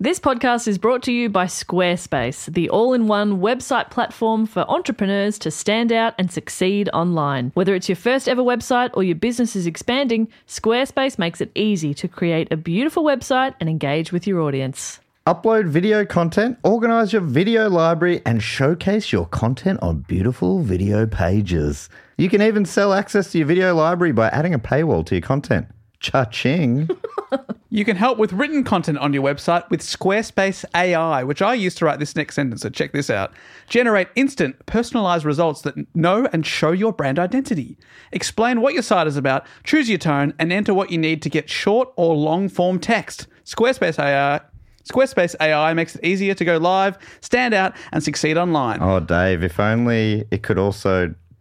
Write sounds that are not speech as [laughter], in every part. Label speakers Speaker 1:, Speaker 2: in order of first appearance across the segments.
Speaker 1: This podcast is brought to you by Squarespace, the all in one website platform for entrepreneurs to stand out and succeed online. Whether it's your first ever website or your business is expanding, Squarespace makes it easy to create a beautiful website and engage with your audience.
Speaker 2: Upload video content, organize your video library, and showcase your content on beautiful video pages. You can even sell access to your video library by adding a paywall to your content. Cha-ching.
Speaker 3: You can help with written content on your website with Squarespace AI, which I used to write this next sentence, so check this out. Generate instant, personalized results that know and show your brand identity. Explain what your site is about, choose your tone, and enter what you need to get short or long form text. Squarespace AI. Squarespace AI makes it easier to go live, stand out, and succeed online.
Speaker 2: oh, Dave, if only it could also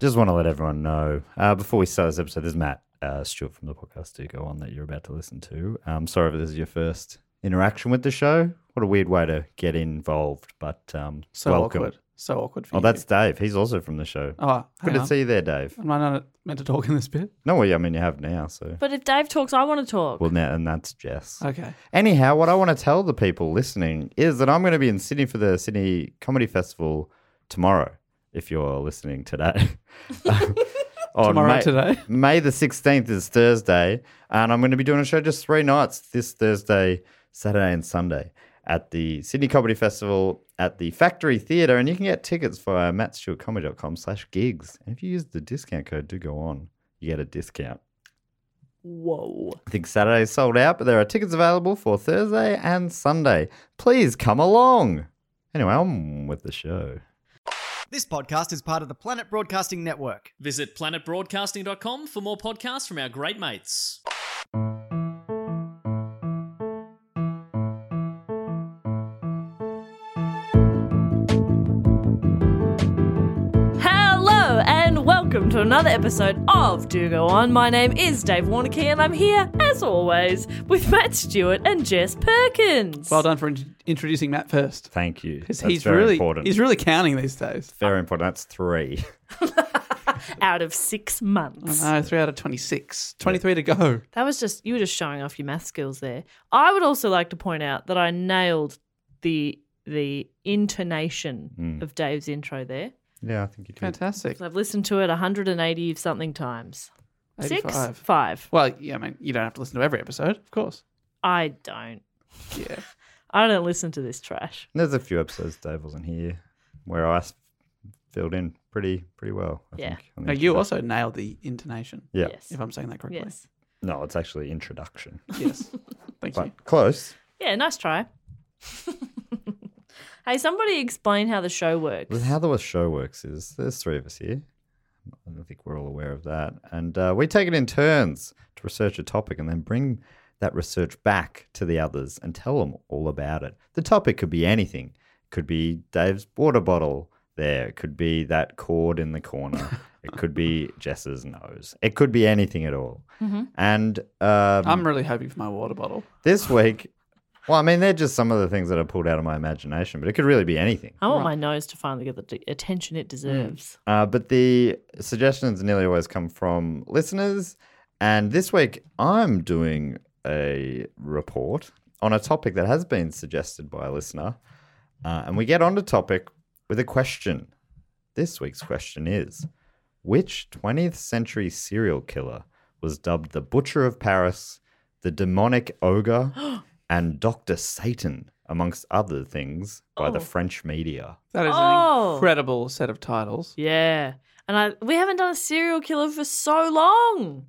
Speaker 2: just want to let everyone know uh, before we start this episode. This is Matt uh, Stewart from the podcast to go on that you're about to listen to. Um, sorry if this is your first interaction with the show. What a weird way to get involved, but um,
Speaker 3: [laughs] So
Speaker 2: welcome.
Speaker 3: awkward. So awkward for
Speaker 2: Oh,
Speaker 3: you.
Speaker 2: that's Dave. He's also from the show.
Speaker 3: Oh,
Speaker 2: Good
Speaker 3: hang
Speaker 2: to
Speaker 3: on.
Speaker 2: see you there, Dave.
Speaker 3: Am I not meant to talk in this bit?
Speaker 2: No, well, I mean you have now. So
Speaker 1: But if Dave talks, I want to talk.
Speaker 2: well, now and that's Jess.
Speaker 3: Okay.
Speaker 2: Anyhow, what I want to tell the people listening is that I'm going to be in Sydney for the Sydney Comedy Festival tomorrow, if you're listening today. [laughs] Um,
Speaker 3: [laughs]
Speaker 2: On
Speaker 3: Tomorrow,
Speaker 2: May,
Speaker 3: today.
Speaker 2: May the 16th is Thursday, and I'm going to be doing a show just three nights this Thursday, Saturday, and Sunday at the Sydney Comedy Festival at the Factory Theatre. And you can get tickets via mattstewartcomedy.com slash gigs. And if you use the discount code, do go on, you get a discount.
Speaker 1: Whoa.
Speaker 2: I think Saturday's sold out, but there are tickets available for Thursday and Sunday. Please come along. Anyway, I'm with the show.
Speaker 4: This podcast is part of the Planet Broadcasting Network.
Speaker 5: Visit planetbroadcasting.com for more podcasts from our great mates.
Speaker 1: Hello and welcome to another episode of Do Go On. My name is Dave Warnocky and I'm here, as always, with Matt Stewart and Jess Perkins.
Speaker 3: Well done for in- introducing Matt first.
Speaker 2: Thank you.
Speaker 3: Because
Speaker 2: That's
Speaker 3: he's
Speaker 2: very
Speaker 3: really
Speaker 2: important.
Speaker 3: he's really counting these days.
Speaker 2: very important. That's
Speaker 3: [laughs]
Speaker 2: three.
Speaker 1: Out of six months.
Speaker 3: No, Uh, three out of twenty six. Twenty three to go.
Speaker 1: That was just, you were just showing off your math skills there. I would also like to point out that I nailed the the intonation of Dave's intro there.
Speaker 2: Yeah, I think you did.
Speaker 3: Fantastic.
Speaker 1: I've listened to it 180 something times. Six?
Speaker 3: 85.
Speaker 1: Five.
Speaker 3: Well, yeah, I mean, you don't have to listen to every episode, of course.
Speaker 1: I don't.
Speaker 3: Yeah.
Speaker 1: I don't listen to this trash.
Speaker 2: There's a few episodes Dave wasn't here where I s- filled in pretty pretty well. I
Speaker 1: Yeah.
Speaker 2: think. on the
Speaker 3: Now you
Speaker 2: intro.
Speaker 3: also nailed the intonation,
Speaker 2: Yeah.
Speaker 1: Yes.
Speaker 3: if I'm saying that correctly.
Speaker 1: Yes.
Speaker 2: No, it's actually
Speaker 3: [laughs]
Speaker 2: introduction.
Speaker 1: [laughs]
Speaker 3: Yes. Thank you.
Speaker 2: But close.
Speaker 1: Yeah, nice try. hey, somebody explain how the show works.
Speaker 2: Well, How the show works is there's three of us here. I don't think we're all aware of that. And uh, we take it in turns to research a topic and then bring that research back to the others and tell them all about it. The topic could be anything. It could be Dave's water bottle there. It could be that cord in the corner. it could be Jess's nose. It could be anything at all. And um,
Speaker 3: I'm really happy for my water bottle.
Speaker 2: this week, well, I mean, they're just some of the things that I pulled out of my imagination, but it could really be anything.
Speaker 1: I want my nose to finally get the d- attention
Speaker 2: Mm.
Speaker 1: it deserves.
Speaker 2: Uh, but the suggestions nearly always come from listeners. And this week, I'm doing a report on a topic that has been suggested by a listener. Uh, and we get onto topic with a question. This week's question is Which 20th century serial killer was dubbed the Butcher of Paris, the Demonic Ogre, and Dr. Satan, amongst other things, by the French media?
Speaker 3: That is an
Speaker 1: Oh.
Speaker 3: incredible set of titles.
Speaker 1: Yeah. And I we haven't done a serial killer for so long.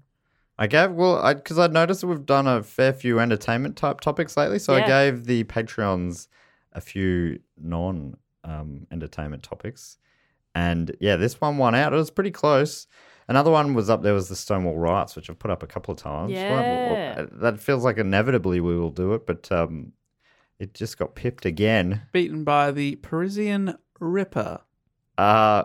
Speaker 2: I gave well because I, would noticed that we've done a fair few entertainment type topics lately, so I
Speaker 1: Yeah.
Speaker 2: gave the Patreons a few non um, entertainment topics, and yeah, this one won out. It was pretty close. Another one was up there was the Stonewall riots, which I've put up a couple of times.
Speaker 1: Yeah.
Speaker 2: Well, uh, that feels like inevitably we will do it, but um, it just got pipped again.
Speaker 3: Beaten by the Parisian Ripper.
Speaker 2: Uh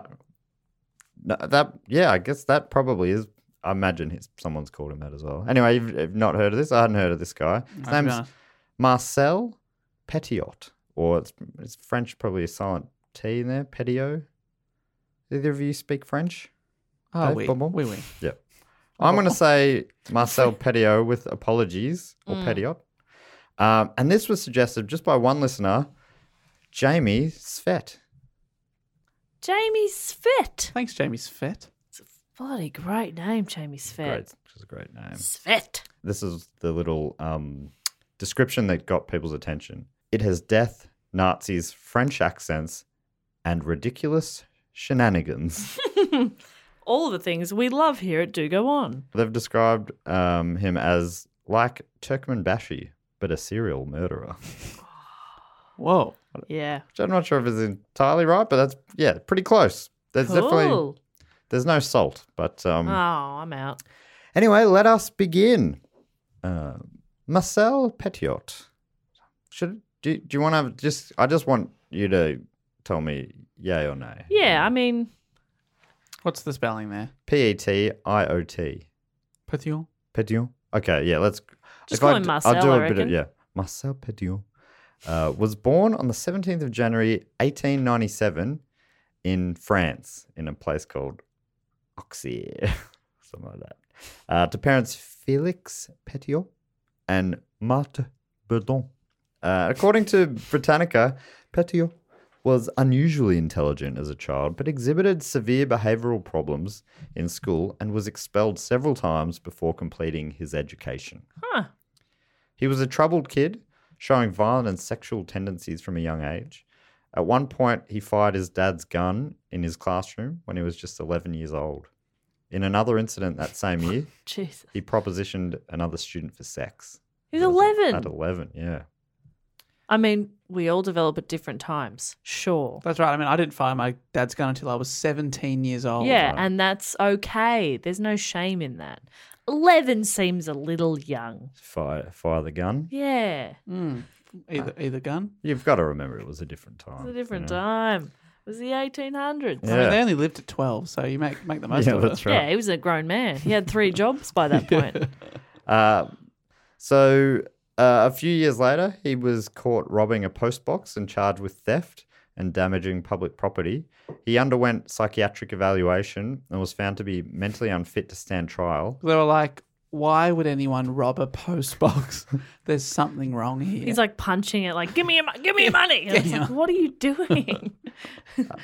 Speaker 2: no, that yeah, I guess that probably is. I imagine his, someone's called him that as well. Anyway, you've, you've not heard of this. I hadn't heard of this guy. His
Speaker 3: I've
Speaker 2: name's
Speaker 3: not.
Speaker 2: Marcel Petiot, or it's, it's French, probably a silent T in there. Petiot. Either of you speak French?
Speaker 3: Oh,
Speaker 2: Dave
Speaker 3: we,
Speaker 2: Bumble?
Speaker 3: we, we.
Speaker 2: Yeah. I'm going to say Marcel Petiot with apologies, or Petiot. Um, and this was suggested just by one listener, Jamie Svet.
Speaker 1: Jamie Svet.
Speaker 3: Thanks, Jamie Svet.
Speaker 1: Bloody great name, Jamie Svet.
Speaker 2: Great, which is a great name.
Speaker 1: Svet.
Speaker 2: this is the little um, description that got people's attention. It has death, Nazis, French accents, and ridiculous shenanigans.
Speaker 1: All the things we love here at Do Go On.
Speaker 2: They've described um, him as like Turkmen Bashi, but a serial murderer.
Speaker 3: Whoa.
Speaker 1: Yeah.
Speaker 2: Which I'm not sure if it's entirely right, but that's yeah, pretty close. There's definitely
Speaker 1: Cool.
Speaker 2: there's no salt, but um,
Speaker 1: Oh, I'm out.
Speaker 2: Anyway, let us begin. Uh, Marcel Petiot. Should do, do you want to have just? I just want you to tell me yay or nay.
Speaker 1: Yeah, I mean,
Speaker 3: What's the spelling there?
Speaker 2: P E T I O T.
Speaker 3: Petion?
Speaker 2: Petiot. Okay, yeah. Let's.
Speaker 1: Just
Speaker 2: if I
Speaker 1: call him
Speaker 2: d-
Speaker 1: Marcel,
Speaker 2: I'll do a
Speaker 1: I
Speaker 2: bit of
Speaker 1: reckon.
Speaker 2: yeah. Marcel Petiot uh, was born on the seventeenth of January, eighteen ninety-seven, in France, in a place called Auxerre, [laughs] something like that. Uh, to parents Felix Petiot and Marthe Bedon. Uh, according to Britannica, Petiot was unusually intelligent as a child, but exhibited severe behavioural problems in school and was expelled several times before completing his education.
Speaker 1: huh.
Speaker 2: He was a troubled kid, showing violent and sexual tendencies from a young age. At one point, he fired his dad's gun in his classroom when he was just 11 years old. In another incident that same year,
Speaker 1: Jesus.
Speaker 2: he propositioned another student for sex.
Speaker 1: He's
Speaker 2: That was At
Speaker 1: 11.
Speaker 2: 11, yeah.
Speaker 1: I mean, we all develop at different times. Sure.
Speaker 3: That's right. I mean, I didn't find my dad's gun until I was 17 years
Speaker 2: Oh,
Speaker 3: old.
Speaker 1: Yeah, and that's okay. There's no shame in that. 11 seems a little young.
Speaker 2: Fire, fire the gun.
Speaker 1: Yeah.
Speaker 3: Mm. Either, either gun.
Speaker 2: You've got to remember it was a different time.
Speaker 1: It's a different
Speaker 2: you know?
Speaker 1: time. It was the 1800s.
Speaker 3: I mean, they
Speaker 2: Oh, Yeah.
Speaker 3: only lived at 12, so you make, make the
Speaker 2: [laughs]
Speaker 3: most
Speaker 2: Yeah,
Speaker 3: of
Speaker 2: that's
Speaker 3: it.
Speaker 2: right.
Speaker 1: Yeah, he was a grown man. He had three jobs by
Speaker 2: [laughs]
Speaker 1: that point.
Speaker 2: Uh, so uh, a few years later, he was caught robbing a post box and charged with theft and damaging public property. He underwent psychiatric evaluation and was found to be mentally unfit to stand trial.
Speaker 3: They were like, why would anyone rob a post box? [laughs] There's something wrong here.
Speaker 1: He's like punching it, like, give me your, mo- give me
Speaker 2: [laughs]
Speaker 1: your money. And it's
Speaker 3: Yeah.
Speaker 1: like, what are you doing? [laughs]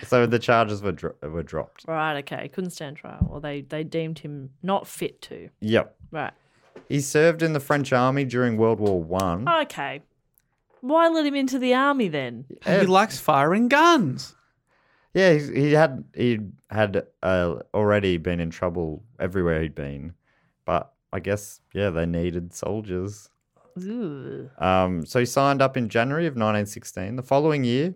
Speaker 2: So the charges were dro- were dropped.
Speaker 1: right, okay. Couldn't stand trial. Or they, they deemed him not fit to.
Speaker 2: Yep.
Speaker 1: Right.
Speaker 2: He served in the French army during World War One.
Speaker 1: Okay. Why let him into the army then?
Speaker 3: he likes firing guns.
Speaker 2: Yeah, he, he had he had uh, already been in trouble everywhere he'd been, but I guess yeah, they needed soldiers.
Speaker 1: Ooh.
Speaker 2: Um, so he signed up in January of 1916. The following year,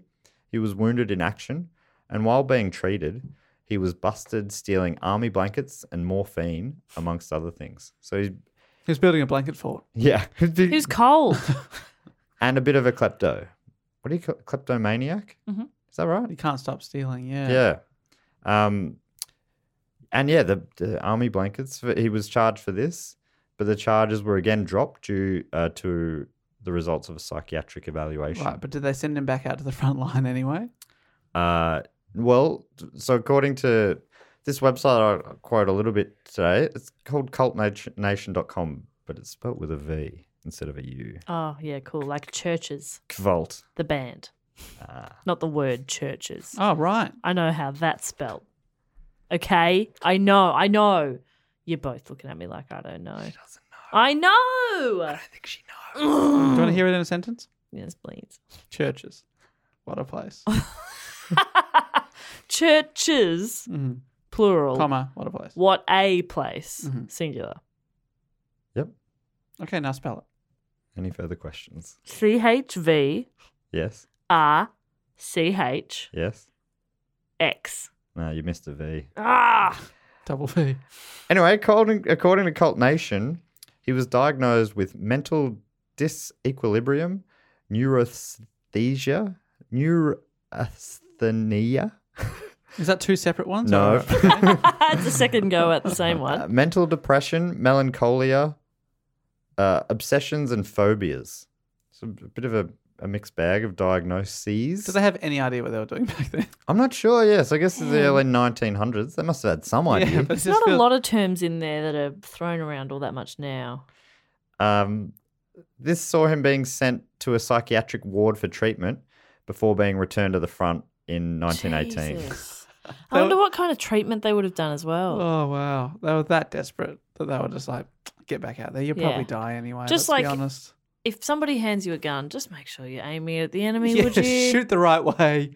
Speaker 2: he was wounded in action, and while being treated, He was busted stealing army blankets and morphine, amongst other things. So he, [laughs]
Speaker 3: Who's building a blanket fort?
Speaker 2: yeah,
Speaker 1: Who's cold?
Speaker 2: [laughs] and a bit of a klepto. What do you call kleptomaniac? Mm-hmm. Is that right?
Speaker 3: You can't stop stealing. Yeah.
Speaker 2: Yeah. Um, and yeah, the, the army blankets, for, he was charged for this, but the charges were again dropped due uh, to the results of a psychiatric evaluation.
Speaker 3: Right, but did they send him back out to the front line anyway?
Speaker 1: [laughs]
Speaker 2: Uh, well, so according to this website, I quote a little bit today, it's called cultnation.com, but it's spelled with a V instead of a U.
Speaker 1: oh, yeah, cool. Like churches,
Speaker 2: Cult.
Speaker 1: the band. Not the word churches.
Speaker 3: Oh, right.
Speaker 1: I know how that's spelled. Okay? I know, I know. You're both looking at me like I don't know. She doesn't know. I know. I think she
Speaker 3: Do
Speaker 1: knows.
Speaker 3: you want to hear it in a sentence?
Speaker 1: yes, please. [laughs]
Speaker 3: Churches. What a place.
Speaker 1: Churches,
Speaker 3: Mhm.
Speaker 1: plural.
Speaker 3: Comma. What a place.
Speaker 1: What a place, singular.
Speaker 2: Yep.
Speaker 3: Okay, now spell it.
Speaker 2: Any further questions?
Speaker 1: C H V
Speaker 2: Yes.
Speaker 1: R C H
Speaker 2: Yes.
Speaker 1: X.
Speaker 2: No, you missed a V.
Speaker 1: Ah, [laughs]
Speaker 3: Double V.
Speaker 2: Anyway, according, according to Cult Nation, he was diagnosed with mental disequilibrium, neurasthenia, neurasthenia,
Speaker 3: Is that two separate
Speaker 2: [laughs]
Speaker 3: ones?
Speaker 2: no,
Speaker 1: it's a second go at the same
Speaker 2: uh,
Speaker 1: one.
Speaker 2: mental depression, melancholia, uh, obsessions, and phobias. It's a bit of a, a mixed bag of diagnoses.
Speaker 3: Did they have any idea what they were doing [laughs] back then?
Speaker 2: I'm not sure. Yes, I guess it's the early 1900s. They must have had
Speaker 1: [laughs]
Speaker 2: some idea.
Speaker 3: but
Speaker 1: There's not a lot of terms in there that are thrown around all that much now.
Speaker 2: Um, this saw him being sent to a psychiatric ward for treatment before being returned to the front in 1918.
Speaker 3: [laughs]
Speaker 1: Jesus. I wonder what kind of treatment they would have done as well.
Speaker 3: Oh wow, they were that desperate that they were just like, get back out there. You'll probably
Speaker 1: Yeah.
Speaker 3: die anyway.
Speaker 1: Just
Speaker 3: let's be
Speaker 1: like-
Speaker 3: honest.
Speaker 1: If somebody hands you a gun, just make sure you aim it at the enemy,
Speaker 3: Yeah,
Speaker 1: would you?
Speaker 3: [laughs] shoot the right way.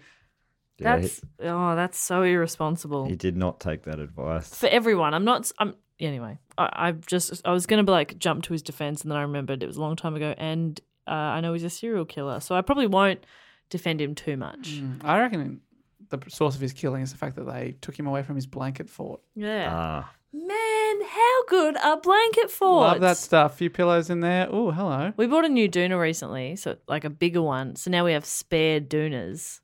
Speaker 2: Yeah,
Speaker 1: That's oh, that's so irresponsible.
Speaker 2: he, he did not take that advice.
Speaker 1: for everyone. I'm not. I'm anyway. I, I just I was gonna be like jump to his defense, and then I remembered it was a long time ago, and uh, I know he's a serial killer, so I probably won't defend him too much.
Speaker 3: Mm, I reckon the source of his killing is the fact that they took him away from his blanket fort.
Speaker 1: Yeah,
Speaker 2: Ah,
Speaker 1: man, how good are blanket forts?
Speaker 3: Love that stuff. Few pillows in there. Oh, hello.
Speaker 1: We bought a new doona recently, so like a bigger one. So now we have spare doonas,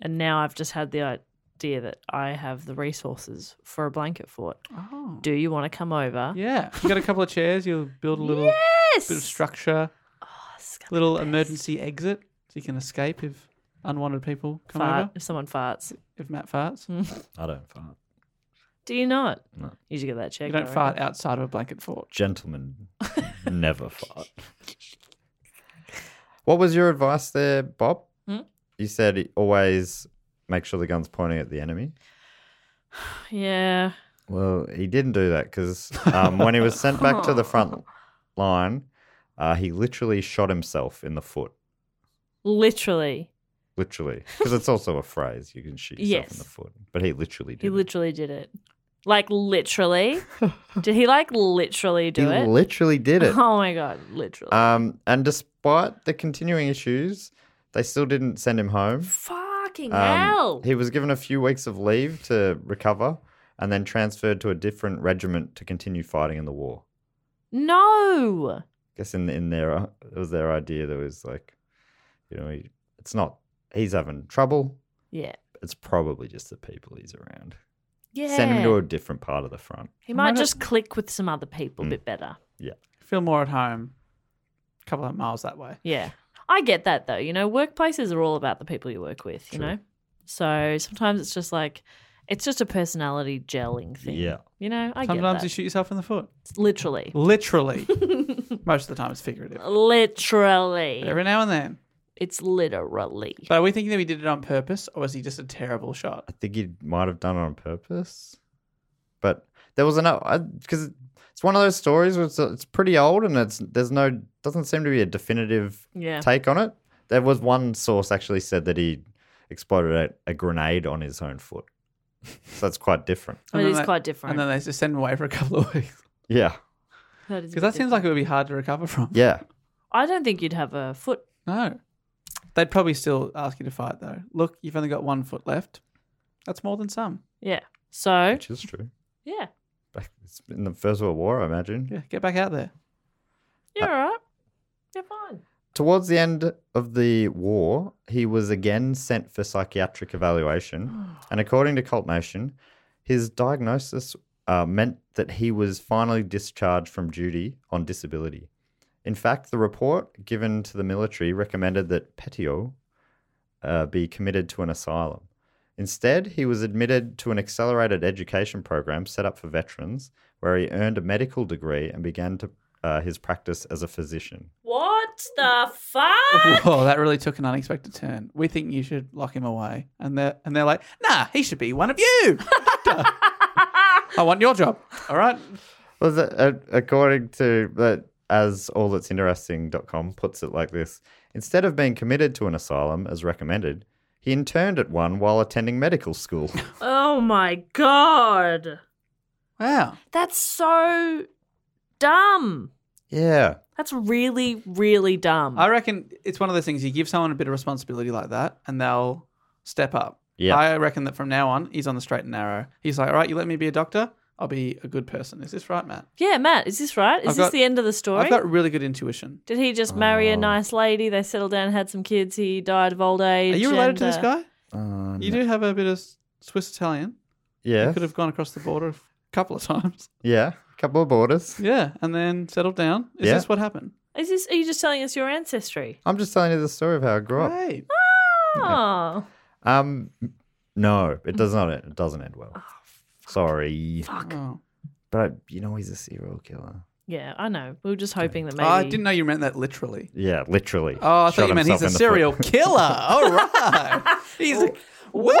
Speaker 1: and now I've just had the idea that I have the resources for a blanket fort.
Speaker 3: Oh,
Speaker 1: Do you want to come over?
Speaker 3: yeah. You got a couple of chairs. You'll build a little bit of
Speaker 1: Yes.
Speaker 3: structure,
Speaker 1: Oh, this is gonna be
Speaker 3: little
Speaker 1: the best.
Speaker 3: emergency exit so you can escape if unwanted people come
Speaker 1: fart
Speaker 3: over.
Speaker 1: if someone farts.
Speaker 3: If Matt farts,
Speaker 2: I don't fart.
Speaker 1: Do you not?
Speaker 2: No.
Speaker 1: You should get that checked.
Speaker 3: you don't
Speaker 1: I
Speaker 3: fart
Speaker 1: reckon.
Speaker 3: outside of a blanket fort.
Speaker 2: Gentlemen never fart. [laughs] What was your advice there, Bob?
Speaker 1: Hmm?
Speaker 2: You said always make sure the gun's pointing at the enemy.
Speaker 1: Yeah.
Speaker 2: Well, he didn't do that because um, when he was sent back to the
Speaker 1: [laughs]
Speaker 2: front line, uh, he literally shot himself in the foot.
Speaker 1: Literally.
Speaker 2: Literally, because it's also a phrase. You can shoot yourself in
Speaker 1: Yes.
Speaker 2: the foot, but he literally did.
Speaker 1: He literally did it. Like
Speaker 2: [laughs]
Speaker 1: literally. did he like literally
Speaker 2: it.
Speaker 1: do
Speaker 2: He
Speaker 1: it?
Speaker 2: literally did it.
Speaker 1: [laughs] Oh my god, literally.
Speaker 2: Um, and despite the continuing issues, they still didn't send him home.
Speaker 1: Fucking
Speaker 2: Um,
Speaker 1: hell.
Speaker 2: He was given a few weeks of leave to recover, and then transferred to a different regiment to continue fighting in the war.
Speaker 1: no.
Speaker 2: guess in in their uh, it was their idea that was like, you know, he, it's not he's having trouble.
Speaker 1: Yeah.
Speaker 2: It's probably just the people he's around.
Speaker 1: Yeah.
Speaker 2: Send him to a different part of the front.
Speaker 1: he might just click with some other people a bit better.
Speaker 3: Feel more at home. A couple of miles that way.
Speaker 1: Yeah. I get that though. You know, workplaces are all about the people you work with, you know? So sometimes it's just like it's just a personality gelling thing.
Speaker 2: Yeah.
Speaker 1: You know, I get
Speaker 3: Sometimes
Speaker 1: that.
Speaker 3: you shoot yourself in the foot.
Speaker 1: literally. [laughs]
Speaker 3: Literally. Most of the time it's figurative.
Speaker 1: Oh, Literally.
Speaker 3: But every now and then.
Speaker 1: It's literally.
Speaker 3: But are we thinking that we did it on purpose or was he just a terrible shot?
Speaker 2: I think he might have done it on purpose, but there was another because it's one of those stories where it's, it's pretty old and it's there's no doesn't seem to be a definitive
Speaker 1: Yeah.
Speaker 2: take on it. There was one source actually said that he exploded a, a grenade on his own foot, [laughs] so that's quite different.
Speaker 1: But
Speaker 3: And then
Speaker 1: it's
Speaker 3: they-
Speaker 1: quite different.
Speaker 3: And then they just send him away for a couple of [laughs] weeks.
Speaker 2: Yeah,
Speaker 1: that is a
Speaker 3: Because
Speaker 1: bit
Speaker 3: that seems like it would be hard to recover from. [laughs]
Speaker 2: yeah.
Speaker 1: different. I don't think you'd have a foot.
Speaker 3: No. They'd probably still ask you to fight though. Look, you've only got one foot left. That's more than some.
Speaker 1: Yeah. So,
Speaker 2: Which is true.
Speaker 1: yeah.
Speaker 2: Back it's in the First World War, I imagine.
Speaker 3: Yeah, get back out there.
Speaker 1: You're
Speaker 3: Uh,
Speaker 1: all right. You're fine.
Speaker 2: Towards the end of the war, he was again sent for psychiatric evaluation. and according to Cult Nation, his diagnosis uh, meant that he was finally discharged from duty on disability. In fact, the report given to the military recommended that Petiot uh, be committed to an asylum. Instead, he was admitted to an accelerated education program set up for veterans, where he earned a medical degree and began to, uh, his practice as a physician.
Speaker 1: What
Speaker 3: [laughs]
Speaker 1: the fuck?
Speaker 3: Whoa, that really took an unexpected turn. We think you should lock him away, and they're and they're like, nah, he should be one of you. [laughs] I want your job. All right.
Speaker 2: Well, the, uh, according to that, as all that's interesting.com puts it like this instead of being committed to an asylum as recommended, he interned at one while attending medical
Speaker 3: [laughs]
Speaker 2: school.
Speaker 1: oh my god.
Speaker 3: Wow.
Speaker 1: That's so dumb.
Speaker 2: yeah.
Speaker 1: That's really, really dumb.
Speaker 3: I reckon it's one of those things you give someone a bit of responsibility like that, and they'll step up.
Speaker 2: Yeah.
Speaker 3: I reckon that from now on, he's on the straight and narrow. He's like, all right, you let me be a doctor. I'll be a good person. Is this right, Matt?
Speaker 1: yeah, Matt, is this right? Is
Speaker 3: I've
Speaker 1: this
Speaker 3: got-
Speaker 1: the end of the story?
Speaker 3: I've got Oh. really good intuition.
Speaker 1: Did he just marry a nice lady? They settled down, had some kids. He died of old age.
Speaker 3: Are you related
Speaker 1: and,
Speaker 3: to this
Speaker 1: uh,
Speaker 3: guy?
Speaker 2: Uh,
Speaker 3: You do have a bit of S- Swiss Italian.
Speaker 2: yeah.
Speaker 3: You could have gone across the border a couple of times.
Speaker 2: Yeah. A couple of
Speaker 3: [laughs]
Speaker 2: borders.
Speaker 3: Yeah, and then settled down. Is
Speaker 2: Yeah.
Speaker 3: this what happened?
Speaker 1: Is this? Are you just telling us your ancestry?
Speaker 2: I'm just telling you the story of how I grew up.
Speaker 3: Great.
Speaker 1: Oh,
Speaker 2: Um, no, it does not. It doesn't end well. Sorry,
Speaker 3: Oh.
Speaker 2: but you know he's a serial killer.
Speaker 1: yeah, I know. We were just hoping that
Speaker 3: Oh,
Speaker 1: maybe.
Speaker 3: I didn't know you meant that literally.
Speaker 2: Yeah, literally.
Speaker 3: Oh, I
Speaker 2: Shot
Speaker 3: thought you meant he's
Speaker 2: himself
Speaker 3: a
Speaker 2: in the
Speaker 3: serial
Speaker 2: foot.
Speaker 3: killer.
Speaker 2: [laughs]
Speaker 3: All right. He's a. Woo!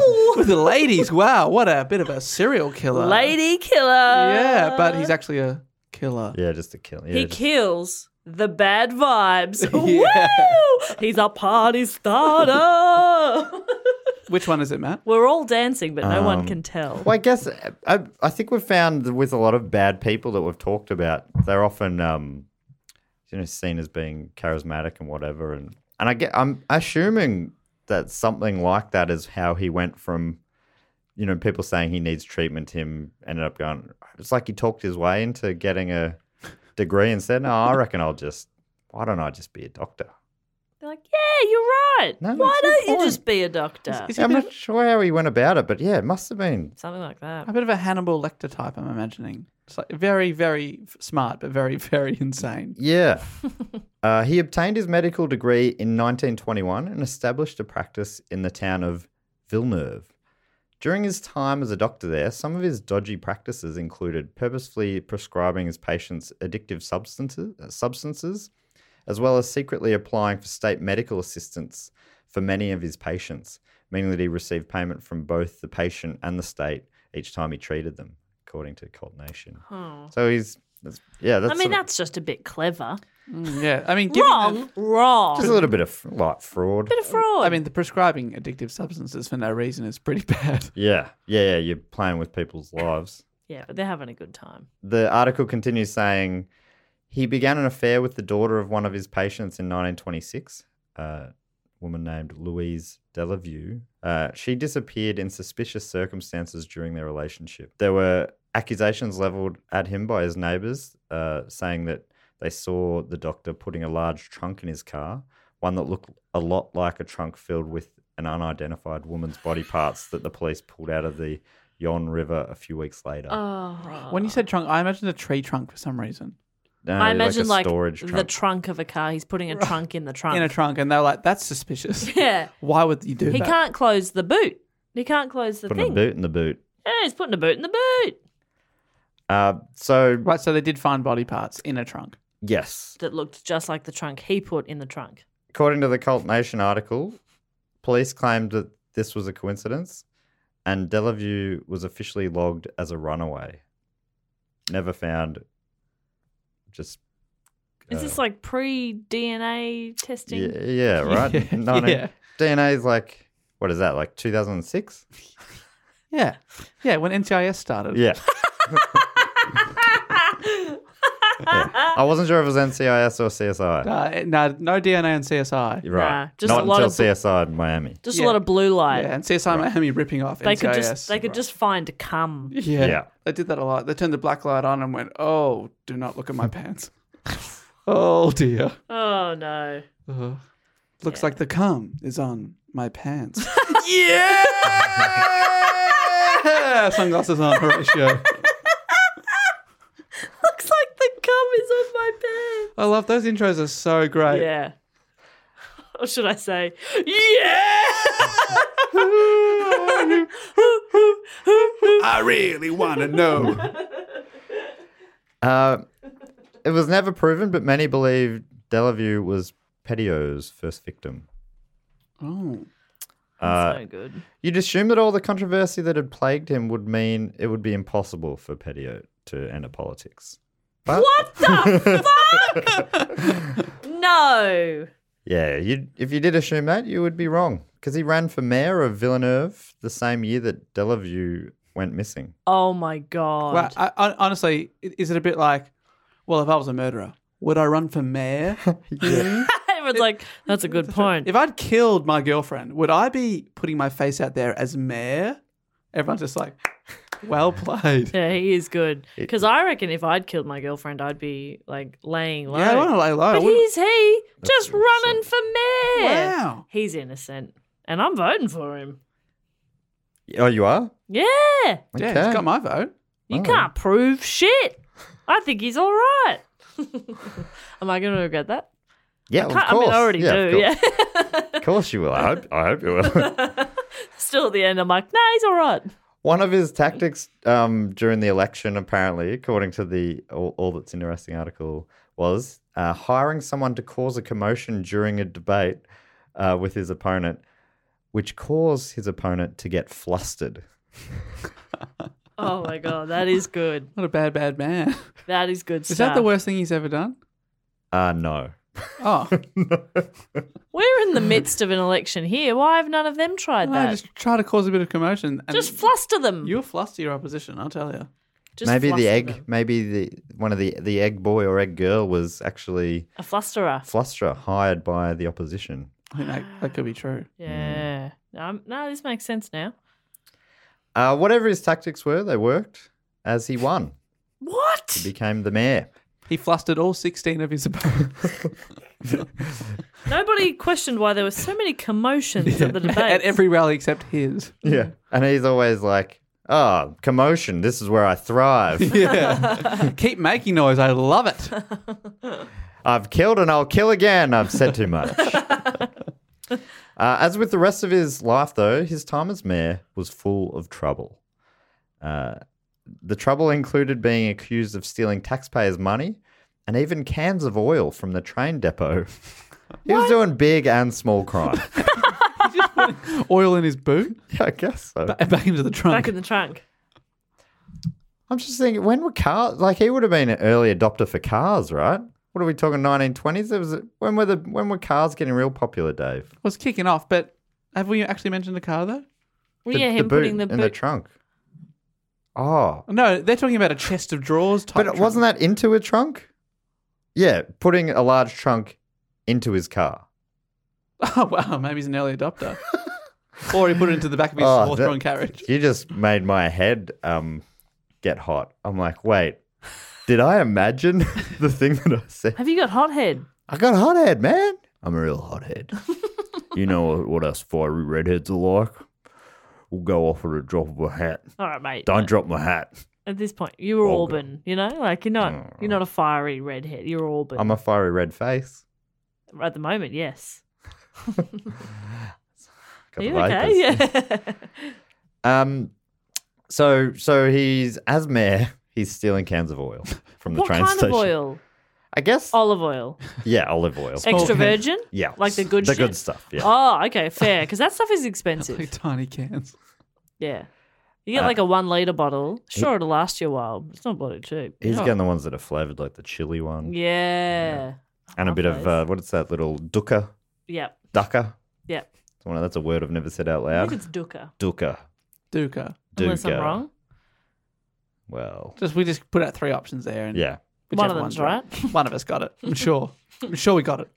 Speaker 3: [laughs] With the ladies. Wow, what a bit of a serial killer.
Speaker 1: Lady killer.
Speaker 3: Yeah, but he's actually a killer.
Speaker 2: Yeah, just a killer. Yeah,
Speaker 1: he
Speaker 2: just-
Speaker 1: kills the bad vibes.
Speaker 3: [laughs] Yeah.
Speaker 1: Woo! He's a party
Speaker 3: [laughs]
Speaker 1: starter.
Speaker 3: Which one is it, Matt?
Speaker 1: we're all dancing, but no
Speaker 3: Um,
Speaker 1: one can tell.
Speaker 2: Well, I guess uh, I, I think we've found that with a lot of bad people that we've talked about, they're often um, you know seen as being charismatic and whatever, and and I get I'm assuming that something like that is how he went from you know people saying he needs treatment. to Him ended up going. It's like he talked his way into getting a degree and said, "No, I reckon I'll just why don't I just be a doctor."
Speaker 1: They're like, yeah, you're right.
Speaker 2: No,
Speaker 1: Why
Speaker 2: that's the
Speaker 1: don't you
Speaker 2: point.
Speaker 1: just be a doctor?
Speaker 3: Is he a
Speaker 2: I'm
Speaker 3: bit,
Speaker 2: not sure how he went about it, but yeah, it must have been.
Speaker 1: Something like that.
Speaker 3: a bit of a Hannibal Lecter type, I'm imagining. It's like very, very f- smart, but very, [laughs] very insane.
Speaker 1: [laughs]
Speaker 2: Yeah. uh, he obtained his medical degree in 1921 and established a practice in the town of Villeneuve. During his time as a doctor there, some of his dodgy practices included purposefully prescribing his patients addictive substances, uh, substances as well as secretly applying for state medical assistance for many of his patients, meaning that he received payment from both the patient and the state each time he treated them, according to Cult Nation. So he's, that's, yeah, that's
Speaker 1: Hmm. I mean,
Speaker 2: sort of-
Speaker 1: that's just a bit clever.
Speaker 3: Mm, yeah, I mean, given
Speaker 1: Wrong,
Speaker 3: the-
Speaker 1: wrong.
Speaker 2: Just a little bit of like fraud.
Speaker 1: bit of fraud.
Speaker 3: I mean, the prescribing addictive substances for no reason is pretty [laughs] bad.
Speaker 2: Yeah, yeah, yeah. You're playing with people's lives.
Speaker 1: yeah, but they're having a good time.
Speaker 2: The article continues saying he began an affair with the daughter of one of his patients in 1926, a woman named Louise Delavue. Uh, she disappeared in suspicious circumstances during their relationship. There were accusations leveled at him by his neighbors, uh, saying that they saw the doctor putting a large trunk in his car, one that looked a lot like a trunk filled with an unidentified woman's body parts that the police pulled out of the Yon River a few weeks later.
Speaker 1: Oh.
Speaker 3: When you said trunk, I imagined a tree trunk for some reason.
Speaker 2: No,
Speaker 1: I
Speaker 2: uh, a
Speaker 1: imagine like,
Speaker 2: storage
Speaker 1: the trunk of a car. He's putting a trunk in the trunk.
Speaker 3: In a trunk, and they're like, that's suspicious.
Speaker 1: [laughs] Yeah.
Speaker 3: Why would you do
Speaker 1: He
Speaker 3: that?
Speaker 1: can't close the boot. He can't close the
Speaker 2: putting
Speaker 1: thing.
Speaker 2: a boot in the boot.
Speaker 1: Yeah, he's putting a boot in the boot.
Speaker 2: Uh, so
Speaker 3: Right, so they did find body parts in a trunk.
Speaker 2: yes,
Speaker 1: That looked just like the trunk he put in the trunk.
Speaker 2: according to the Cult Nation article, police claimed that this was a coincidence, and Delavue was officially logged as a runaway, never found. Just
Speaker 1: Is
Speaker 2: Uh.
Speaker 1: this like pre DNA testing?
Speaker 2: yeah,
Speaker 1: [laughs]
Speaker 2: yeah, right.
Speaker 3: Yeah,
Speaker 2: 19
Speaker 3: yeah.
Speaker 2: DNA is like what is that like two thousand and
Speaker 1: [laughs]
Speaker 2: six?
Speaker 3: Yeah. Yeah, when NCIS started.
Speaker 2: Yeah. Yeah. I wasn't sure if it was NCIS or
Speaker 1: [laughs]
Speaker 2: CSI.
Speaker 3: Uh, no, no DNA on CSI.
Speaker 2: You're right.
Speaker 1: Nah, just
Speaker 2: Not
Speaker 1: a lot
Speaker 2: until
Speaker 1: of-
Speaker 2: CSI in Miami.
Speaker 1: [laughs] Just
Speaker 3: Yeah.
Speaker 1: a lot of blue light.
Speaker 3: Yeah, and CSI Miami ripping off
Speaker 1: They
Speaker 3: NCIS.
Speaker 1: could just they could just find cum.
Speaker 3: [laughs] yeah.
Speaker 2: Yeah.
Speaker 3: they did that a lot. They turned the black light on and went, "Oh, do not look at
Speaker 2: [laughs]
Speaker 3: my pants." oh dear.
Speaker 1: Oh no.
Speaker 3: Ugh. Looks like the cum is on
Speaker 1: [laughs]
Speaker 3: my pants. yeah! [laughs] Sunglasses on, Horatio.
Speaker 1: Looks like the cum is on my pants.
Speaker 3: I love those intros are so great.
Speaker 1: Yeah. [laughs] Or should I say, [laughs] yeah?
Speaker 3: I really want to know.
Speaker 2: Uh, it was never proven, but many believe Delavue was Petio's first victim.
Speaker 3: oh.
Speaker 2: Uh,
Speaker 1: so good.
Speaker 2: You'd assume that all the controversy that had plagued him would mean it would be impossible for Petio to enter politics. But,
Speaker 1: What the
Speaker 2: [laughs]
Speaker 1: fuck? no.
Speaker 2: Yeah, you'd, if you did assume that, you would be wrong. Because he ran for mayor of Villeneuve the same year that Delavue went missing.
Speaker 1: Oh my god.
Speaker 3: Well, I, I, honestly, i- is it a bit like, well, if I was a murderer, would I run for mayor?
Speaker 1: [laughs] [laughs] Everyone's like, that's a good point.
Speaker 3: [laughs] if I'd killed my girlfriend, would I be putting my face out there as mayor? Everyone's just like, well played.
Speaker 1: Yeah, he is good. Because I reckon if I'd killed my girlfriend, I'd be like laying low.
Speaker 3: Yeah, I want to lay low. I
Speaker 1: but
Speaker 3: wouldn't-
Speaker 1: he's he just
Speaker 2: really
Speaker 1: running for mayor.
Speaker 3: Wow.
Speaker 1: He's innocent, and I'm voting for him.
Speaker 2: Oh, you are?
Speaker 1: Yeah,
Speaker 3: Yeah,
Speaker 2: Okay.
Speaker 3: he's got my vote.
Speaker 1: you
Speaker 2: Wow.
Speaker 1: can't prove shit. I think he's all right. [laughs] Am I going to regret that?
Speaker 2: Yeah,
Speaker 1: I
Speaker 2: of
Speaker 1: can't- I
Speaker 2: course.
Speaker 1: mean, I already
Speaker 2: yeah, of
Speaker 1: do.
Speaker 2: course.
Speaker 1: Yeah. [laughs]
Speaker 2: Of course you will. I hope, I hope you will.
Speaker 1: Still at the end, I'm like, nah, he's all right.
Speaker 2: One of his tactics um, during the election, apparently, according to the all, all that's interesting article, was uh, hiring someone to cause a commotion during a debate uh, with his opponent, which caused his opponent to get flustered.
Speaker 1: Oh my god, that is good.
Speaker 3: What a bad, bad man.
Speaker 1: That is good
Speaker 3: Is
Speaker 1: stuff.
Speaker 3: that the worst thing he's
Speaker 1: [laughs]
Speaker 3: ever done?
Speaker 2: Uh, no.
Speaker 3: Oh,
Speaker 1: We're in the midst of an election here. Why have none of them tried
Speaker 3: I
Speaker 1: that?
Speaker 3: just try to cause a bit of commotion. And
Speaker 1: Just fluster them.
Speaker 3: You'll fluster your opposition, I'll tell you.
Speaker 1: Just
Speaker 2: maybe the
Speaker 1: fluster
Speaker 2: egg,
Speaker 1: them.
Speaker 2: maybe the one of the the egg boy or egg girl was actually
Speaker 1: A flusterer.
Speaker 2: flusterer hired by the opposition.
Speaker 3: I think that, that could be true.
Speaker 2: Hmm.
Speaker 1: Yeah. Um, no, this makes sense now.
Speaker 2: Uh, whatever his tactics were, they worked as he won.
Speaker 1: What?
Speaker 2: He became the mayor.
Speaker 3: He flustered all
Speaker 2: [laughs]
Speaker 3: 16 of his opponents.
Speaker 1: Nobody questioned why there were so many
Speaker 2: [laughs]
Speaker 1: commotions at the debate.
Speaker 3: At every rally except his.
Speaker 2: Yeah. And he's always like, oh, commotion. This is where I
Speaker 3: [laughs]
Speaker 2: thrive.
Speaker 3: Yeah. Keep making noise. I love it.
Speaker 2: I've killed and I'll kill again. I've said too much. uh, as with the rest of his life, though, his time as mayor was full of trouble. Uh, the trouble included being accused of stealing taxpayers' money and even cans of oil from the train depot. [laughs] he was doing big and small crime.
Speaker 3: Oil in his boot
Speaker 2: yeah, I guess so.
Speaker 3: and back into the trunk.
Speaker 1: Back in the trunk.
Speaker 2: I'm just thinking, when were cars like he would have been an early adopter for cars, right? What are we talking? 1920s? It was when were the when were cars getting real popular, Dave?
Speaker 3: was kicking off, but have we actually mentioned the car though?
Speaker 1: Well,
Speaker 2: The-
Speaker 1: yeah,
Speaker 2: the
Speaker 1: him
Speaker 2: boot
Speaker 1: putting the
Speaker 2: in
Speaker 1: boot.
Speaker 2: the trunk. Oh,
Speaker 3: No, they're talking about a chest of drawers type.
Speaker 2: but wasn't that into a trunk? Yeah, putting a large trunk into his car.
Speaker 3: that? [laughs] Oh wow, maybe he's an early adopter.
Speaker 2: [laughs]
Speaker 3: or he put it into the back of his
Speaker 2: Oh,
Speaker 3: horse-drawn
Speaker 2: that-
Speaker 1: [laughs]
Speaker 3: carriage.
Speaker 2: You just made my head um get hot. I'm like, wait, did I imagine [laughs] the thing that I said?
Speaker 1: Have you got hot head?
Speaker 2: I got a hothead, man. I'm a real hothead. you know what us fiery redheads are like? We'll go off at a drop of a hat.
Speaker 1: All right, mate.
Speaker 2: Don't drop my hat.
Speaker 1: At this point, you were
Speaker 2: Oh,
Speaker 1: Auburn, you know? Like, you're not you're not a fiery redhead. You're Auburn.
Speaker 2: Mm. I'm a fiery red face.
Speaker 1: At the moment, yes.
Speaker 2: Got
Speaker 1: Are
Speaker 2: the
Speaker 1: you
Speaker 2: vapors.
Speaker 1: okay?
Speaker 2: [laughs]
Speaker 1: Yeah.
Speaker 2: Um. So so he's as mayor. He's stealing cans of oil from the
Speaker 1: what
Speaker 2: train
Speaker 1: kind
Speaker 2: station.
Speaker 1: of oil?
Speaker 2: I guess. [laughs]
Speaker 1: Olive oil.
Speaker 2: Yeah, olive oil.
Speaker 1: Extra
Speaker 3: can.
Speaker 1: virgin?
Speaker 2: yeah,
Speaker 1: Like the good
Speaker 2: the
Speaker 1: shit?
Speaker 2: good stuff. Yeah.
Speaker 1: Oh, okay, fair. Because
Speaker 2: [laughs]
Speaker 1: that stuff is
Speaker 3: Like
Speaker 1: expensive.
Speaker 3: tiny cans.
Speaker 1: Yeah. You
Speaker 2: Uh,
Speaker 1: get like a one litre bottle. Sure, it'll last you a while. but It's not bloody cheap.
Speaker 2: He's getting the ones that are flavored, like the chili one,
Speaker 1: Oh. Yeah.
Speaker 2: and a bit of uh,
Speaker 1: those.
Speaker 2: what's that little dukkha?
Speaker 1: Yep.
Speaker 2: Dukkha.
Speaker 1: Yep.
Speaker 2: It's one of- That's a word I've never said out
Speaker 1: I
Speaker 2: loud.
Speaker 1: think it's Dukkha.
Speaker 2: Dukkha.
Speaker 3: Duca.
Speaker 1: Unless I'm
Speaker 2: Dukkha.
Speaker 1: wrong.
Speaker 2: Well,
Speaker 3: Just we just put out three options there and
Speaker 2: yeah.
Speaker 1: One
Speaker 3: Whichever
Speaker 1: of them's
Speaker 3: one's
Speaker 1: right.
Speaker 3: One of us got it. I'm sure. I'm sure we got it.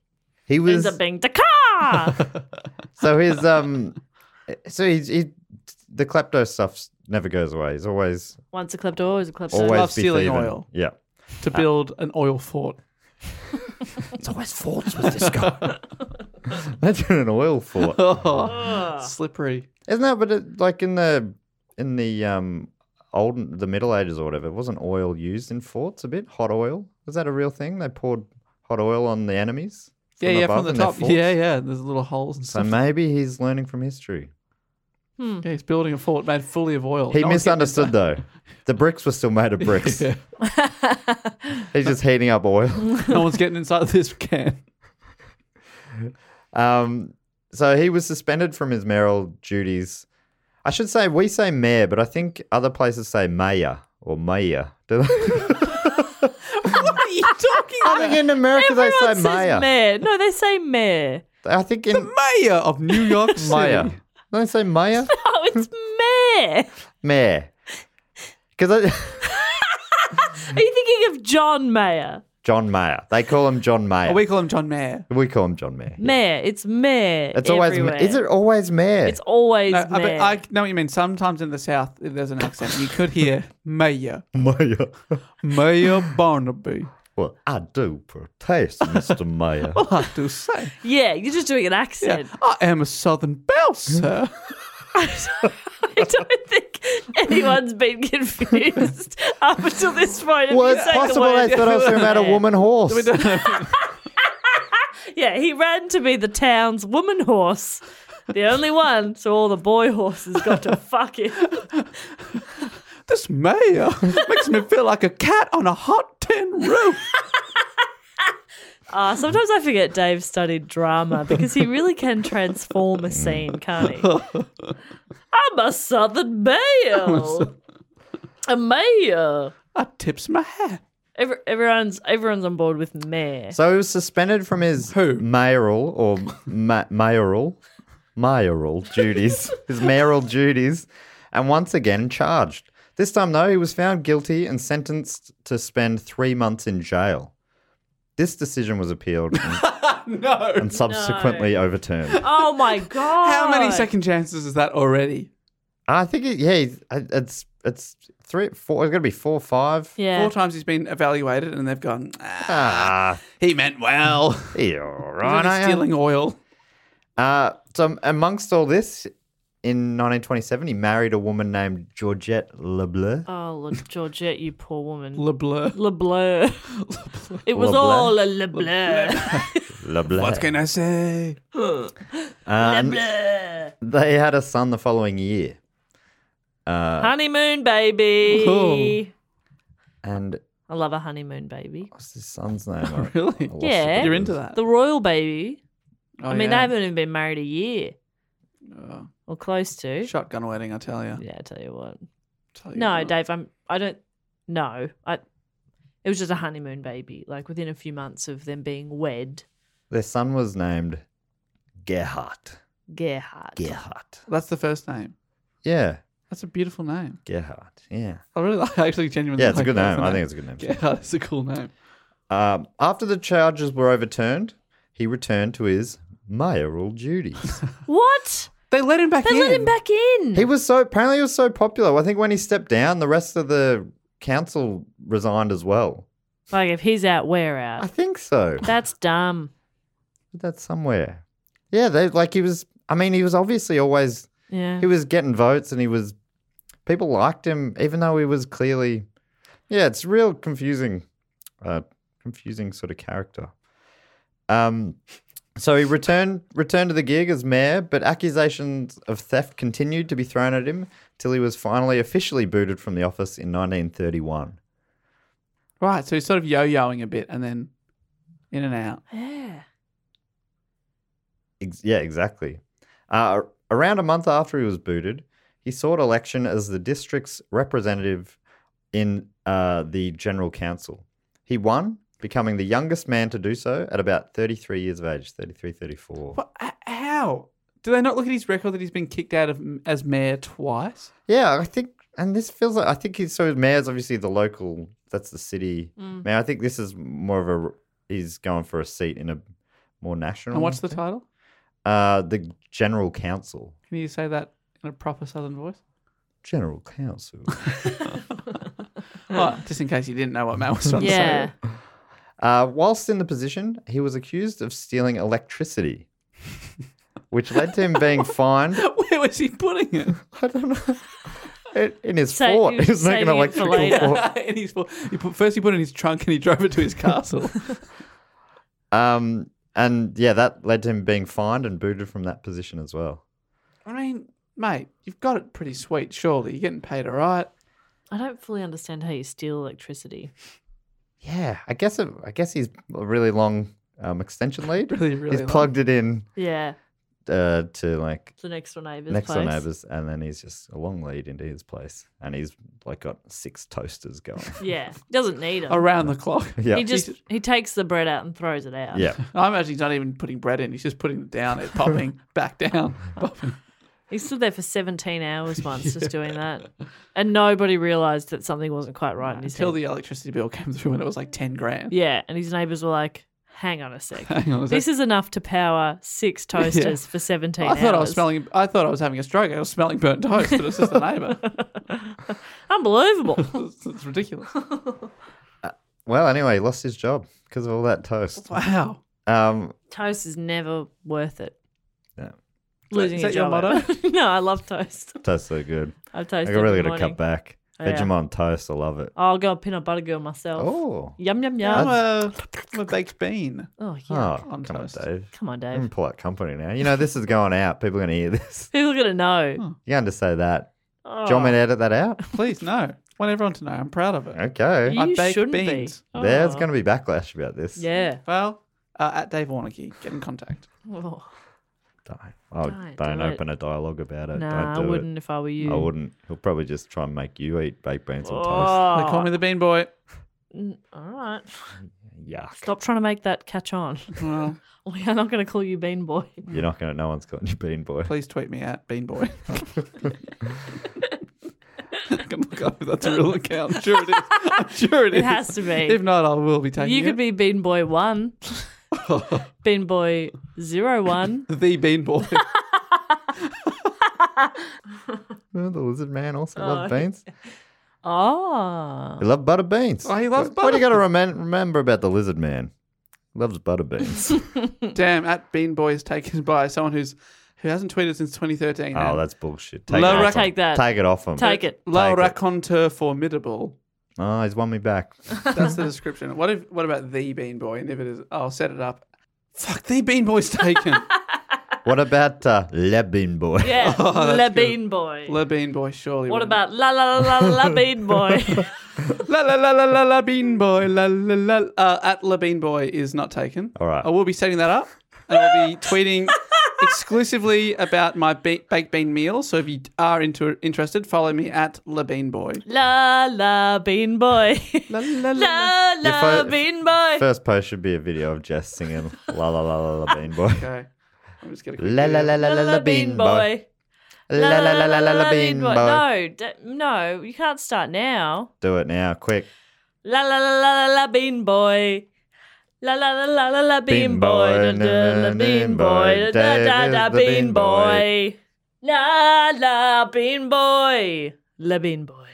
Speaker 2: He was
Speaker 1: Ends up
Speaker 2: [laughs]
Speaker 1: being Dakar. [laughs]
Speaker 2: so his um, so he's he, the klepto stuff never goes away. He's always
Speaker 1: Once a klepto, always a klepto.
Speaker 2: always
Speaker 3: love
Speaker 2: be
Speaker 3: stealing
Speaker 2: thieving.
Speaker 3: oil.
Speaker 2: Yeah,
Speaker 1: [laughs]
Speaker 3: To build an oil fort.
Speaker 2: it's always faults with this guy. Imagine an oil fort.
Speaker 3: [laughs]
Speaker 1: Ah.
Speaker 3: Slippery.
Speaker 2: Isn't that? But it, like in the in the um old the Middle Ages or whatever, wasn't oil used in forts a bit? Hot oil was that a real thing? They poured hot oil on the enemies.
Speaker 3: Yeah, yeah,
Speaker 2: above
Speaker 3: from the
Speaker 2: in their
Speaker 3: top.
Speaker 2: forts?
Speaker 3: Yeah, yeah. There's little holes and
Speaker 2: So
Speaker 3: stuff.
Speaker 2: maybe he's learning from history.
Speaker 3: Yeah, he's building a fort made fully of oil.
Speaker 2: He
Speaker 3: No one can-
Speaker 2: misunderstood though. The bricks were still made of bricks.
Speaker 3: Yeah.
Speaker 2: [laughs] He's just heating up
Speaker 3: [laughs]
Speaker 2: oil.
Speaker 3: [laughs] no one's getting inside this can.
Speaker 2: Um, so he was suspended from his mayoral duties. I should say we say mayor, but I think other places say mayor or mayor. Do they?
Speaker 1: [laughs] what are you talking
Speaker 2: I think in America they say
Speaker 1: Everyone says
Speaker 2: mayor.
Speaker 1: mayor. No, they say mayor.
Speaker 2: I think in
Speaker 3: [laughs] Mayor of New York City. [laughs]
Speaker 2: mayor. Don't they say mayor?
Speaker 1: Oh,
Speaker 2: [laughs]
Speaker 1: it's mayor.
Speaker 2: mayor. Because I. [laughs]
Speaker 1: Are you thinking of John Mayer?
Speaker 2: John Mayer. They call him John Mayer.
Speaker 3: Oh, we call him John Mayer.
Speaker 2: we call him John Mayer.
Speaker 1: Mayor. It's mayor.
Speaker 2: It's always.
Speaker 1: everywhere.
Speaker 2: Is it always mayor?
Speaker 1: It's always
Speaker 3: No, Uh, I,
Speaker 1: mayor.
Speaker 3: but I know what you mean. Sometimes in the South, if there's an accent, you could hear Mayor.
Speaker 2: [laughs] mayor.
Speaker 3: Mayor Barnaby.
Speaker 2: well, I do protest, [laughs] Mr. Mayer.
Speaker 3: I
Speaker 1: [laughs]
Speaker 3: do say.
Speaker 1: Yeah, you're just doing an
Speaker 3: Yeah,
Speaker 1: accent.
Speaker 3: I am a Southern belle, sir.
Speaker 1: [laughs] I don't think anyone's been confused [laughs] up until this point. If
Speaker 2: Well,
Speaker 1: you
Speaker 2: it's
Speaker 1: say the
Speaker 2: possible they
Speaker 1: word
Speaker 2: thought I was talking
Speaker 1: [laughs]
Speaker 2: about a
Speaker 1: mayor.
Speaker 2: woman horse.
Speaker 1: Yeah, he ran to be the town's woman horse. The only one, so all the boy horses got to [laughs] fuck it.
Speaker 2: [laughs]
Speaker 3: this mayor makes me feel like a cat on a hot
Speaker 2: [laughs]
Speaker 3: tin roof.
Speaker 1: Ah, sometimes I forget Dave studied drama because he really can transform a scene, can't
Speaker 3: [laughs]
Speaker 1: he? I'm a southern male. A mayor.
Speaker 3: I tips my hat.
Speaker 1: Every, everyone's everyone's on board with mayor.
Speaker 2: So he was suspended from his
Speaker 3: Who?
Speaker 2: mayoral or ma- mayoral mayoral
Speaker 1: [laughs]
Speaker 2: duties, his mayoral duties, and once again charged. This time, though, he was found guilty and sentenced to spend three months in jail. This decision was appealed
Speaker 1: [laughs]
Speaker 2: and,
Speaker 3: No.
Speaker 2: and subsequently overturned.
Speaker 1: Oh my god!
Speaker 3: [laughs] How many second chances is that already?
Speaker 2: I think, it, yeah, he's- it- it's it's three, four. It's going to be four, five.
Speaker 1: Yeah.
Speaker 3: Four times he's been evaluated, and they've gone. Ah,
Speaker 2: Ah,
Speaker 3: he meant well. [laughs]
Speaker 2: yeah, all
Speaker 3: He's only
Speaker 2: right. I am.
Speaker 3: stealing oil.
Speaker 2: Uh, so amongst all this, in 1927, he married a woman named Georgette Lebleu.
Speaker 1: Oh, look, Georgette, you poor woman.
Speaker 3: Le bleu.
Speaker 1: Le
Speaker 3: [laughs]
Speaker 1: bleu. It was
Speaker 2: Le bleu.
Speaker 1: all a le bleu. [laughs]
Speaker 2: Lebleu.
Speaker 3: What can I say? [laughs]
Speaker 2: Um,
Speaker 1: Bleu.
Speaker 2: they had a son the following year, Uh,
Speaker 1: honeymoon baby.
Speaker 3: Cool.
Speaker 2: and
Speaker 1: I love a honeymoon baby.
Speaker 2: what's his son's name?
Speaker 3: [laughs]
Speaker 2: I- I
Speaker 3: Really?
Speaker 2: lost
Speaker 1: Yeah.
Speaker 2: it.
Speaker 3: You're into that?
Speaker 1: The royal baby.
Speaker 3: Oh,
Speaker 1: I mean,
Speaker 3: yeah.
Speaker 1: they haven't even been married a year
Speaker 2: Oh.
Speaker 1: or close to.
Speaker 3: shotgun wedding. I tell you.
Speaker 1: Yeah, I tell you what.
Speaker 3: Tell you
Speaker 1: No,
Speaker 3: what.
Speaker 1: Dave, I'm. I don't. No, I. It was just a honeymoon baby. Like within a few months of them being wed,
Speaker 2: Their son was named Gerhard.
Speaker 1: Gerhard.
Speaker 2: Gerhard.
Speaker 3: That's the first name.
Speaker 2: Yeah,
Speaker 3: That's a beautiful name.
Speaker 2: Gerhard. Yeah.
Speaker 3: I really [laughs] like. I actually genuinely.
Speaker 2: Yeah, it's a
Speaker 3: like
Speaker 2: good
Speaker 3: that
Speaker 2: name.
Speaker 3: as a
Speaker 2: I think it's a good name.
Speaker 3: [laughs] Yeah, it's a cool name.
Speaker 2: Um, after the charges were overturned, he returned to his mayoral duties.
Speaker 1: What?
Speaker 3: They let him back
Speaker 1: They
Speaker 3: in.
Speaker 1: let him back in.
Speaker 2: He was so apparently he was so popular. I think when he stepped down, the rest of the council resigned as well.
Speaker 1: like if he's out, we're
Speaker 2: I
Speaker 1: out.
Speaker 2: think so.
Speaker 1: That's dumb.
Speaker 2: That's somewhere. Yeah, they like he was. I mean, he was obviously always
Speaker 1: Yeah.
Speaker 2: he was getting votes, and he was people liked him, even though he was clearly. Yeah, it's real confusing, uh, confusing sort of character. Um, so he returned returned to the gig as mayor, but accusations of theft continued to be thrown at him till he was finally officially booted from the office in 1931.
Speaker 3: Right. So he's sort of yo-yoing a bit, and then in and out.
Speaker 1: yeah.
Speaker 2: Ex- yeah, exactly. Uh, around a month after he was booted, he sought election as the district's representative in uh, the General Council. He won, becoming the youngest man to do so at about 33 years of age, 33, 34.
Speaker 3: What? h- How? Do they not look at his record that he's been kicked out of m- as mayor twice?
Speaker 2: Yeah, I think, and this feels like, I think he's so mayor's obviously the local that's the city.
Speaker 3: Mm.
Speaker 2: Man, I think this is more of a r- he's going for a seat in a more national.
Speaker 3: And what's the title?
Speaker 2: uh the General Council?
Speaker 3: Can you say that in a proper Southern voice?
Speaker 2: General Council.
Speaker 3: Oh, just in case you didn't know what Matt was trying to
Speaker 1: Yeah.
Speaker 3: say.
Speaker 2: Uh, whilst in the position, he was accused of stealing electricity, which led to him
Speaker 1: [laughs]
Speaker 2: being fined.
Speaker 3: [laughs] Where was he putting it?
Speaker 2: I don't know. In- In his
Speaker 1: Save
Speaker 2: fort,
Speaker 1: you-
Speaker 2: [laughs] he was making
Speaker 1: saving it for
Speaker 2: electrical
Speaker 1: later.
Speaker 2: fort.
Speaker 3: [laughs] in his, he put, first, he put it in his trunk and he drove it to his castle.
Speaker 2: Um, and yeah, that led to him being fined and booted from that position as well.
Speaker 3: [laughs] I mean, mate, you've got it pretty sweet, surely. You're getting paid all right. [laughs]
Speaker 1: I don't fully understand how you steal electricity.
Speaker 2: Yeah, I guess it, I guess he's a really long um, extension lead.
Speaker 3: Really, really
Speaker 2: he's
Speaker 3: long.
Speaker 2: plugged it in
Speaker 1: Yeah.
Speaker 2: uh, to like
Speaker 1: The next door neighbor's
Speaker 2: next door
Speaker 1: place.
Speaker 2: neighbors, and then he's just a long lead into his place, and he's like got six toasters going. [laughs]
Speaker 1: Yeah. Doesn't need it.
Speaker 3: Around the clock.
Speaker 1: [laughs]
Speaker 2: yeah,
Speaker 1: He just he takes the bread out and throws it out.
Speaker 2: yeah.
Speaker 3: I imagine he's not even putting bread in. He's just putting it down. It's popping
Speaker 1: [laughs]
Speaker 3: back down.
Speaker 1: Oh,
Speaker 3: [laughs] Popping.
Speaker 1: He stood there for
Speaker 2: [laughs]
Speaker 1: 17 hours once just doing that. And nobody realized that something wasn't quite right in his
Speaker 3: Until
Speaker 1: head.
Speaker 3: the electricity bill came through and it was like 10 grand.
Speaker 1: Yeah, and his neighbors were like, hang on
Speaker 2: [laughs]
Speaker 1: a sec.
Speaker 3: [laughs] Hang on a sec.
Speaker 1: this is enough to power six toasters for 17
Speaker 3: I thought I was
Speaker 1: hours.
Speaker 3: smelling. I thought I was having a stroke. I was smelling burnt toast, but it's just the neighbour. [laughs]
Speaker 1: Unbelievable.
Speaker 2: [laughs]
Speaker 3: It's,
Speaker 1: [laughs]
Speaker 3: it's ridiculous.
Speaker 2: Well, anyway, he lost his job because of all that toast.
Speaker 3: Wow.
Speaker 2: Um,
Speaker 1: toast is never worth it.
Speaker 2: Yeah.
Speaker 1: Losing
Speaker 3: Is that
Speaker 1: a
Speaker 3: your
Speaker 1: job. over- [laughs] no, I love toast. [laughs]
Speaker 2: toast's so good.
Speaker 1: I've
Speaker 2: I
Speaker 1: toasted.
Speaker 2: really
Speaker 1: every
Speaker 2: got to cut
Speaker 1: morning.
Speaker 2: back.
Speaker 1: Oh, yeah.
Speaker 2: Vegemite toast, I love it.
Speaker 1: I'll go a peanut butter girl myself.
Speaker 2: Oh,
Speaker 1: Yum yum
Speaker 3: I'm
Speaker 1: yum.
Speaker 3: a, I'm a baked bean.
Speaker 1: oh yeah.
Speaker 2: oh, Hmm.
Speaker 3: on
Speaker 2: come on,
Speaker 3: toast.
Speaker 2: Dave.
Speaker 1: Come on,
Speaker 2: I'm in
Speaker 1: Dave.
Speaker 2: polite company now. You know this is going out. People are going to hear [laughs] this.
Speaker 1: People are gonna know.
Speaker 2: You going to say that?
Speaker 1: Oh,
Speaker 2: Hmm. Do you want me to edit that out?
Speaker 3: Please, no. Want everyone to know. I'm proud of it.
Speaker 2: Okay.
Speaker 3: I
Speaker 1: you
Speaker 3: baked
Speaker 1: shouldn't
Speaker 3: beans.
Speaker 1: be. Oh.
Speaker 2: There's going to be backlash about this.
Speaker 1: Yeah.
Speaker 3: Well, uh, at Dave Warnocky, get in contact.
Speaker 1: Oh,
Speaker 2: Don't, oh,
Speaker 1: Don't
Speaker 2: don't,
Speaker 1: do it.
Speaker 2: open a dialogue about it.
Speaker 1: nah, I
Speaker 2: don't do
Speaker 1: wouldn't if I were
Speaker 2: It.
Speaker 1: you.
Speaker 2: I wouldn't. He'll probably just try and make you eat baked beans on toast.
Speaker 1: Oh,
Speaker 3: They call me the Bean Boy.
Speaker 1: all right.
Speaker 2: Yuck.
Speaker 1: Stop trying to make that catch on. [laughs]
Speaker 3: Well,
Speaker 1: we are not going to call you Bean
Speaker 3: [laughs]
Speaker 1: Boy.
Speaker 2: You're not going to. No one's calling you bean
Speaker 1: [laughs]
Speaker 2: boy.
Speaker 3: please tweet me at
Speaker 2: [laughs]
Speaker 3: Bean Boy. I can look up if that's a real account. I'm sure it is. I'm sure it is.
Speaker 1: It has to be.
Speaker 3: If not, I will be taking
Speaker 1: you
Speaker 3: it.
Speaker 1: could be Bean Boy
Speaker 3: [laughs]
Speaker 1: One, Bean Boy Zero
Speaker 3: [laughs]
Speaker 1: One.
Speaker 3: the Bean
Speaker 1: [laughs]
Speaker 3: Boy.
Speaker 2: Oh, the lizard man also loved beans.
Speaker 1: Oh,
Speaker 2: He loved butter beans.
Speaker 3: Oh, he loves
Speaker 2: What- What do you got
Speaker 3: butter
Speaker 2: to remem- remember about the lizard man? He loves butter beans.
Speaker 3: Damn, at Bean Boy is taken by someone who's who hasn't tweeted since
Speaker 2: [laughs]
Speaker 3: 2013.
Speaker 2: oh,
Speaker 3: and
Speaker 2: that's bullshit.
Speaker 3: Low
Speaker 2: off
Speaker 3: rack-
Speaker 2: him.
Speaker 1: Take that.
Speaker 2: Take it off him.
Speaker 1: take it.
Speaker 3: La
Speaker 2: Take it.
Speaker 3: raconteur formidable.
Speaker 2: Oh, he's won me [laughs] back.
Speaker 1: [laughs]
Speaker 3: That's the description. What if? What about the Bean Boy? And if it is, I'll set it up. Fuck, the Bean
Speaker 1: [laughs]
Speaker 3: Boy's taken.
Speaker 2: What about uh, Le Bean Boy?
Speaker 1: Yeah,
Speaker 3: [laughs] Oh, that's
Speaker 1: La
Speaker 3: good.
Speaker 1: Bean Boy.
Speaker 3: La Bean Boy, surely.
Speaker 1: what
Speaker 3: wouldn't.
Speaker 1: about La La La La
Speaker 3: [laughs]
Speaker 1: La Bean Boy?
Speaker 3: La la la la la la Bean Boy? La la la. Uh, at La Bean Boy is not taken.
Speaker 2: All right.
Speaker 3: I will be setting that up, and
Speaker 1: [laughs]
Speaker 3: I'll be tweeting exclusively about my ba- baked bean meal. So if you are into interested, follow me at La Bean Boy.
Speaker 1: la La Bean Boy.
Speaker 3: La la la. la.
Speaker 1: La
Speaker 2: Your
Speaker 1: La
Speaker 2: fir-
Speaker 1: Bean Boy.
Speaker 2: [laughs] First post should be a video of Jess singing La La La La La Bean [laughs] Boy.
Speaker 3: Okay. I'm just gonna.
Speaker 2: La La La La La La Bean Boy. La La La La La La La Bean Boy.
Speaker 1: No, d- no, you can't start now.
Speaker 2: Do it now, quick.
Speaker 1: La la la la la la bean boy. La la la la la la bean boy. Da da la bean boy. Da da da bean boy. La la bean boy. La bean boy.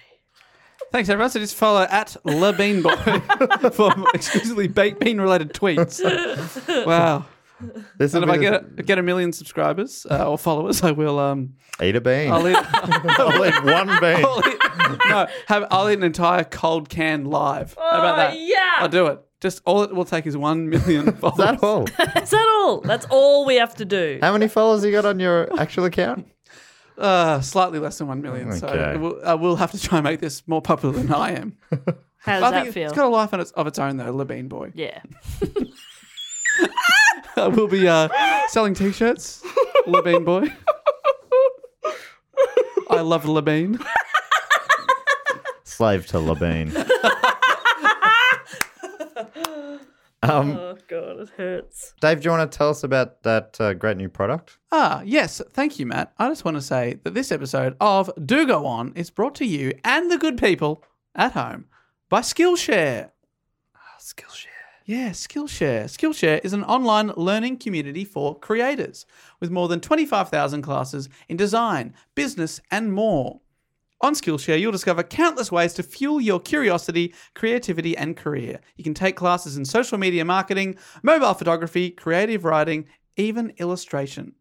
Speaker 3: Thanks everyone. So just follow at La
Speaker 2: [laughs]
Speaker 3: Bean Boy [laughs] for exclusively baked bean related tweets. Wow.
Speaker 2: This
Speaker 3: And
Speaker 2: will
Speaker 3: if I
Speaker 2: be
Speaker 3: get
Speaker 2: the-
Speaker 3: a, get a million subscribers uh, or followers, I will. Um,
Speaker 2: eat a bean. [laughs]
Speaker 3: I'll eat. [laughs]
Speaker 2: I'll eat one bean.
Speaker 3: I'll eat, no, have, I'll eat an entire cold can live. How about that?
Speaker 1: Oh, yeah.
Speaker 3: I'll do it. Just all it will take is one million
Speaker 2: [laughs]
Speaker 3: followers.
Speaker 2: Is that all?
Speaker 1: Is that all? That's all we have to do.
Speaker 2: How many followers you got on your actual account?
Speaker 3: Uh, slightly less than one million. So
Speaker 2: Okay.
Speaker 3: it will, I will have to try and make this more popular than I am.
Speaker 1: How
Speaker 3: I
Speaker 1: does that
Speaker 3: think
Speaker 1: feel?
Speaker 3: it's got a life on its, of its own though. La Bean Boy.
Speaker 1: yeah.
Speaker 3: [laughs] I will be uh, selling t-shirts. La Bean Boy. I love La Bean.
Speaker 2: Slave to La [laughs] Bean. Mm.
Speaker 1: Oh god, it hurts.
Speaker 2: Dave, do you want to tell us about that uh, great new product?
Speaker 3: Ah, yes. Thank you, Matt. I just want to say that this episode of Do Go On is brought to you and the good people at home by Skillshare.
Speaker 6: Skillshare.
Speaker 3: Yeah, Skillshare. Skillshare is an online learning community for creators with more than 25,000 classes in design, business, and more. On Skillshare, you'll discover countless ways to fuel your curiosity, creativity, and career. You can take classes in social media marketing, mobile photography, creative writing, even illustration.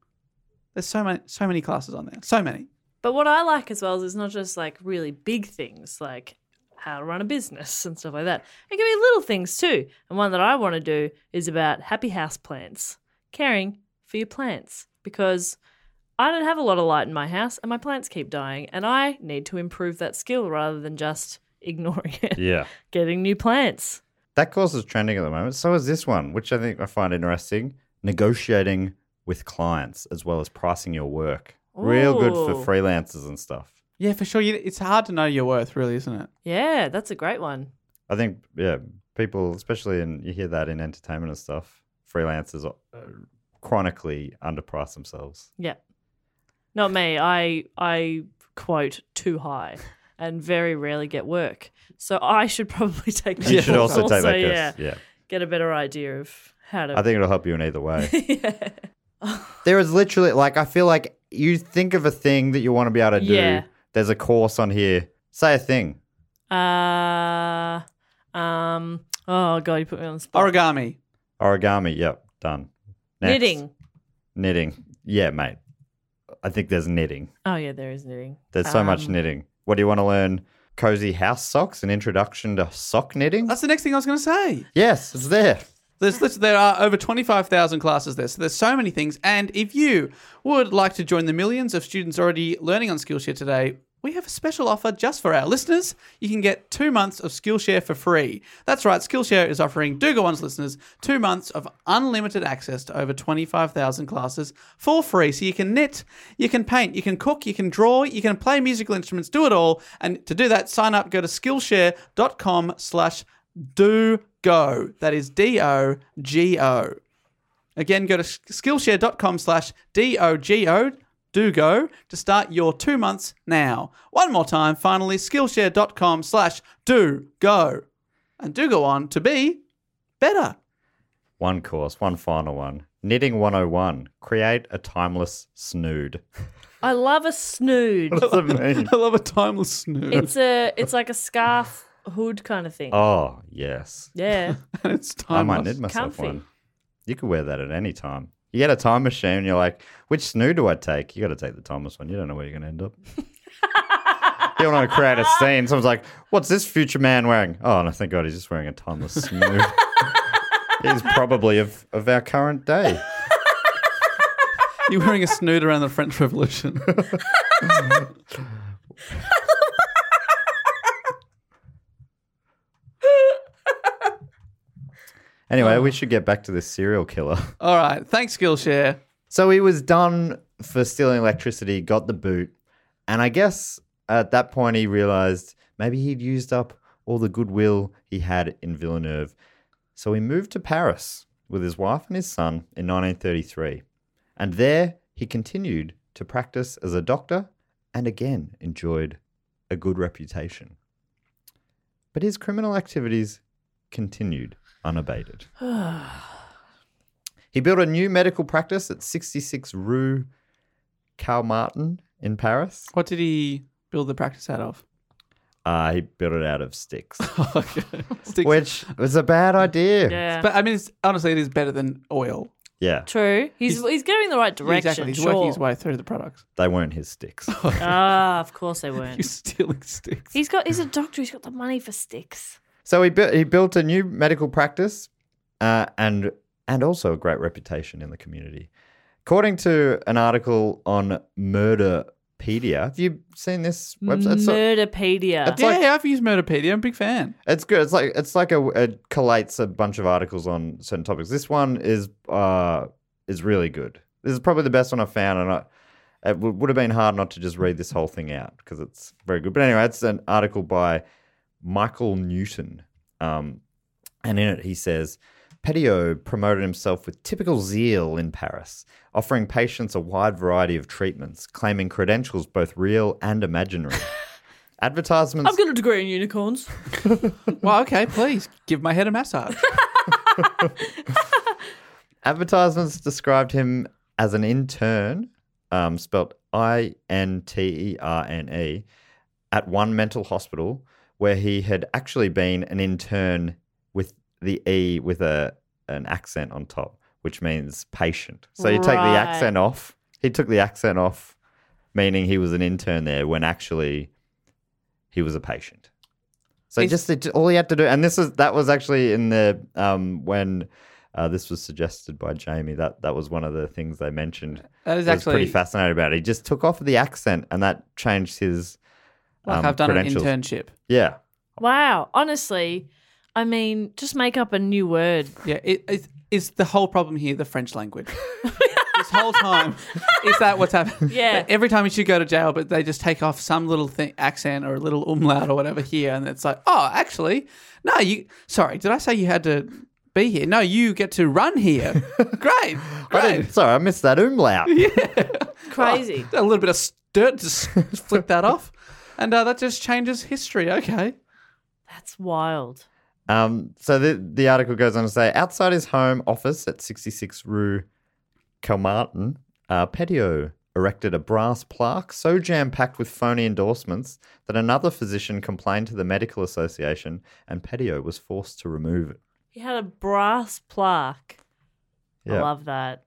Speaker 3: There's so many, so many classes on there. So many.
Speaker 1: But what I like as well is it's not just like really big things like how to run a business [laughs] and stuff like that. It can be little things too. And one that I want to do is about happy house plants, caring for your plants because I don't have a lot of light in my house and my plants keep dying and I need to improve that skill rather than just [laughs] ignoring it.
Speaker 2: Yeah.
Speaker 1: Getting new plants.
Speaker 2: [laughs] That course is trending at the moment. So is this one, which I think I find interesting. Negotiating with clients as well as pricing your work. Real good
Speaker 1: Ooh.
Speaker 2: for freelancers and stuff.
Speaker 3: Yeah, for sure. You, it's hard to know your worth, really, isn't it?
Speaker 1: Yeah, that's a great one.
Speaker 2: I think, yeah, people, especially in, you hear that in entertainment and stuff, freelancers uh, chronically underprice themselves.
Speaker 1: Yeah. Not me. I I quote too high and very rarely get work. So I should [laughs] probably take that
Speaker 2: You should
Speaker 1: course
Speaker 2: also take that course.
Speaker 1: Yeah,
Speaker 2: yeah.
Speaker 1: Get a better idea of how to
Speaker 2: I think it'll help you in either way.
Speaker 1: [laughs] yeah.
Speaker 2: There is literally like I feel like you think of a thing that you want to be able to do.
Speaker 1: Yeah.
Speaker 2: There's a course on here. Say a thing.
Speaker 1: Uh, um. Oh god, you put me on the spot.
Speaker 3: Origami.
Speaker 2: Origami. Yep. Done. Next.
Speaker 1: Knitting.
Speaker 2: Knitting. Yeah, mate. I think there's knitting.
Speaker 1: Oh yeah, there is knitting.
Speaker 2: There's so much
Speaker 1: Um,
Speaker 2: knitting. What do you want to learn? Cozy house socks. An introduction to sock knitting.
Speaker 3: That's the next thing I was going to say.
Speaker 2: yes, it's there.
Speaker 3: There's, there's- there are over 25,000 classes there, so there's so many things. And if you would like to join the millions of students already learning on Skillshare today, we have a special offer just for our listeners. You can get two months of Skillshare for free. That's right, Skillshare is offering Do Go One's listeners two months of unlimited access to over 25,000 classes for free. So you can knit, you can paint, you can cook, you can draw, you can play musical instruments, do it all. And to do that, sign up, go to skillshare.com slash do go. That is D O G O. Again, go to skillshare.com slash D O G O, do go, to start your two months now. One more time, finally, skillshare.com slash do go. And do go on to be better.
Speaker 2: One course. One final one. Knitting 101. Create a timeless snood. [laughs]
Speaker 1: I love a snood.
Speaker 2: What does it
Speaker 1: [laughs]
Speaker 2: mean?
Speaker 3: I love a timeless snoo.
Speaker 1: it's a. It's like a scarf hood kind of thing.
Speaker 2: oh yes.
Speaker 1: Yeah.
Speaker 3: and [laughs] it's
Speaker 2: I
Speaker 3: timeless.
Speaker 2: might knit myself
Speaker 1: comfy.
Speaker 2: one. You could wear that at any time. You get a time machine, and you're like, which snoo do I take? You got to take the Thomas one. You don't know where you're going to end up. you don't want to create a scene. Someone's like, what's this future man wearing? Oh, no, thank God he's just wearing a timeless snoo. he's probably of, of our current day.
Speaker 3: You're wearing a snood around the French
Speaker 2: [laughs]
Speaker 3: Revolution.
Speaker 2: Anyway, we should get back to this serial killer.
Speaker 3: All right. Thanks, Skillshare.
Speaker 2: So he was done for stealing electricity, got the boot, and I guess at that point he realized maybe he'd used up all the goodwill he had in Villeneuve. So he moved to Paris with his wife and his son in 1933. And there he continued to practice as a doctor and again enjoyed a good reputation. But his criminal activities continued unabated. He built a new medical practice at 66 Rue Calmartin in Paris.
Speaker 3: What did he build the practice out of?
Speaker 2: Uh, he built it out of
Speaker 1: [laughs]
Speaker 2: sticks,
Speaker 3: okay. Sticks.
Speaker 2: which was a bad idea.
Speaker 3: [laughs]
Speaker 1: Yeah.
Speaker 3: But I mean, it's, honestly, it is better than oil.
Speaker 2: Yeah,
Speaker 1: True. He's he's, going in the right direction.
Speaker 3: exactly. He's
Speaker 1: sure.
Speaker 3: working his way through the products.
Speaker 2: they weren't his
Speaker 1: [laughs]
Speaker 2: sticks.
Speaker 1: Ah, of course they weren't.
Speaker 3: [laughs] He's stealing sticks.
Speaker 1: He's got. He's a doctor. He's got the money for sticks.
Speaker 2: so he, bu- he built a new medical practice uh, and, and also a great reputation in the community. According to an article on Murderpedia, have you seen this website? It's a-
Speaker 1: Murderpedia.
Speaker 2: That's-
Speaker 3: yeah,
Speaker 2: like-
Speaker 3: I've used Murderpedia. I'm a big fan.
Speaker 2: It's good. It's like it's like a it collates a bunch of articles on certain topics. This one is uh is really good. This is probably the best one I've found, and I, it w- would have been hard not to just read this whole thing out because it's very good. But anyway, it's an article by Michael Newton, um, and in it he says. Petitot promoted himself with typical zeal in Paris, offering patients a wide variety of treatments, claiming credentials both real and imaginary. Advertisements.
Speaker 7: I've got a degree in unicorns.
Speaker 3: Well, okay, please give my head a massage.
Speaker 2: Advertisements described him as an intern, um, spelt I N T E R N E, at one mental hospital where he had actually been an intern with the E with a an accent on top, which means patient. So you take the
Speaker 7: Right.
Speaker 2: accent off. He took the accent off, meaning he was an intern there when actually he was a patient. So
Speaker 3: Is-
Speaker 2: just it, all he had to do, and this is that was actually in the um, when uh, this was suggested by Jamie. That that was one of the things they mentioned.
Speaker 3: That is
Speaker 2: I was
Speaker 3: actually
Speaker 2: pretty fascinated about. It. He just took off the accent, and that changed his.
Speaker 3: like
Speaker 2: um,
Speaker 3: I've done an
Speaker 2: credentials.
Speaker 3: internship.
Speaker 2: Yeah,
Speaker 1: Wow. Honestly, I mean, just make up a new word.
Speaker 3: Yeah, it, it's, it's the whole problem here, the French language. this whole time, is that what's happening?
Speaker 7: Yeah.
Speaker 3: Like, every time you should go to jail, but they just take off some little thing, accent or a little umlaut or whatever here, and it's like, oh, actually, no, you. Sorry, did I say you had to be here? No, you get to run here. great,
Speaker 2: I
Speaker 3: great.
Speaker 2: didn't, sorry, I missed that umlaut.
Speaker 1: [laughs]
Speaker 7: Crazy.
Speaker 2: Ah.
Speaker 3: A little bit of dirt to s- [laughs] flick that off, and uh, that just changes history. Okay.
Speaker 1: That's wild.
Speaker 2: Um, so the the article goes on to say, outside his home office at 66 Rue Kelmartin, uh, Petio erected a brass plaque so jam packed with phony endorsements that another physician complained to the medical association, and Petio was forced to remove it.
Speaker 1: He had a brass plaque. I
Speaker 2: Yeah.
Speaker 1: love that.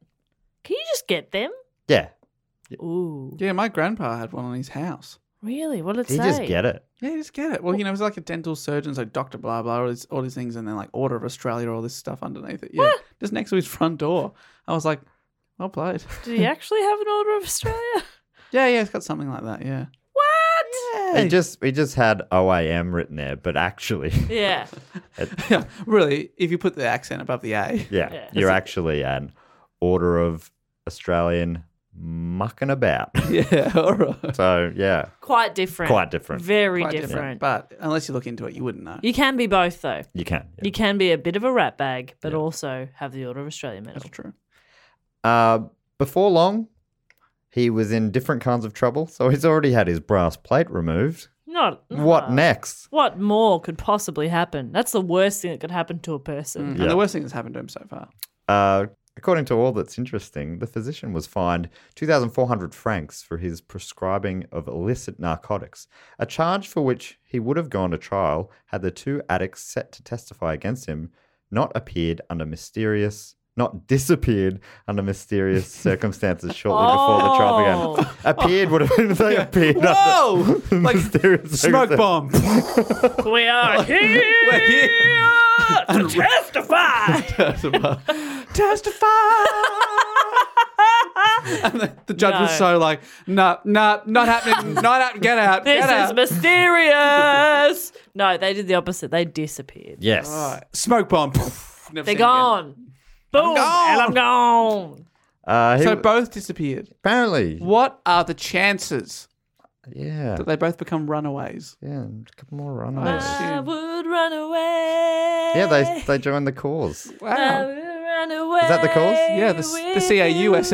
Speaker 1: Can you just get them?
Speaker 2: Yeah,
Speaker 1: Ooh.
Speaker 3: Yeah, my grandpa had one on his house.
Speaker 1: Really? What did it
Speaker 2: he
Speaker 1: say?
Speaker 2: just get it.
Speaker 3: Yeah, you just get it. Well, you know, it was like a dental surgeon, so Doctor Blah Blah, all these, all these things, and then like Order of Australia, all this stuff underneath it. Yeah, just next to his front door. I was like,
Speaker 1: [laughs]
Speaker 3: well played.
Speaker 1: Did he actually have an Order
Speaker 2: [laughs]
Speaker 1: of Australia?
Speaker 3: yeah, yeah, it's got something like that. Yeah,
Speaker 1: What?
Speaker 2: He just he just had OAM written there, but actually, [laughs]
Speaker 1: Yeah.
Speaker 3: yeah. [laughs] Really, if you put the accent above the A, [laughs]
Speaker 2: yeah,
Speaker 1: Yeah.
Speaker 2: you're actually an order of Australian mucking about. [laughs]
Speaker 3: yeah, all right,
Speaker 2: so yeah,
Speaker 7: Quite different.
Speaker 2: quite different.
Speaker 1: Very
Speaker 3: Quite
Speaker 1: different.
Speaker 3: But unless you look into it, you wouldn't know.
Speaker 1: You can be both, though.
Speaker 2: you can. yeah.
Speaker 1: You can be a bit of a rat bag, but also have the Order of Australia medal.
Speaker 3: That's true.
Speaker 2: Uh, before long, he was in different kinds of trouble. So he's already had his brass plate removed.
Speaker 1: Not
Speaker 2: What
Speaker 1: no.
Speaker 2: next?
Speaker 1: What more could possibly happen? That's the worst thing that could happen to a person.
Speaker 3: And
Speaker 2: Yeah.
Speaker 3: the worst thing that's happened to him so far.
Speaker 2: Uh, according to all that's interesting, the physician was fined 2,400 francs for his prescribing of illicit narcotics, a charge for which he would have gone to trial had the two addicts set to testify against him not appeared under mysterious. Not disappeared under mysterious circumstances shortly before the trial began. Appeared would have been they appeared
Speaker 3: [laughs] Whoa!
Speaker 2: under
Speaker 3: Like,
Speaker 2: mysterious
Speaker 3: Smoke
Speaker 2: circumstances.
Speaker 3: bomb.
Speaker 1: We are here
Speaker 3: We're here.
Speaker 1: to testify.
Speaker 3: [laughs] [laughs] Testify. and the, the judge was
Speaker 1: No.
Speaker 3: so like, no, no, not [laughs] happening, not happening, get out,
Speaker 1: This
Speaker 3: get
Speaker 1: is
Speaker 3: out.
Speaker 1: mysterious. No, they did the opposite. They disappeared.
Speaker 2: Yes.
Speaker 3: Right. Smoke bomb. Poof. Never
Speaker 1: They're
Speaker 3: seen again.
Speaker 1: gone. Boom.
Speaker 3: gone.
Speaker 1: And I'm gone.
Speaker 2: Uh, he,
Speaker 3: So both disappeared.
Speaker 2: apparently,
Speaker 3: What are the chances
Speaker 2: yeah,
Speaker 3: that they both become runaways?
Speaker 2: yeah, and a couple more runaways.
Speaker 1: I would run away.
Speaker 2: yeah, they they joined the cause.
Speaker 1: I
Speaker 3: Wow.
Speaker 1: would run away.
Speaker 2: that the cause?
Speaker 3: Yeah, Ah. the, the CAUSE.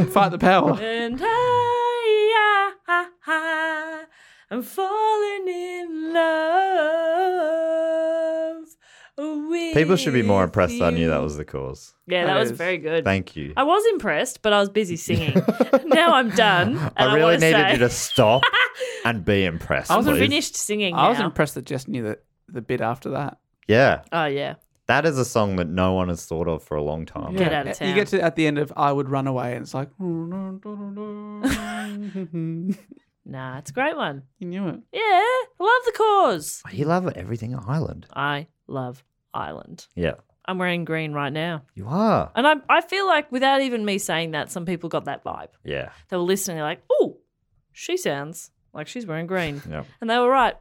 Speaker 3: E. Fight the power.
Speaker 1: [laughs] And I, I, I, am falling in love. With
Speaker 2: People should be more impressed.
Speaker 1: you.
Speaker 2: I knew that was the cause.
Speaker 1: Yeah, that
Speaker 3: That
Speaker 1: was
Speaker 3: is-
Speaker 1: very good.
Speaker 2: Thank you.
Speaker 1: I was impressed, but I was busy singing.
Speaker 2: [laughs]
Speaker 1: [laughs] now I'm done. And I,
Speaker 2: I really
Speaker 1: wanna
Speaker 2: needed
Speaker 1: say,
Speaker 2: you to stop and be impressed.
Speaker 3: I
Speaker 1: [laughs]
Speaker 3: was
Speaker 1: I'm
Speaker 2: please.
Speaker 1: finished singing.
Speaker 3: I was
Speaker 1: now.
Speaker 3: impressed that Jess knew the, the bit after that.
Speaker 2: Yeah,
Speaker 1: Oh yeah,
Speaker 2: that is a song that no one has thought of for a long time.
Speaker 1: Get out of town.
Speaker 3: You get to at the end of I Would Run Away, and it's like. [laughs] you
Speaker 1: nah, it's a great one.
Speaker 3: knew it.
Speaker 1: Yeah, I love the cause.
Speaker 2: You love everything Ireland.
Speaker 1: I love Ireland.
Speaker 2: Yeah,
Speaker 1: I'm wearing green right now,
Speaker 2: you are.
Speaker 1: and I I feel like without even me saying that, some people got that vibe.
Speaker 2: Yeah,
Speaker 1: They were listening. They're like, "Oh, she sounds like she's wearing green,"
Speaker 2: yeah,
Speaker 1: and they were right.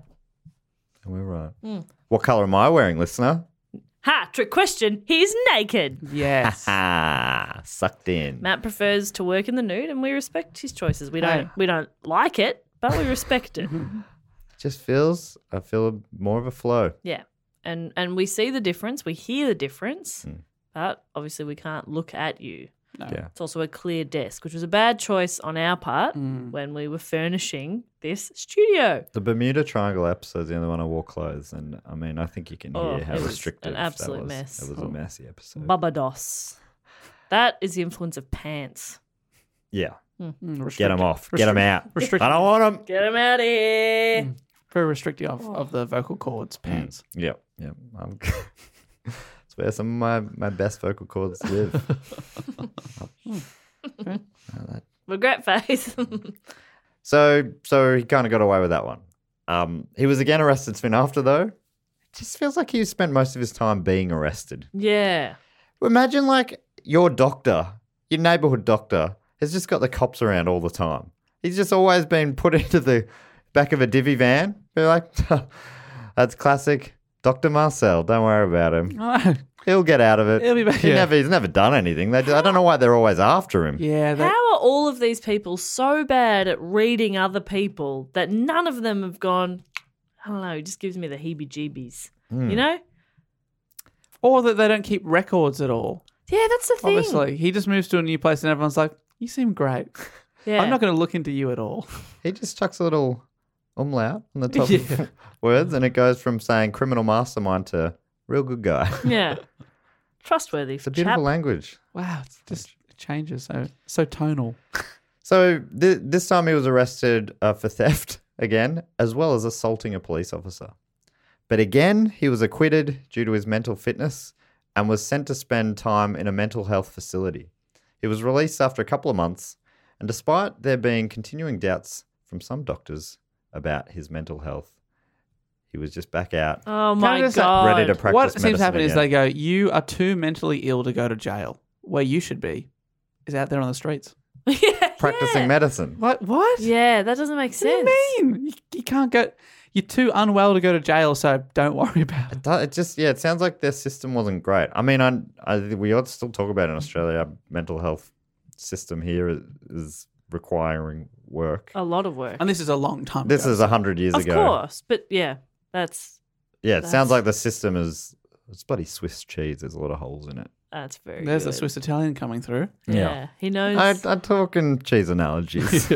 Speaker 2: we're right.
Speaker 1: Hmm.
Speaker 2: What color am I wearing,
Speaker 1: [laughs]
Speaker 2: listener? [laughs]
Speaker 1: Ha! Trick question. He's naked.
Speaker 3: [laughs] Yes.
Speaker 2: Ah, sucked in.
Speaker 1: Matt prefers to work in the nude, and we respect his choices. We don't we don't like it, but we respect it.
Speaker 2: Just feels. I feel more of a flow.
Speaker 1: Yeah. And and we see the difference, we hear the difference, but obviously we can't look at you.
Speaker 2: Yeah.
Speaker 1: It's also a clear desk, which was a bad choice on our part when we were furnishing this studio.
Speaker 2: The Bermuda Triangle episode's the only one I wore clothes, and I mean, I think you can hear
Speaker 1: Oh,
Speaker 2: how
Speaker 1: it was an
Speaker 2: restrictive
Speaker 1: absolute
Speaker 2: that was.
Speaker 1: mess. Oh.
Speaker 2: It was a messy episode.
Speaker 1: Barbados. That is the influence of pants.
Speaker 2: yeah, get
Speaker 3: Restrictive.
Speaker 2: them off, get them out.
Speaker 3: Restrictive.
Speaker 2: I don't want them.
Speaker 1: Get them out of here.
Speaker 3: Very restrictive of, of the vocal cords,
Speaker 2: Mm.
Speaker 3: pants. [laughs]
Speaker 2: Yep, yep. I'm [laughs] it's where some of my, my best vocal cords live.
Speaker 1: [laughs] Regret face. [laughs]
Speaker 2: So so he kind of got away with that one. Um, he was again arrested soon after, though. It just feels like he spent most of his time being arrested.
Speaker 1: yeah.
Speaker 2: Imagine like your doctor, your neighborhood doctor, has just got the cops around all the time. He's just always been put [laughs] into the back of a divvy van. They're like, [laughs] that's classic. Dr. Marcel, don't worry about him. He'll get out of it.
Speaker 3: He'll be back-
Speaker 2: He
Speaker 3: yeah.
Speaker 2: never, he's never done anything. They, I don't know why they're always after him.
Speaker 3: yeah, that,
Speaker 1: How are all of these people so bad at reading other people that none of them have gone, I don't know, it just gives me the heebie jeebies.
Speaker 3: Hmm.
Speaker 1: You know?
Speaker 3: or that they don't keep records at all.
Speaker 1: Yeah, that's the thing.
Speaker 3: Obviously, he just moves to a new place, and everyone's like, "You seem great.
Speaker 1: [laughs] Yeah.
Speaker 3: I'm not going to look into you at all." [laughs]
Speaker 2: He just chucks a little umlaut on the top of words, and it goes from saying criminal mastermind to real good
Speaker 3: [laughs]
Speaker 2: guy.
Speaker 1: Yeah. Trustworthy.
Speaker 2: It's a beautiful
Speaker 1: chap.
Speaker 2: language.
Speaker 3: Wow, it's just it changes so so tonal.
Speaker 2: So th- this time he was arrested uh, for theft [laughs] again, as well as assaulting a police officer. But again, he was acquitted due to his mental fitness and was sent to spend time in a mental health facility. He was released after a couple of months, and despite there being continuing doubts from some doctors about his mental health, he was just back out,
Speaker 1: Oh
Speaker 3: Can I
Speaker 1: my
Speaker 3: just say-
Speaker 1: God. [laughs]
Speaker 2: ready to practice
Speaker 3: what seems to
Speaker 2: medicine
Speaker 3: happen is
Speaker 2: again.
Speaker 3: they go, "You are too mentally ill to go to jail. Where you should be is out there on the streets."
Speaker 1: yeah,
Speaker 2: practicing
Speaker 1: yeah.
Speaker 2: medicine.
Speaker 3: What? What?
Speaker 1: Yeah, that doesn't make
Speaker 3: What
Speaker 1: sense.
Speaker 3: do you mean? You, you can't go. You're too unwell to go to jail, so don't worry [laughs] about it.
Speaker 2: Do- It just yeah, it sounds like their system wasn't great. I mean, I, I we ought to still talk about it in Australia. Our mental health system here is, is requiring work.
Speaker 1: A lot of work.
Speaker 3: And this is a long time.
Speaker 2: This
Speaker 3: ago.
Speaker 2: is a hundred years
Speaker 1: Oh, of
Speaker 2: ago.
Speaker 1: course, but yeah, that's
Speaker 2: Yeah, it sounds
Speaker 1: That's-
Speaker 2: like the system is it's bloody Swiss cheese. There's a lot of holes in it.
Speaker 1: that's very.
Speaker 3: There's a
Speaker 1: good.
Speaker 3: Swiss Italian coming through.
Speaker 1: Yeah, he knows.
Speaker 2: I, I'm talking cheese
Speaker 1: [laughs]
Speaker 2: analogies.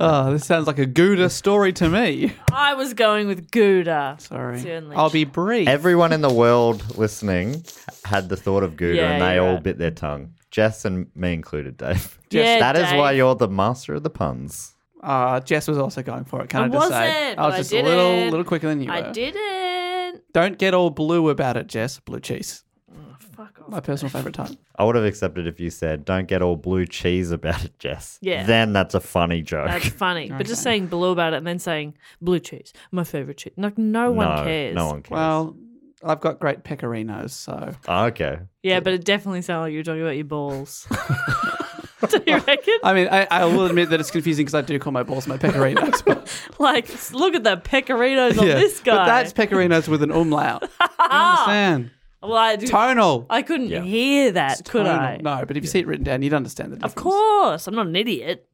Speaker 3: Oh, this sounds like a Gouda story to me. [laughs]
Speaker 1: I was going with Gouda.
Speaker 3: Sorry.
Speaker 1: Certainly.
Speaker 3: I'll be brief.
Speaker 2: Everyone in the world listening had the thought of Gouda,
Speaker 1: Yeah,
Speaker 2: and they
Speaker 1: you're
Speaker 2: all
Speaker 1: right.
Speaker 2: bit their tongue. Jess and me included, Dave.
Speaker 1: Yeah,
Speaker 2: That is why
Speaker 1: Dave.
Speaker 2: you're the master of the puns.
Speaker 3: Uh, Jess was also going for it, can I,
Speaker 1: I
Speaker 3: just say?
Speaker 1: wasn't,
Speaker 3: I was
Speaker 1: but I
Speaker 3: just a
Speaker 1: did
Speaker 3: little
Speaker 1: it.
Speaker 3: little quicker than you were.
Speaker 1: I didn't.
Speaker 3: Don't get all blue about it, Jess. Blue cheese.
Speaker 1: Oh, Fuck off.
Speaker 3: My personal favourite type.
Speaker 2: I would have accepted if you said, "Don't get all blue cheese about it, Jess."
Speaker 1: Yeah.
Speaker 2: Then that's a funny joke. [laughs]
Speaker 1: That's funny, but just saying blue about it and then saying blue cheese, my favorite cheese. Like no one
Speaker 2: no,
Speaker 1: cares.
Speaker 2: No one cares.
Speaker 3: Well, I've got great pecorinos, so
Speaker 2: Oh, okay.
Speaker 1: Yeah, but it definitely sounded like you were talking about your balls. [laughs] do you reckon?
Speaker 3: I mean, I, I will admit that it's confusing because I do call my balls my pecorinos. [laughs] but,
Speaker 1: Like, look at the pecorinos on
Speaker 3: [laughs] yeah.
Speaker 1: this guy.
Speaker 3: But that's pecorinos with an
Speaker 1: [laughs]
Speaker 3: umlaut. You understand?
Speaker 1: well, I, do,
Speaker 3: Tonal.
Speaker 1: I couldn't
Speaker 2: Yeah.
Speaker 1: hear that, could
Speaker 3: Tonal.
Speaker 1: I?
Speaker 3: No, but if you see it written down, you'd understand the difference.
Speaker 1: Of course, I'm not an idiot.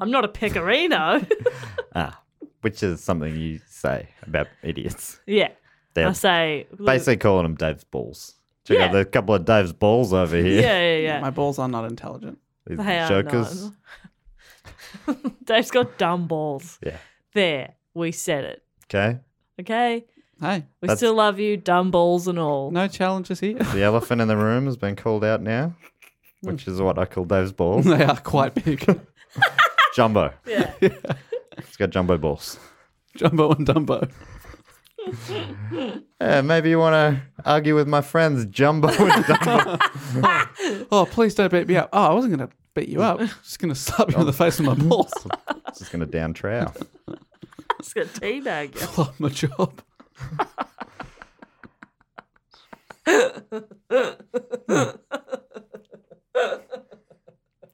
Speaker 1: I'm not a pecorino. [laughs]
Speaker 2: Which is something you say about idiots.
Speaker 1: yeah,
Speaker 2: They're
Speaker 1: I say look-
Speaker 2: basically calling them Dave's balls. Check out
Speaker 1: Yeah.
Speaker 2: the couple of Dave's balls over here.
Speaker 1: Yeah, yeah, yeah.
Speaker 3: My balls are not intelligent.
Speaker 2: [laughs] These
Speaker 1: They are
Speaker 2: jokers.
Speaker 1: not. [laughs] Dave's got dumb balls.
Speaker 2: Yeah.
Speaker 1: There, we said it.
Speaker 2: Okay.
Speaker 1: Okay,
Speaker 3: Hey,
Speaker 1: we
Speaker 2: That's-
Speaker 1: still love you, dumb balls and
Speaker 3: [laughs]
Speaker 1: all.
Speaker 3: no challenges here.
Speaker 2: The elephant in the room has been called out now,
Speaker 1: Hmm.
Speaker 2: which is what I call Dave's balls.
Speaker 1: [laughs]
Speaker 3: they are quite big. [laughs]
Speaker 2: Jumbo. [laughs] Yeah. He's got jumbo balls.
Speaker 3: Jumbo and Dumbo.
Speaker 2: Yeah, maybe you want to argue with my friends, Jumbo
Speaker 1: [laughs]
Speaker 2: and Dumbo.
Speaker 3: Oh, please don't beat me up. Oh, I wasn't going to beat
Speaker 1: [laughs]
Speaker 3: you up. Just going to slap you in the face with my balls.
Speaker 2: Just going to down trow.
Speaker 1: It's got teabag. you.
Speaker 3: Love my job. Hmm.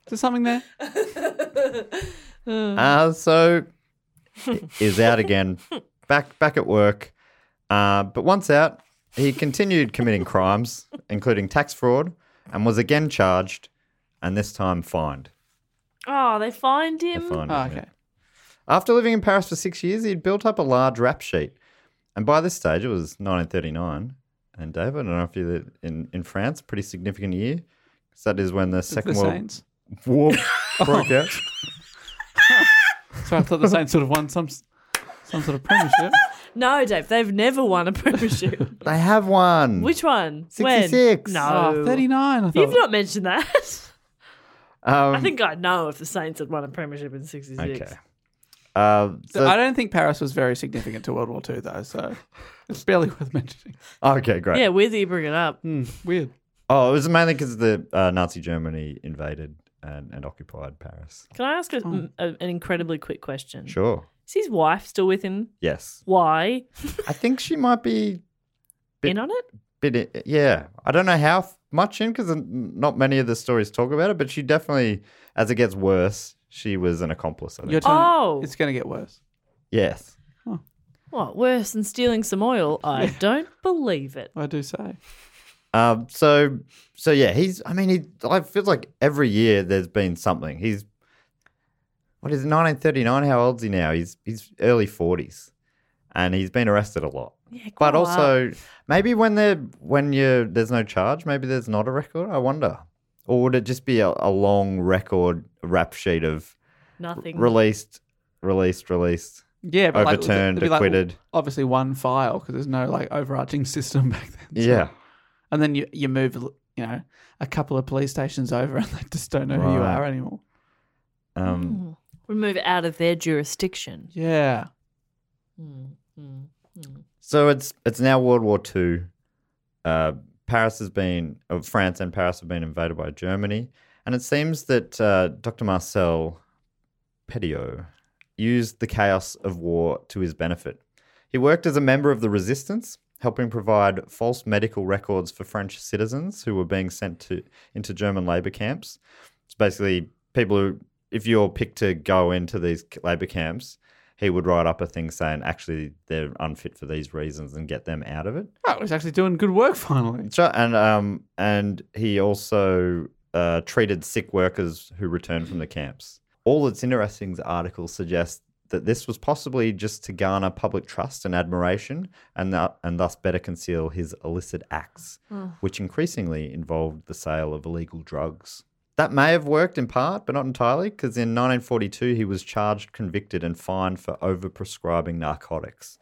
Speaker 3: Is there something
Speaker 1: [laughs]
Speaker 3: there?
Speaker 2: Uh, so is out again, back back at work. Uh, but once out, he continued committing crimes, including tax fraud, and was again charged, and this time fined.
Speaker 1: [laughs] Oh, they find
Speaker 2: They
Speaker 1: him.
Speaker 2: fined
Speaker 3: Oh,
Speaker 2: him, yeah.
Speaker 3: okay.
Speaker 2: After living in Paris for six years, he'd built up a large rap sheet, and by this stage, it was 1939. And David, I don't know if you're in in France, pretty significant year. 'Cause That is when the Second
Speaker 3: the
Speaker 2: World
Speaker 3: Saints.
Speaker 2: War broke out.
Speaker 3: So I thought the Saints sort of won some some sort of premiership. [laughs]
Speaker 1: No, Dave, they've never won a
Speaker 2: [laughs]
Speaker 1: premiership. [laughs]
Speaker 2: They have one.
Speaker 1: Which one?
Speaker 2: Sixty-six.
Speaker 1: When? No.
Speaker 3: Oh, 39, I thought.
Speaker 1: You've not mentioned that. [laughs]
Speaker 2: Um,
Speaker 1: I think I'd know if the Saints had won a premiership in 66.
Speaker 2: Okay. Uh, so-
Speaker 3: I don't think Paris was very significant to World War II, though, so it's barely worth mentioning.
Speaker 2: okay, great.
Speaker 1: Yeah, weird that you bring it up.
Speaker 3: Hmm, Weird.
Speaker 2: Oh, it was mainly because the uh, Nazi Germany invaded and, and occupied Paris.
Speaker 1: Can I ask a, a- an incredibly quick question?
Speaker 2: Sure.
Speaker 1: Is his wife still with him?
Speaker 2: Yes.
Speaker 1: Why?
Speaker 2: I think she might be Bit-
Speaker 1: In on it?
Speaker 2: bit. Yeah, I don't know how f- much in because not many of the stories talk about it, but she definitely, as it gets worse, she was an accomplice. I think.
Speaker 3: You're telling-
Speaker 1: Oh.
Speaker 3: It's going to get worse.
Speaker 2: yes.
Speaker 1: What, worse than stealing some oil? I don't believe it.
Speaker 3: I do say.
Speaker 2: Um. So, so yeah, he's. I mean, he. I feel like every year there's been something. He's. What is it, 1939? How old's he now? He's he's early 40s, and he's been arrested a lot.
Speaker 1: Yeah, quite
Speaker 2: But
Speaker 1: a lot.
Speaker 2: also, maybe when they when you there's no charge, maybe there's not a record. I wonder, or would it just be a, a long record rap sheet of
Speaker 1: nothing.
Speaker 2: released, released, released?
Speaker 3: Yeah, but like,
Speaker 2: Overturned,
Speaker 3: it'd be like
Speaker 2: acquitted.
Speaker 3: obviously, one file because there's no like overarching [laughs] system back then. so-
Speaker 2: Yeah,
Speaker 3: and then you you move, you know, a couple of police stations over, [laughs] and they just don't know who you
Speaker 2: Right.
Speaker 3: are anymore.
Speaker 2: um,
Speaker 1: Remove it out of their jurisdiction. Hmm,
Speaker 3: Yeah,
Speaker 2: So it's it's now World War Two. Uh, Paris has been, uh, France and Paris have been invaded by Germany, and it seems that uh, Dr. Marcel Petitot used the chaos of war to his benefit. He worked as a member of the resistance, helping provide false medical records for French citizens who were being sent to into German labor camps. It's basically people who, if you're picked to go into these labor camps, he would write up a thing saying actually they're unfit for these reasons and get them out of it.
Speaker 3: oh, he's actually doing good work finally.
Speaker 2: So- And um and he also uh, treated sick workers who returned from the camps. All its interesting articles suggest that this was possibly just to garner public trust and admiration, and that, and thus better conceal his illicit acts, which increasingly involved the sale of illegal drugs. That may have worked in part, but not entirely, because in 1942 he was charged, convicted, and fined for overprescribing narcotics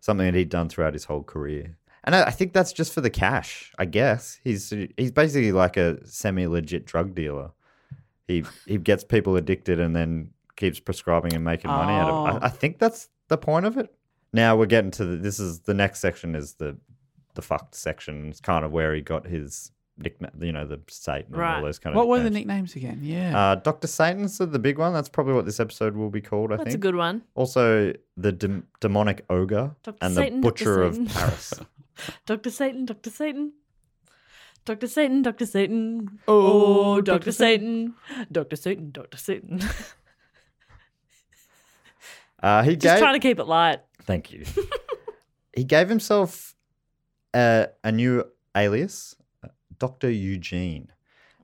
Speaker 2: something that he'd done throughout his whole career. And I, I think that's just for the cash, I guess. He's he's basically like a semi-legit drug dealer. He he gets people addicted and then keeps prescribing and making money out of it. I, I think that's the point of it. Now we're getting to the, this is the next section is the the fucked section. It's kind of where he got his nickname, you know, the Satan and all
Speaker 1: Right.
Speaker 2: those kind of.
Speaker 3: What were the
Speaker 2: nicknames.
Speaker 3: nicknames again? Yeah,
Speaker 2: Uh, Doctor Satan's the big one. That's probably what this episode will be called. I
Speaker 1: That's
Speaker 2: think.
Speaker 1: a good one.
Speaker 2: Also, the dem- demonic ogre
Speaker 1: Dr.
Speaker 2: and
Speaker 1: Satan,
Speaker 2: the
Speaker 1: Dr.
Speaker 2: butcher of
Speaker 1: Satan.
Speaker 2: Paris.
Speaker 1: Dr. Satan, Dr. Satan. Dr. Satan, Dr. Satan. Oh, Dr. Satan. Dr. Satan, Dr. Satan. Just
Speaker 2: Uh, he gave.
Speaker 1: trying to keep it light.
Speaker 2: Thank you. he gave himself a, a new alias, Doctor Eugene,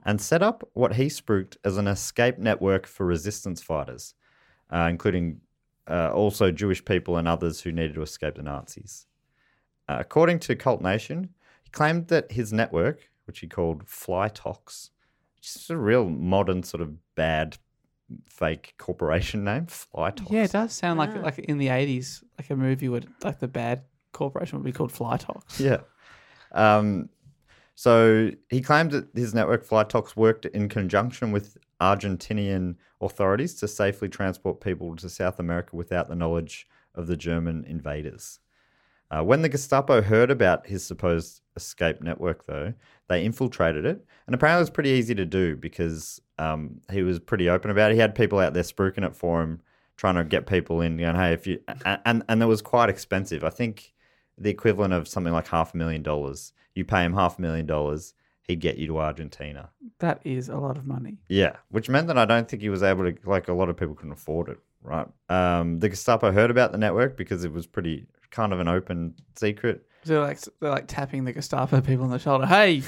Speaker 2: and set up what he spruiked as an escape network for resistance fighters, uh, including uh, also Jewish people and others who needed to escape the Nazis. Uh, according to Cult Nation, he claimed that his network, which he called Fly Tox, which is a real modern sort of bad fake corporation name, Fly Tox.
Speaker 3: yeah, it does sound like like in the eighties, like a movie would like the bad corporation would be called
Speaker 2: [laughs]
Speaker 3: Flytox.
Speaker 2: Yeah. Um, so he claimed that his network Flytox worked in conjunction with Argentinian authorities to safely transport people to South America without the knowledge of the German invaders. Uh, when the Gestapo heard about his supposed escape network, though, they infiltrated it. And apparently it was pretty easy to do because um, he was pretty open about it. He had people out there spruiking it for him, trying to get people in, going, hey, if you. a- And, and it was quite expensive. I think the equivalent of something like half a million dollars. You pay him half a million dollars, he'd get you to Argentina.
Speaker 3: That is a lot of money.
Speaker 2: Yeah, which meant that I don't think he was able to, like, a lot of people couldn't afford it, right? Um, the Gestapo heard about the network because it was pretty kind of an open secret.
Speaker 3: So they're like they're like tapping the Gestapo people on the shoulder. [laughs] Hey,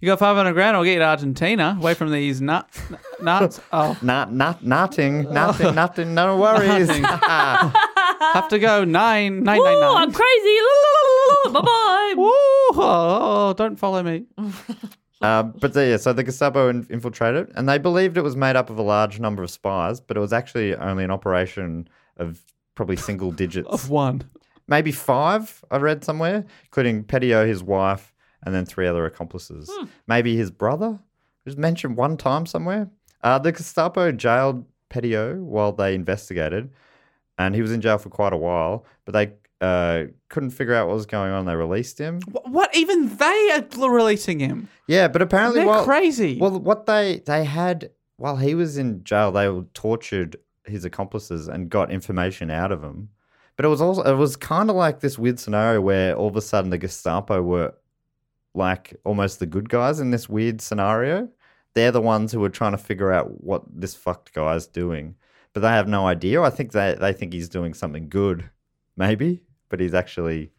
Speaker 3: you got five hundred grand? I'll get you to Argentina, away from these nut [laughs] nuts. Oh,
Speaker 2: Not, not, nothing, nothing, nothing, no worries.
Speaker 3: have to go nine nine
Speaker 1: Woo,
Speaker 3: nine nine.
Speaker 1: I'm crazy. La, la, la, la, la, la. Bye bye.
Speaker 3: Woo! Oh, don't follow me.
Speaker 2: [laughs] Uh, but they, yeah, so the Gestapo in- infiltrated, and they believed it was made up of a large number of spies, but it was actually only an operation of probably single digits,
Speaker 3: Of one.
Speaker 2: maybe five. I read somewhere, including Petio, his wife, and then three other accomplices. Maybe his brother, who's mentioned one time somewhere. Uh, the Gestapo jailed Petio while they investigated, and he was in jail for quite a while. But they uh, couldn't figure out what was going on. They released him.
Speaker 3: What, what? Even they are bl- releasing him.
Speaker 2: Yeah, but apparently
Speaker 3: They're
Speaker 2: while-
Speaker 3: crazy.
Speaker 2: Well, what they they had while he was in jail, they were tortured his accomplices and got information out of him. But it was also it was kind of like this weird scenario where all of a sudden the Gestapo were like almost the good guys in this weird scenario. They're the ones who are trying to figure out what this fucked guy's doing, but they have no idea. I think they they think he's doing something good, maybe, but he's actually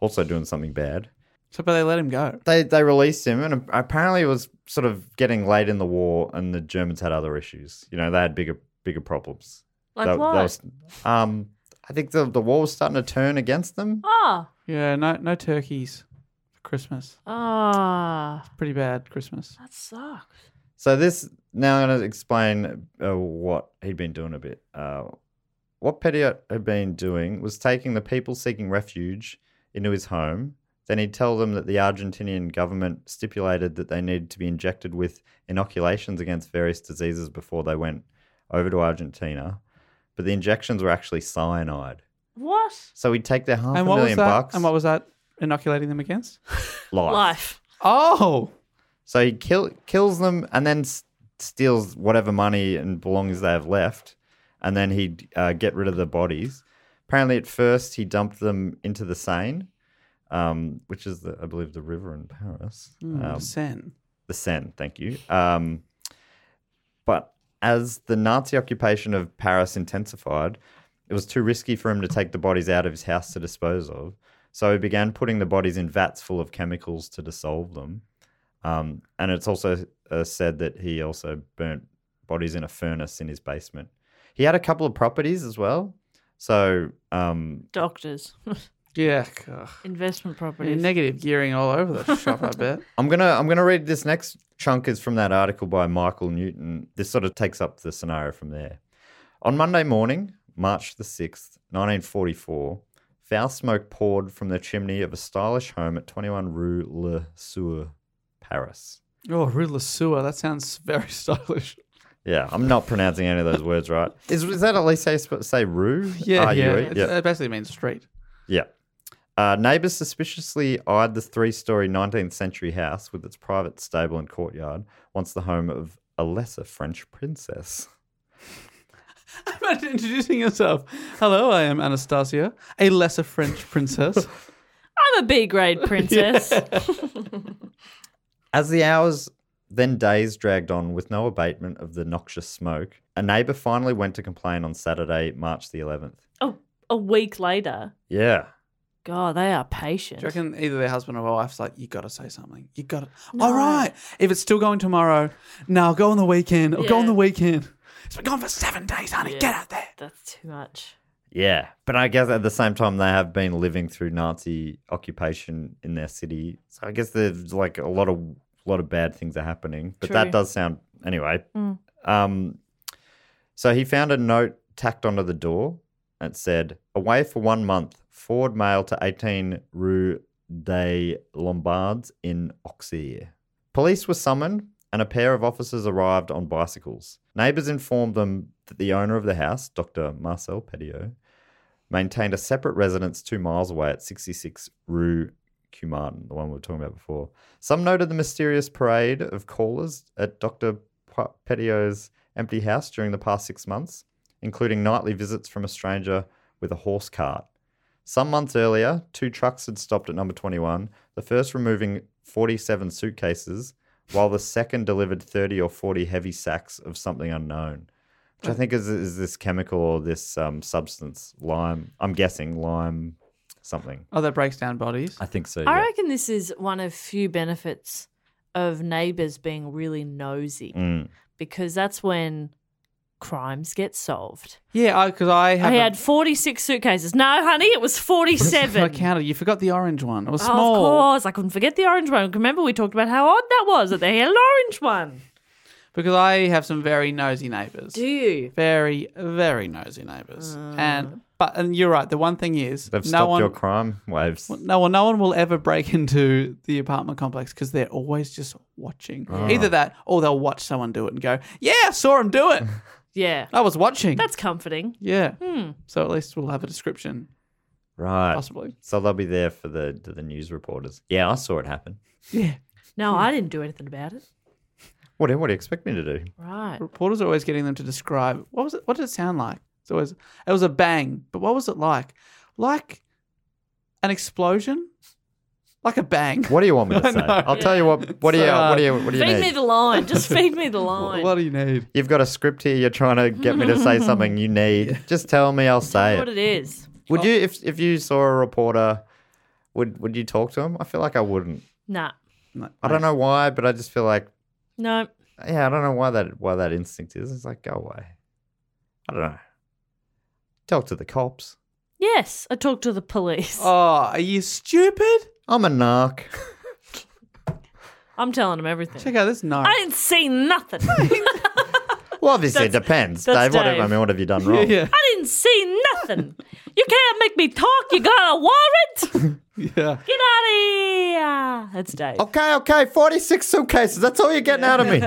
Speaker 2: also doing something bad
Speaker 3: so, but they let him go.
Speaker 2: they they released him, and apparently it was sort of getting late in the war, and the Germans had other issues. You know, they had bigger bigger problems.
Speaker 1: Like
Speaker 2: That- that
Speaker 1: what?
Speaker 2: was- um, I think the the war was starting to turn against them.
Speaker 1: Ah,
Speaker 3: Yeah, no, no turkeys for Christmas.
Speaker 8: Ah,
Speaker 3: Pretty bad Christmas.
Speaker 1: that sucks.
Speaker 2: So this now I'm going to explain uh, what he'd been doing a bit. Uh, what Pettiot had been doing was taking the people seeking refuge into his home. Then he'd tell them that the Argentinian government stipulated that they needed to be injected with inoculations against various diseases before they went over to Argentina. But the injections were actually cyanide.
Speaker 1: What?
Speaker 2: So he'd take their half
Speaker 3: and
Speaker 2: a
Speaker 3: what was
Speaker 2: million
Speaker 3: that?
Speaker 2: bucks.
Speaker 3: And what was that inoculating them against?
Speaker 2: life.
Speaker 1: Life.
Speaker 3: Oh,
Speaker 2: So he kill, kills them and then s- steals whatever money and belongings they have left, and then he'd uh, get rid of the bodies. Apparently, at first he dumped them into the Seine, um, which is the, I believe the river in Paris,
Speaker 3: mm,
Speaker 2: um,
Speaker 3: sen.
Speaker 2: the Seine. Thank you. Um, but as the Nazi occupation of Paris intensified, it was too risky for him to take the bodies out of his house to dispose of. So he began putting the bodies in vats full of chemicals to dissolve them. Um, and it's also uh, said that he also burnt bodies in a furnace in his basement. He had a couple of properties as well. So um,
Speaker 1: Doctors.
Speaker 3: Yeah, ugh.
Speaker 1: Investment
Speaker 3: Pretty
Speaker 1: properties.
Speaker 3: negative gearing all over the shop. I bet.
Speaker 2: I'm gonna I'm gonna read this next chunk is from that article by Michael Newton. This sort of takes up the scenario from there. On Monday morning, March the sixth, 1944, foul smoke poured from the chimney of a stylish home at 21 Rue Le Sueur, Paris.
Speaker 3: [laughs] Oh, Rue Le Sueur. That sounds very [laughs] stylish.
Speaker 2: Yeah, I'm not pronouncing any of those words right. Is, is that at least how you sp- say Rue? E? R-U-E?
Speaker 3: It's- It basically means street.
Speaker 2: Yeah. Uh, neighbors suspiciously eyed the three story 19th century house with its private stable and courtyard, once the home of a lesser French princess.
Speaker 3: Imagine [laughs] introducing yourself. Hello, I am Anastasia, a lesser French
Speaker 2: [laughs]
Speaker 3: princess.
Speaker 1: I'm a B grade princess.
Speaker 2: As the hours, then days dragged on with no abatement of the noxious smoke, a neighbor finally went to complain on Saturday, March the 11th.
Speaker 1: oh, a week later.
Speaker 2: Yeah.
Speaker 1: God, they are
Speaker 3: Do
Speaker 1: patient.
Speaker 3: you reckon either their husband or wife's like, you got to say something. You got to. All right. If it's still going tomorrow, now go on the weekend. Or go on
Speaker 1: Yeah.
Speaker 3: the weekend. It's been gone for seven days, honey. Get out there.
Speaker 1: That's too much.
Speaker 2: Yeah. But I guess at the same time, they have been living through Nazi occupation in their city. So I guess there's like a lot of lot of bad things are happening. But that
Speaker 1: True.
Speaker 2: does sound anyway. Um, so he found a note tacked onto the door that said, "Away for one month. Forward mail to 18 Rue des Lombards in Auxerre." Police were summoned, and a pair of officers arrived on bicycles. Neighbors informed them that the owner of the house, Dr. Marcel Petiot, maintained a separate residence two miles away at 66 Rue Cumartin, the one we were talking about before. Some noted the mysterious parade of callers at Dr. P- Petiot's empty house during the past six months, including nightly visits from a stranger with a horse cart. Some months earlier, two trucks had stopped at number 21, the first removing 47 suitcases, while the second delivered 30 or 40 heavy sacks of something unknown, which I think is, is this chemical or this um, substance, lime. I'm guessing lime something.
Speaker 3: Oh, that breaks down bodies.
Speaker 2: I think so.
Speaker 1: I
Speaker 2: yeah.
Speaker 1: reckon this is one of few benefits of neighbors being really nosy
Speaker 2: Mm.
Speaker 1: because that's when crimes get solved.
Speaker 3: Yeah, because [laughs] I,
Speaker 1: I
Speaker 3: have a-
Speaker 1: had 46 suitcases. No, honey, it was 47.
Speaker 3: I counted. You forgot the orange one. It was
Speaker 1: Oh,
Speaker 3: small.
Speaker 1: Of course, I couldn't forget the orange one. Remember, we talked about how odd that was that they had an orange one.
Speaker 3: Because I have some very nosy neighbours.
Speaker 1: Do you? Uh.
Speaker 3: Very, very nosy neighbours. And but and you're right. The one thing is,
Speaker 2: They've
Speaker 3: no
Speaker 2: stopped
Speaker 3: one,
Speaker 2: your crime waves.
Speaker 3: [laughs] no one, no one will ever break [laughs] into the apartment complex because they're always just watching.
Speaker 2: Ah.
Speaker 3: Either that, or they'll watch someone do it and go, "Yeah, I saw him
Speaker 2: [laughs]
Speaker 3: do it.
Speaker 1: Yeah.
Speaker 3: I was watching."
Speaker 1: That's Hmm. comforting.
Speaker 3: yeah. So at least we'll have a description,
Speaker 2: Right.
Speaker 3: possibly.
Speaker 2: So they'll be there for the to the news reporters. Yeah, I saw it happen.
Speaker 3: Yeah. Hmm.
Speaker 1: No, I didn't do anything about it.
Speaker 2: What, what do you expect me to do?
Speaker 1: Right.
Speaker 3: Reporters are always getting them to describe what was it? What did it sound like? It's always it was a bang, but what was it like? Like an explosion, like a bang.
Speaker 1: [laughs]
Speaker 2: What do you want me to say? I'll tell you what. What do you?
Speaker 3: So,
Speaker 2: What do you? What do you
Speaker 1: Feed
Speaker 2: need?
Speaker 1: me the
Speaker 2: [laughs]
Speaker 1: line. Just feed me the line.
Speaker 3: What do you need?
Speaker 2: You've got a script here. You're trying to get me to
Speaker 1: [laughs]
Speaker 2: say something you need. Just tell me. I'll say
Speaker 1: what
Speaker 2: it.
Speaker 1: it Oh. is.
Speaker 2: Would you? If if you saw a reporter, would would you talk to him? I feel like I wouldn't.
Speaker 1: Nah.
Speaker 2: I don't know why, but I just feel like
Speaker 1: No.
Speaker 2: yeah, I don't know why that why that instinct is. It's like go away. I don't know. Talk to the cops.
Speaker 1: Yes, I talked to the police.
Speaker 3: Oh, are you stupid?
Speaker 2: I'm a narc.
Speaker 1: I'm telling them everything.
Speaker 3: Check out this note.
Speaker 1: I didn't see nothing. [laughs]
Speaker 2: Well, obviously it
Speaker 1: That's-
Speaker 2: depends,
Speaker 1: that's
Speaker 2: Dave. What have- I
Speaker 1: Dave.
Speaker 2: mean, what have you
Speaker 1: [laughs]
Speaker 2: done wrong?
Speaker 3: yeah,
Speaker 1: I didn't see nothing. You can't make me talk. You got a warrant?
Speaker 3: yeah.
Speaker 1: Get out of here. That's Dave.
Speaker 2: Okay, okay, 46 suitcases. That's all you're getting out of me.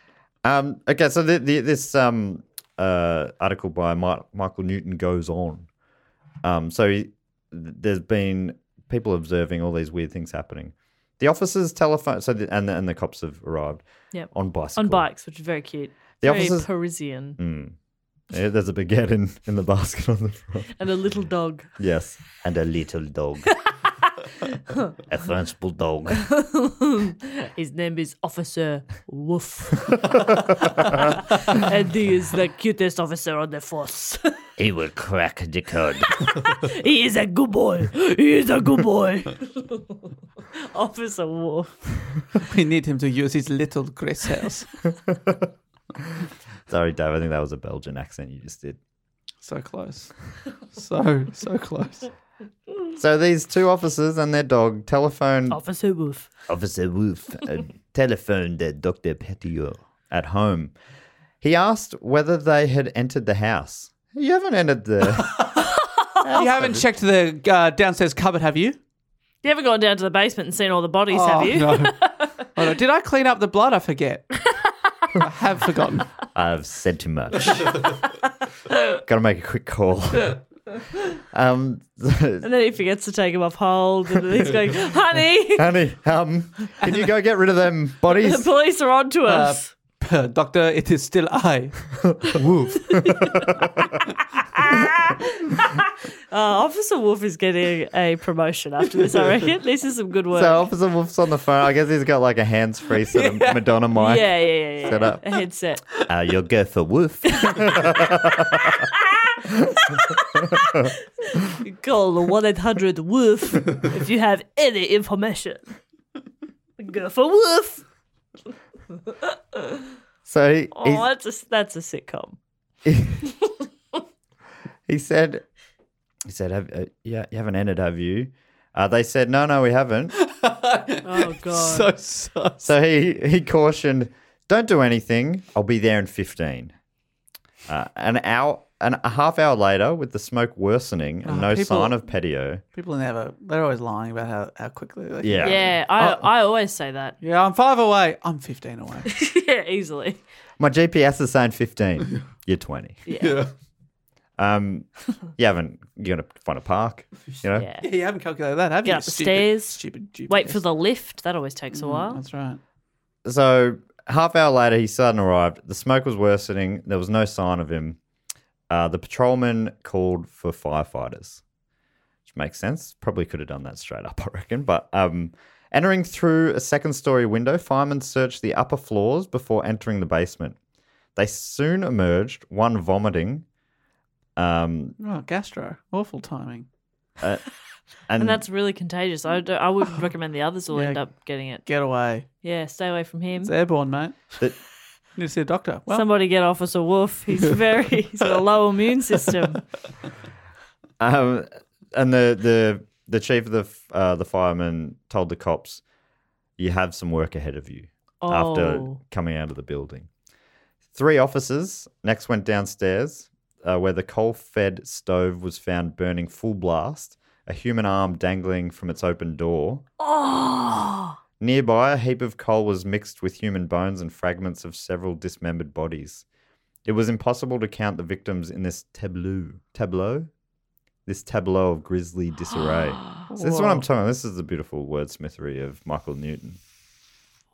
Speaker 1: [laughs]
Speaker 2: um, okay, so the, the, this um, uh, article by Mi- Michael Newton goes on. Um, so he, th- there's been people observing all these weird things happening. The officers' telephone, so the, and, the, and the cops have arrived
Speaker 1: Yep.
Speaker 2: on bicycles.
Speaker 1: On bikes, which is very cute.
Speaker 2: The
Speaker 1: very
Speaker 2: officers-
Speaker 1: Parisian.
Speaker 2: Mm. Yeah, there's a baguette in, [laughs] in the basket on the front.
Speaker 1: And a little dog.
Speaker 2: [laughs]
Speaker 1: [laughs]
Speaker 2: Yes. And a little [laughs] dog. a French bulldog.
Speaker 1: His name is Officer
Speaker 2: [laughs]
Speaker 1: Woof. and he is the cutest officer on the force. [laughs]
Speaker 2: He will crack the code.
Speaker 1: he is a good boy. He is a good boy. [laughs] officer Woof.
Speaker 3: We need him to use his little Chris house.
Speaker 2: [laughs] Sorry, Dave. I think that was a Belgian accent you just did.
Speaker 3: [laughs]
Speaker 1: [laughs]
Speaker 3: so close, so so close.
Speaker 2: So these two officers and their dog telephoned
Speaker 1: Officer Woof.
Speaker 2: Officer Wolf uh, telephoned uh, Dr. Petiot at home. He asked whether they had entered the house. You haven't entered [laughs] the.
Speaker 3: You haven't checked the uh, downstairs cupboard, have you?
Speaker 1: You haven't gone down to the basement and seen all the bodies,
Speaker 2: Oh.
Speaker 1: have you? [laughs]
Speaker 3: No. Oh, no. Did I clean up the blood? I forget. I have forgotten.
Speaker 2: I've said too much. [laughs] Got to make a quick [laughs] call. um, [laughs]
Speaker 1: And then he forgets to take him off hold, and then he's going,
Speaker 2: [laughs]
Speaker 1: "Honey,
Speaker 2: honey, um, can you go get rid of them
Speaker 1: the [laughs]
Speaker 2: bodies?
Speaker 1: police are onto us."
Speaker 3: [laughs] Doctor, it is still I. [laughs] Woof.
Speaker 1: Uh, Officer Wolf is getting a promotion after this. I reckon this is some good work.
Speaker 2: So Officer Wolf's on the phone. I guess he's got like a hands-free sort of Madonna mic.
Speaker 1: yeah, yeah, yeah, yeah.
Speaker 2: Set up.
Speaker 1: A headset.
Speaker 2: Uh, you'll go for Wolf.
Speaker 1: Call the one eight hundred Wolf if you have any information. Go for Wolf.
Speaker 2: [laughs] So he,
Speaker 1: Oh,
Speaker 2: he-
Speaker 1: that's a that's a sitcom.
Speaker 2: he said, he said, have, uh, yeah, you haven't entered, have you? Uh, they said, no, no, we haven't.
Speaker 1: Oh god.
Speaker 3: so so.
Speaker 2: so he, he cautioned, don't do anything. I'll be there in 15. Uh, an hour, an, a half hour later, with the smoke worsening and
Speaker 3: Oh,
Speaker 2: no
Speaker 3: people-
Speaker 2: sign of Petio.
Speaker 3: People never. They're always lying about how, how quickly. They
Speaker 2: Yeah.
Speaker 1: yeah, I I always say [laughs] that.
Speaker 3: Yeah, I'm five away. I'm 15
Speaker 1: [laughs]
Speaker 3: away.
Speaker 1: yeah, easily.
Speaker 2: My GPS is saying
Speaker 1: [laughs]
Speaker 2: 15. You're 20.
Speaker 3: yeah.
Speaker 2: Um, you haven't, you're going to find a park, you know?
Speaker 1: Yeah.
Speaker 3: You haven't calculated that, have
Speaker 1: Get
Speaker 3: you?
Speaker 1: up the stairs.
Speaker 3: Stupid, stupid.
Speaker 1: Wait
Speaker 3: GPS.
Speaker 1: for the lift. That always takes a while.
Speaker 3: That's right.
Speaker 2: so half hour later, he suddenly arrived. The smoke was worsening. There was no sign of him. Uh, the patrolman called for firefighters, which makes sense. Probably could have done that straight up, [laughs] I reckon. But um, entering through a second story window, firemen searched the upper floors before entering the basement. They soon emerged, one vomiting. Um,
Speaker 3: Oh, gastro. Awful timing.
Speaker 2: and, mm.
Speaker 1: And that's really contagious. I, don't- I would recommend the others will
Speaker 3: Yeah.
Speaker 1: end up getting it.
Speaker 3: Get away.
Speaker 1: Yeah, stay away from him.
Speaker 3: It's airborne, mate.
Speaker 2: the,
Speaker 3: [laughs] Need to see a doctor. Well,
Speaker 1: Somebody get Officer
Speaker 2: [laughs]
Speaker 1: Wolf. He's very, he's got a low immune system.
Speaker 2: Um, and the the the chief of the f- uh, the firemen told the cops, "You have some work ahead of you." After
Speaker 1: Oh.
Speaker 2: coming out of the building, three officers next went downstairs uh, where the coal-fed stove was found burning full blast. A human arm dangling from its open door.
Speaker 1: Oh,
Speaker 2: Nearby, a heap of coal was mixed with human bones and fragments of several dismembered bodies. It was impossible to count the victims in this tableau. Tableau? This tableau of grisly
Speaker 1: [gasps]
Speaker 2: disarray. so this is what I'm talking about. This is the beautiful wordsmithery of Michael Newton.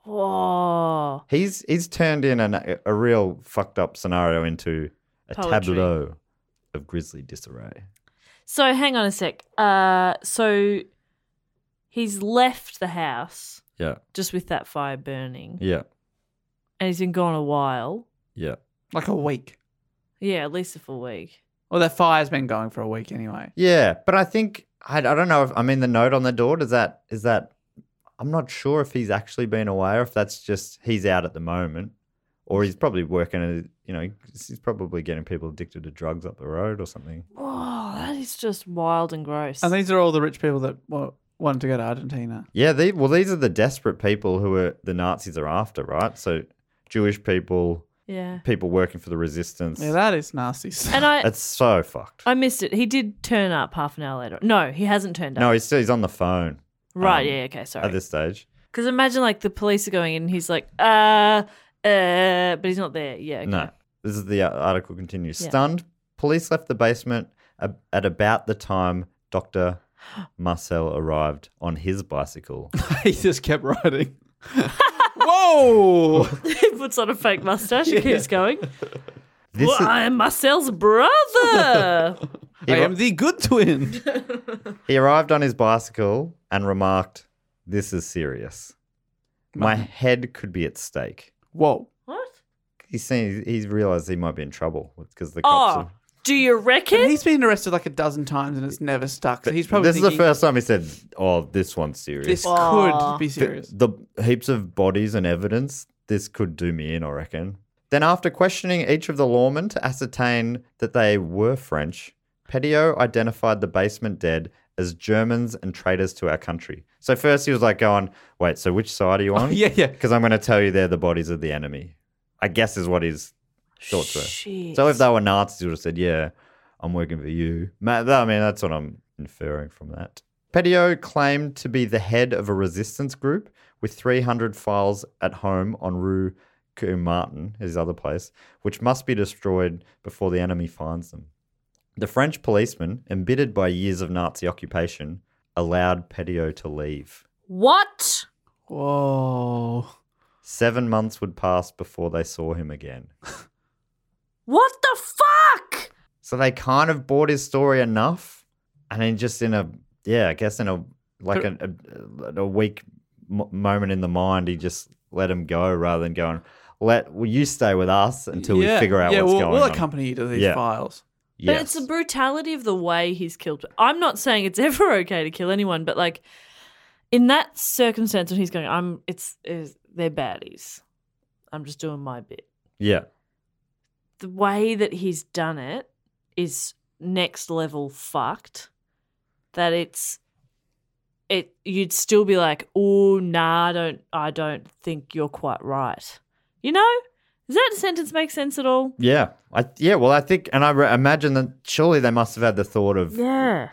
Speaker 1: whoa.
Speaker 2: He's he's turned in an, a real fucked up scenario into a
Speaker 1: Poetry.
Speaker 2: tableau of grisly disarray.
Speaker 1: So hang on a sec. Uh, so he's left the house
Speaker 2: Yeah.
Speaker 1: just with that fire burning,
Speaker 2: Yeah.
Speaker 1: and he's been gone a while.
Speaker 2: Yeah.
Speaker 3: like a week.
Speaker 1: Yeah, at least a full week.
Speaker 3: Well, that fire's been going for a week anyway.
Speaker 2: Yeah, but I think I, I don't know if I mean the note on the door does that is that I'm not sure if he's actually been away or if that's just he's out at the moment or he's probably working at you know he's probably getting people addicted to drugs up the road or something.
Speaker 1: Whoa, that is just wild and gross.
Speaker 3: And these are all the rich people that wa- wanted to go to Argentina.
Speaker 2: Yeah, they, well these are the desperate people who are the Nazis are after, right? So Jewish people,
Speaker 1: yeah,
Speaker 2: people working for the resistance.
Speaker 3: Yeah, that is
Speaker 1: [laughs]
Speaker 3: nasty. [laughs] stuff.
Speaker 1: and I
Speaker 2: it's so fucked.
Speaker 1: I missed it. He did turn up half an hour later. No, he hasn't turned up.
Speaker 2: no, he's still he's on the phone
Speaker 1: right?
Speaker 2: um,
Speaker 1: yeah. Okay.
Speaker 2: at
Speaker 1: Sorry.
Speaker 2: this stage.
Speaker 1: Because imagine like the police are going in. He's like, uh, uh, but he's not there. Yeah. Okay.
Speaker 2: No. This is the uh, article continues.
Speaker 1: Yeah.
Speaker 2: Stunned, police left the basement a- at about the time
Speaker 1: [gasps]
Speaker 2: Dr. Marcel arrived on his
Speaker 1: [laughs]
Speaker 2: bicycle.
Speaker 3: he just kept riding. Whoa!
Speaker 1: [laughs] he puts on a fake mustache
Speaker 2: [laughs]
Speaker 1: and keeps going.
Speaker 2: This
Speaker 1: well, I am
Speaker 2: [laughs]
Speaker 1: Marcel's brother.
Speaker 3: I am the good
Speaker 1: [laughs]
Speaker 3: twin.
Speaker 2: he arrived on his bicycle and remarked, This is serious. My head could be at stake.
Speaker 3: Whoa.
Speaker 1: what?
Speaker 2: He's seen, he's realized he might be in trouble because the cops.
Speaker 1: Oh,
Speaker 2: have-
Speaker 1: do you reckon?
Speaker 3: And he's been arrested like a dozen times and it's never stuck. So he's probably
Speaker 2: this is the
Speaker 3: thinking,
Speaker 2: first time he said, "Oh, this one's serious."
Speaker 3: This
Speaker 1: Aw.
Speaker 3: could
Speaker 2: [laughs]
Speaker 3: be serious.
Speaker 2: The heaps of bodies and evidence, this could do me in, I reckon. Then, after questioning each of the lawmen to ascertain that they were French, Petio identified the basement dead as Germans and traitors to our country. So, first he was like, going, wait, so which side are you on?
Speaker 3: Oh, yeah, yeah.
Speaker 2: Because I'm going to tell you they're the bodies of the enemy. I guess is what his thoughts were.
Speaker 1: Shit.
Speaker 2: So, if they were Nazis, he would have said, yeah, I'm working for you. Ma- that- I mean, that's what I'm inferring from that. Petio claimed to be the head of a resistance group with 300 files at home on Rue Martin, his other place, which must be destroyed before the enemy finds them. The French policeman, embittered by years of Nazi occupation, allowed Petio to leave.
Speaker 1: what?
Speaker 3: Whoa.
Speaker 2: Seven months would pass before they saw him again.
Speaker 1: What the fuck?
Speaker 2: So they kind of bought his story enough, and then just in a yeah, I guess in a like a a, a weak mo moment in the mind, he just let him go rather than going let well, you stay with us until
Speaker 3: yeah.
Speaker 2: we figure out
Speaker 3: yeah,
Speaker 2: what's
Speaker 3: we'll,
Speaker 2: going
Speaker 3: we'll
Speaker 2: on.
Speaker 3: accompany you to these
Speaker 2: Yeah.
Speaker 3: files.
Speaker 1: But it's the brutality of the way he's killed. I'm not saying it's [laughs] ever okay to kill anyone, but like in that circumstance when he's going, I'm it's, it's they're baddies. I'm just doing my bit.
Speaker 2: yeah,
Speaker 1: The way that he's done it is next level fucked. That it's it you'd still be like, oh nah, I don't I don't think you're quite right. You know? Does that sentence make sense at all?
Speaker 2: yeah, I, yeah. Well, I think, and I re- imagine that surely they must have had the thought of
Speaker 1: Yeah.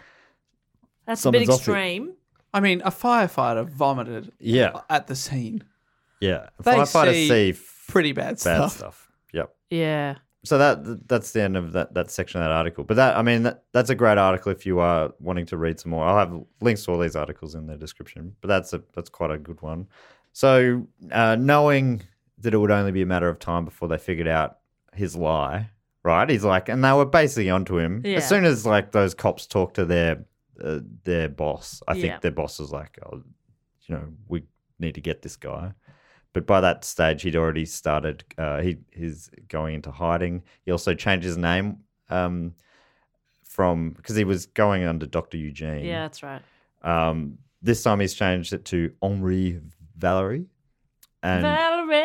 Speaker 1: That's a
Speaker 2: Someone's
Speaker 1: bit
Speaker 2: off it.
Speaker 1: extreme.
Speaker 3: I mean, a firefighter vomited
Speaker 2: yeah,
Speaker 3: at the scene.
Speaker 2: yeah.
Speaker 3: They
Speaker 2: Firefighters
Speaker 3: see
Speaker 2: see f-
Speaker 3: Pretty bad
Speaker 2: bad
Speaker 3: stuff. [laughs]
Speaker 2: stuff. Yep.
Speaker 1: Yeah.
Speaker 2: so that that's the end of that, that section of that article. But that I mean that, that's a great article if you are wanting to read some more. I'll have links to all these articles in the description. But that's a that's quite a good one. So uh, knowing that it would only be a matter of time before they figured out his lie, right? He's like, and they were basically onto him
Speaker 1: Yeah.
Speaker 2: as soon as like those cops talked to their uh, their boss. I
Speaker 1: Yeah.
Speaker 2: think their boss was like, oh, you know, we need to get this guy. But by that stage, he'd already started. Uh, he he's going into hiding. He also changed his name um, from because he was going under Doctor Eugene.
Speaker 1: Yeah, that's right.
Speaker 2: Um, this time he's changed it to Henri Valerie, and
Speaker 1: Valerie.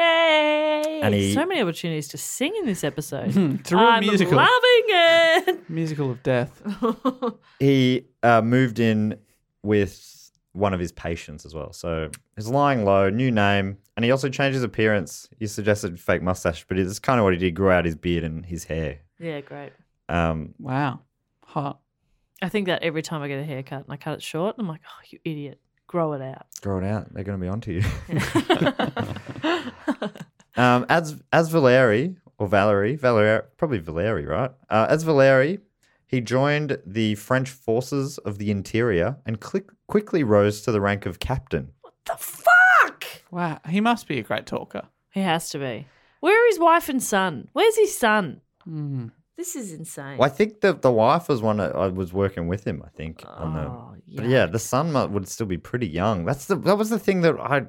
Speaker 2: And he-
Speaker 1: so many opportunities to sing in this
Speaker 2: [laughs]
Speaker 1: episode.
Speaker 3: It's Hmm, a real
Speaker 1: I'm
Speaker 3: musical.
Speaker 1: loving it.
Speaker 3: Musical of death.
Speaker 2: He uh, moved in with one of his patients as well. So he's lying low, new name, and he also changed his appearance. You suggested fake mustache, but it's kind of what he did. Grew out his beard and his hair.
Speaker 1: [laughs] Yeah, great.
Speaker 2: Um,
Speaker 3: Wow. Hot.
Speaker 1: I think that every time I get a haircut and I cut it short, I'm like, oh, you idiot, grow it out.
Speaker 2: grow it out. They're going to be onto you. um, as as Valeri or Valerie, Valerie, probably Valeri, right? Uh, as Valeri, he joined the French forces of the interior and click, quickly rose to the rank of captain.
Speaker 3: Wow. He must be a great talker.
Speaker 1: He has to be. Where are his wife and son? Where's his son? This is insane.
Speaker 2: Well, I think that the wife was one that I was working with him. I think on the,
Speaker 1: Oh,
Speaker 2: but yeah, the son mu- would still be pretty young. That's the that was the thing that I,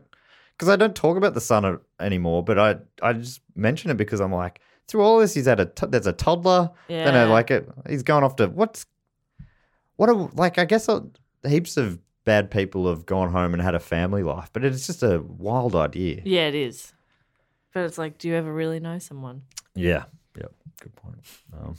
Speaker 2: because I don't talk about the son a- anymore, but I I just mention it because I'm like through all this, he's had a t- there's a toddler, then I
Speaker 1: Yeah.
Speaker 2: like it. He's going off to what's what a like I guess uh heaps of bad people have gone home and had a family life, but it's just a wild idea.
Speaker 1: Yeah, it is. But it's like, do you ever really know someone?
Speaker 2: Yeah. Yep. Good point. Um,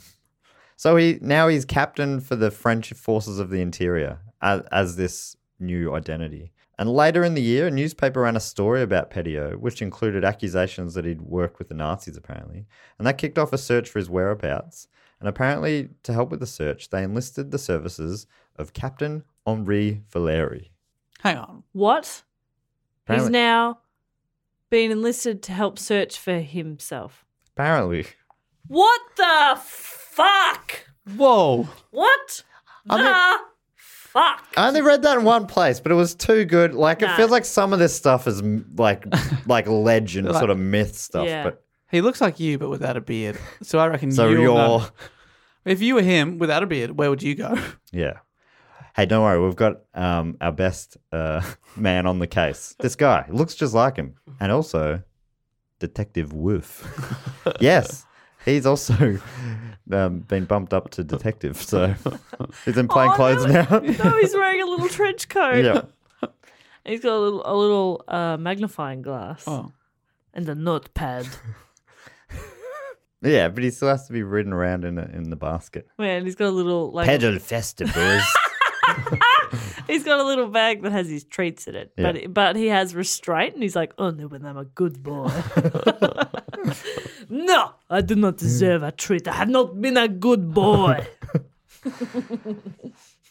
Speaker 2: so he now he's captain for the French forces of the interior as, as this new identity. And later in the year, a newspaper ran a story about Petio, which included accusations that he'd worked with the Nazis, apparently. And that kicked off a search for his whereabouts. And apparently, to help with the search, they enlisted the services of Captain Henri Valeri.
Speaker 3: Hang on.
Speaker 1: What? He's
Speaker 2: Apparently.
Speaker 1: now been enlisted to help search for himself.
Speaker 2: Apparently.
Speaker 1: What the fuck?
Speaker 3: Whoa.
Speaker 1: What the fuck?
Speaker 2: I only read that in one place, but it was too good. Like it
Speaker 1: Nah.
Speaker 2: feels like some of this stuff is m-
Speaker 1: [laughs]
Speaker 2: like like legend
Speaker 3: Like-
Speaker 2: sort of myth stuff.
Speaker 1: Yeah.
Speaker 2: But
Speaker 3: He looks like you, but without a beard. So I reckon
Speaker 2: so
Speaker 3: you'll
Speaker 2: you're,
Speaker 3: know. If you were him without a beard, where would you go? [laughs]
Speaker 2: yeah. Hey, don't worry. We've got um, our best uh, [laughs] man on the case. This guy looks just like him, and also Detective
Speaker 1: [laughs]
Speaker 2: Woof. yes, he's also um, been bumped up to detective.
Speaker 1: [laughs]
Speaker 2: So he's in plain
Speaker 1: Oh,
Speaker 2: clothes
Speaker 1: no.
Speaker 2: now. [laughs]
Speaker 1: no, he's wearing a little trench coat.
Speaker 2: yeah.
Speaker 1: He's got a little, a little uh, magnifying glass
Speaker 3: Oh.
Speaker 1: and a notepad. [laughs]
Speaker 2: Yeah, but he still has to be ridden around in a, in the basket.
Speaker 1: Man, he's got a little like
Speaker 2: Pedal festa, boys.
Speaker 1: he's got a little bag that has his treats in it.
Speaker 2: Yeah.
Speaker 1: But but he has restraint and he's like, oh no, when I'm a good boy. [laughs] no, I do not deserve a treat. I have not been a good boy.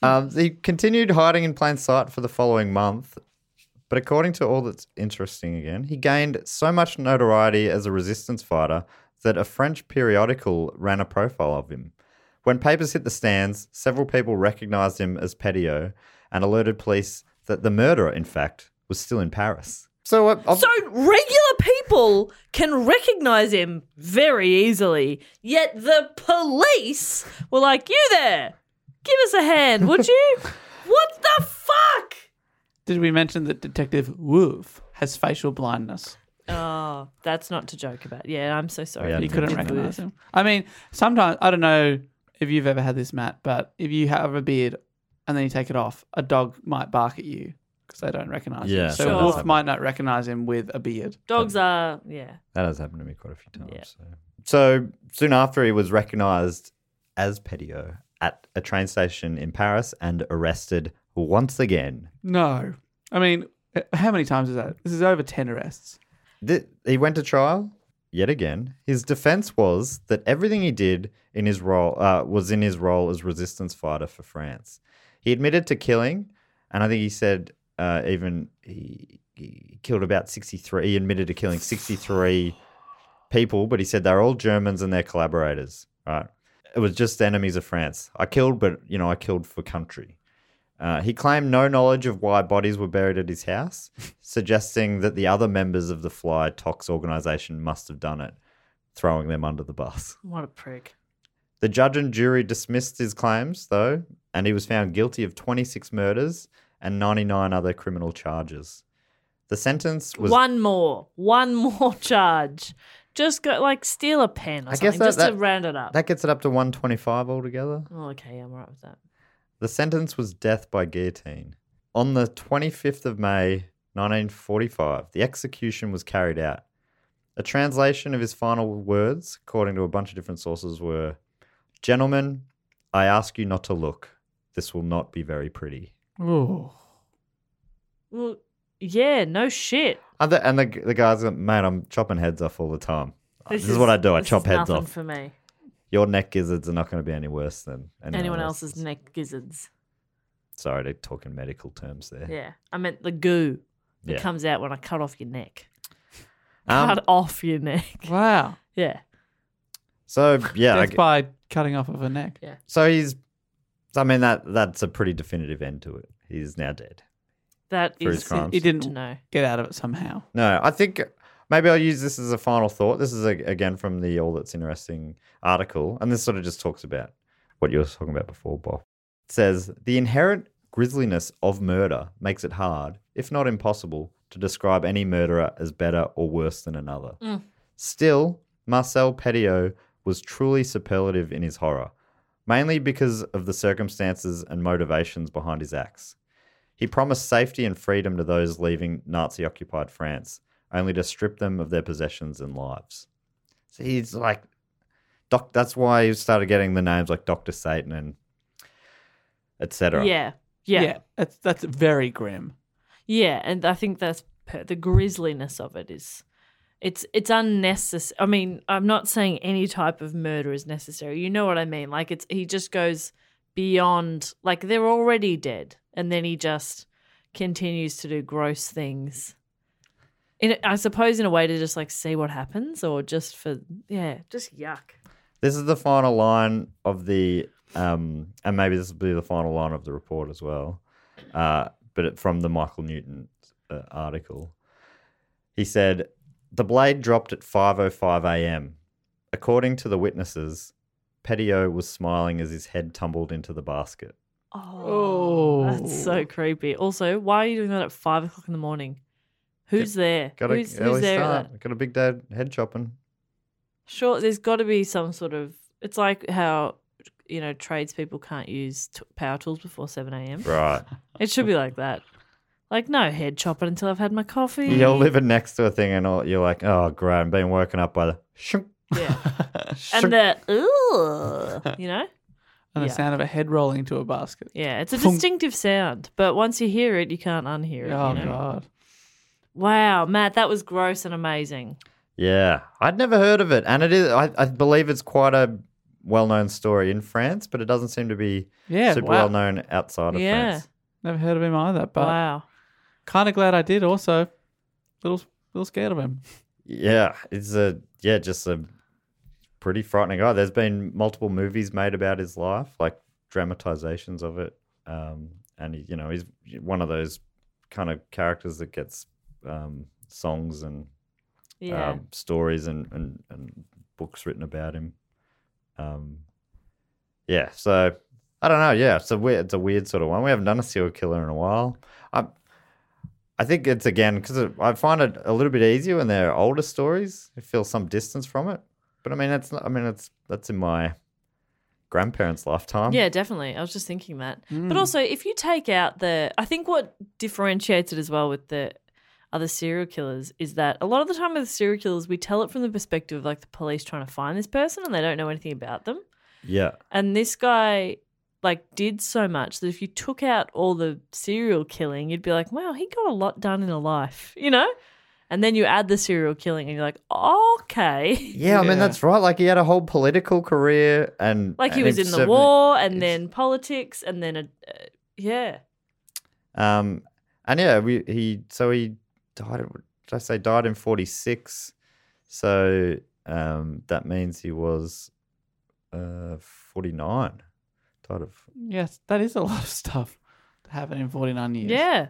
Speaker 2: Um, he continued hiding in plain sight for the following month, but according to all that's interesting again, he gained so much notoriety as a resistance fighter that a French periodical ran a profile of him. When papers hit the stands, several people recognized him as Petio and alerted police that the murderer, in fact, was still in Paris. So, uh, ob-
Speaker 1: so regular people can recognize him very easily. Yet the police were like, you there, give us a hand, would you? what the fuck?
Speaker 3: Did we mention that Detective Woof has facial blindness?
Speaker 1: Oh, that's not to joke about. Yeah, I'm so sorry.
Speaker 2: Yeah,
Speaker 3: You couldn't
Speaker 1: Detective Woof.
Speaker 3: recognize him. I mean, sometimes I don't know if you've ever had this, Matt, but if you have a beard and then you take it off, a dog might bark at you because they don't recognize him.
Speaker 2: Yeah,
Speaker 3: So
Speaker 2: sure.
Speaker 3: Wolf might not recognize him with a beard.
Speaker 1: Dogs are, yeah.
Speaker 2: that has happened to me quite a few times. So. so, soon after, he was recognized as Petio at a train station in Paris and arrested once again.
Speaker 3: No, I mean, uh, how many times is that? This is over ten arrests.
Speaker 2: Th- he went to trial yet again. His defense was that everything he did in his role uh, was in his role as resistance fighter for France. He admitted to killing, and I think he said uh, even he, he killed about sixty three. He admitted to killing sixty three people, but he said they're all Germans and they're collaborators. Right? It was just enemies of France. I killed, but you know, I killed for country. Uh, he claimed no knowledge of why bodies were buried at his house, suggesting that the other members of the Fly Tox organization must have done it, throwing them under the bus.
Speaker 1: What a prick.
Speaker 2: The judge and jury dismissed his claims, though, and he was found guilty of 26 murders and 99 other criminal charges. The sentence was.
Speaker 1: one more, one more [laughs] charge. Just go, like, steal a pen or
Speaker 2: I
Speaker 1: something,
Speaker 2: guess that,
Speaker 1: just
Speaker 2: that,
Speaker 1: to round it up.
Speaker 2: that gets it up to 125 altogether.
Speaker 1: oh, okay, I'm right with that.
Speaker 2: The sentence was death by guillotine. On the 25th of May 1945, the execution was carried out. A translation of his final words, according to a bunch of different sources, were Gentlemen, I ask you not to look. This will not be very pretty.
Speaker 3: Ooh.
Speaker 8: Well, yeah, no shit.
Speaker 2: And the, and the, the guy's like, Man, I'm chopping heads off all the time. Oh, This, is,
Speaker 1: is-
Speaker 2: what I do. I
Speaker 1: this
Speaker 2: chop
Speaker 1: is
Speaker 2: heads
Speaker 1: nothing
Speaker 2: off.
Speaker 1: for me.
Speaker 2: Your neck gizzards are not going to be any worse than anyone,
Speaker 1: Anyone else's neck gizzards.
Speaker 2: Sorry to talk in medical terms there.
Speaker 1: Yeah, I meant the goo that
Speaker 2: Yeah.
Speaker 1: comes out when I cut off your neck.
Speaker 2: Um,
Speaker 1: cut off your neck. [laughs]
Speaker 3: Wow.
Speaker 1: Yeah,
Speaker 2: so yeah, I
Speaker 3: That's
Speaker 2: g-
Speaker 3: by cutting off of a neck.
Speaker 2: so he's. I mean that that's a pretty definitive end to it. He's now dead.
Speaker 1: that
Speaker 2: For his
Speaker 1: is
Speaker 2: crimes.
Speaker 1: good
Speaker 3: He didn't-
Speaker 1: to know.
Speaker 3: Get out of it somehow.
Speaker 2: No, I think maybe I'll use this as a final thought. This is a, again from the All That's Interesting article, and this sort of just talks about what you were talking about before, Bob. It says the inherent grisliness of murder makes it hard, if not impossible, to describe any murderer as better or worse than another. Still, Marcel Petitot was truly superlative in his horror, mainly because of the circumstances and motivations behind his acts. He promised safety and freedom to those leaving Nazi occupied France, only to strip them of their possessions and lives. So he's like, doc, that's why he started getting the names like Dr. Satan and etc.
Speaker 1: Yeah, yeah, yeah,
Speaker 3: That's that's very grim.
Speaker 1: And I think that's per- the grisliness of it is. It's it's unnecessary. I mean, I'm not saying any type of murder is necessary. You know what I mean? Like it's he just goes beyond. Like they're already dead, and then he just continues to do gross things. In, a- I suppose in a way to just like see what happens, or just for yeah, just yuck.
Speaker 2: This is the final line of the, um, and maybe this will be the final line of the report as well, uh, but it, from the Michael Newton uh, article. He said, The blade dropped at 5.05 a.m. According to the witnesses, Petio was smiling as his head tumbled into the basket.
Speaker 1: Oh, that's
Speaker 3: Oh.
Speaker 1: so creepy. Also, why are you doing that at five o'clock in the morning? Who's there?
Speaker 2: Got a
Speaker 1: who's
Speaker 2: early
Speaker 1: who's there? at
Speaker 2: start.
Speaker 1: that?
Speaker 2: Got a big day head chopping.
Speaker 1: Sure, there's got to be some sort of. It's like how you know tradespeople can't use t- power tools before seven a.m. [laughs]
Speaker 2: Right.
Speaker 1: It should be like that. Like no head chopper until I've had my coffee.
Speaker 2: You're living next to a thing and all, you're like, oh, great. I'm being woken up by the shunk.
Speaker 1: Yeah.
Speaker 2: shunk."
Speaker 1: and the ooh, you know,
Speaker 3: And the
Speaker 1: Yeah.
Speaker 3: sound of a head rolling into a basket.
Speaker 1: yeah, it's a
Speaker 3: Thunk.
Speaker 1: distinctive sound, but once you hear it, you can't unhear it.
Speaker 3: Oh
Speaker 1: you know?
Speaker 3: god.
Speaker 1: Wow, Matt, that was gross and amazing.
Speaker 2: Yeah, I'd never heard of it, and it is. I, I believe it's quite a well-known story in France, but it doesn't seem to be
Speaker 3: Yeah.
Speaker 2: super
Speaker 3: wow.
Speaker 2: well-known outside of
Speaker 1: Yeah.
Speaker 2: France.
Speaker 3: Never heard of him either, but
Speaker 1: wow.
Speaker 3: kind of glad I did. Also, little little scared of him.
Speaker 2: Yeah, it's a yeah, just a pretty frightening guy. There's been multiple movies made about his life, like dramatizations of it, um, and he, you know he's one of those kind of characters that gets um, songs and
Speaker 1: Yeah.
Speaker 2: um, stories and, and, and books written about him. Um, yeah, so I don't know. Yeah, it's a weird, it's a weird sort of one. We haven't done a serial killer in a while. I, I think it's again because I find it a little bit easier when they're older stories. I feel some distance from it, but I mean that's not. I mean that's that's in my grandparents' lifetime.
Speaker 1: Yeah, definitely. I was just thinking that.
Speaker 2: Hmm.
Speaker 1: But also, if you take out the, I think what differentiates it as well with the other serial killers is that a lot of the time with serial killers, we tell it from the perspective of like the police trying to find this person and they don't know anything about them.
Speaker 2: yeah,
Speaker 1: And this guy like did so much that if you took out all the serial killing, you'd be like, wow, he got a lot done in a life, [laughs] you know? And then you add the serial killing and you're like, okay.
Speaker 2: yeah. I
Speaker 3: Yeah.
Speaker 2: mean that's right. Like he had a whole political career and
Speaker 1: [laughs] like he
Speaker 2: and
Speaker 1: was
Speaker 2: he
Speaker 1: in the
Speaker 2: served-
Speaker 1: war and
Speaker 2: it's-
Speaker 1: then politics and then a, uh, yeah.
Speaker 2: Um, and yeah, we he so he died. Did I say died in forty six? So um, that means he was uh forty nine. Died of
Speaker 3: Yes, that is a lot of stuff to happen in 49 years.
Speaker 1: Yeah.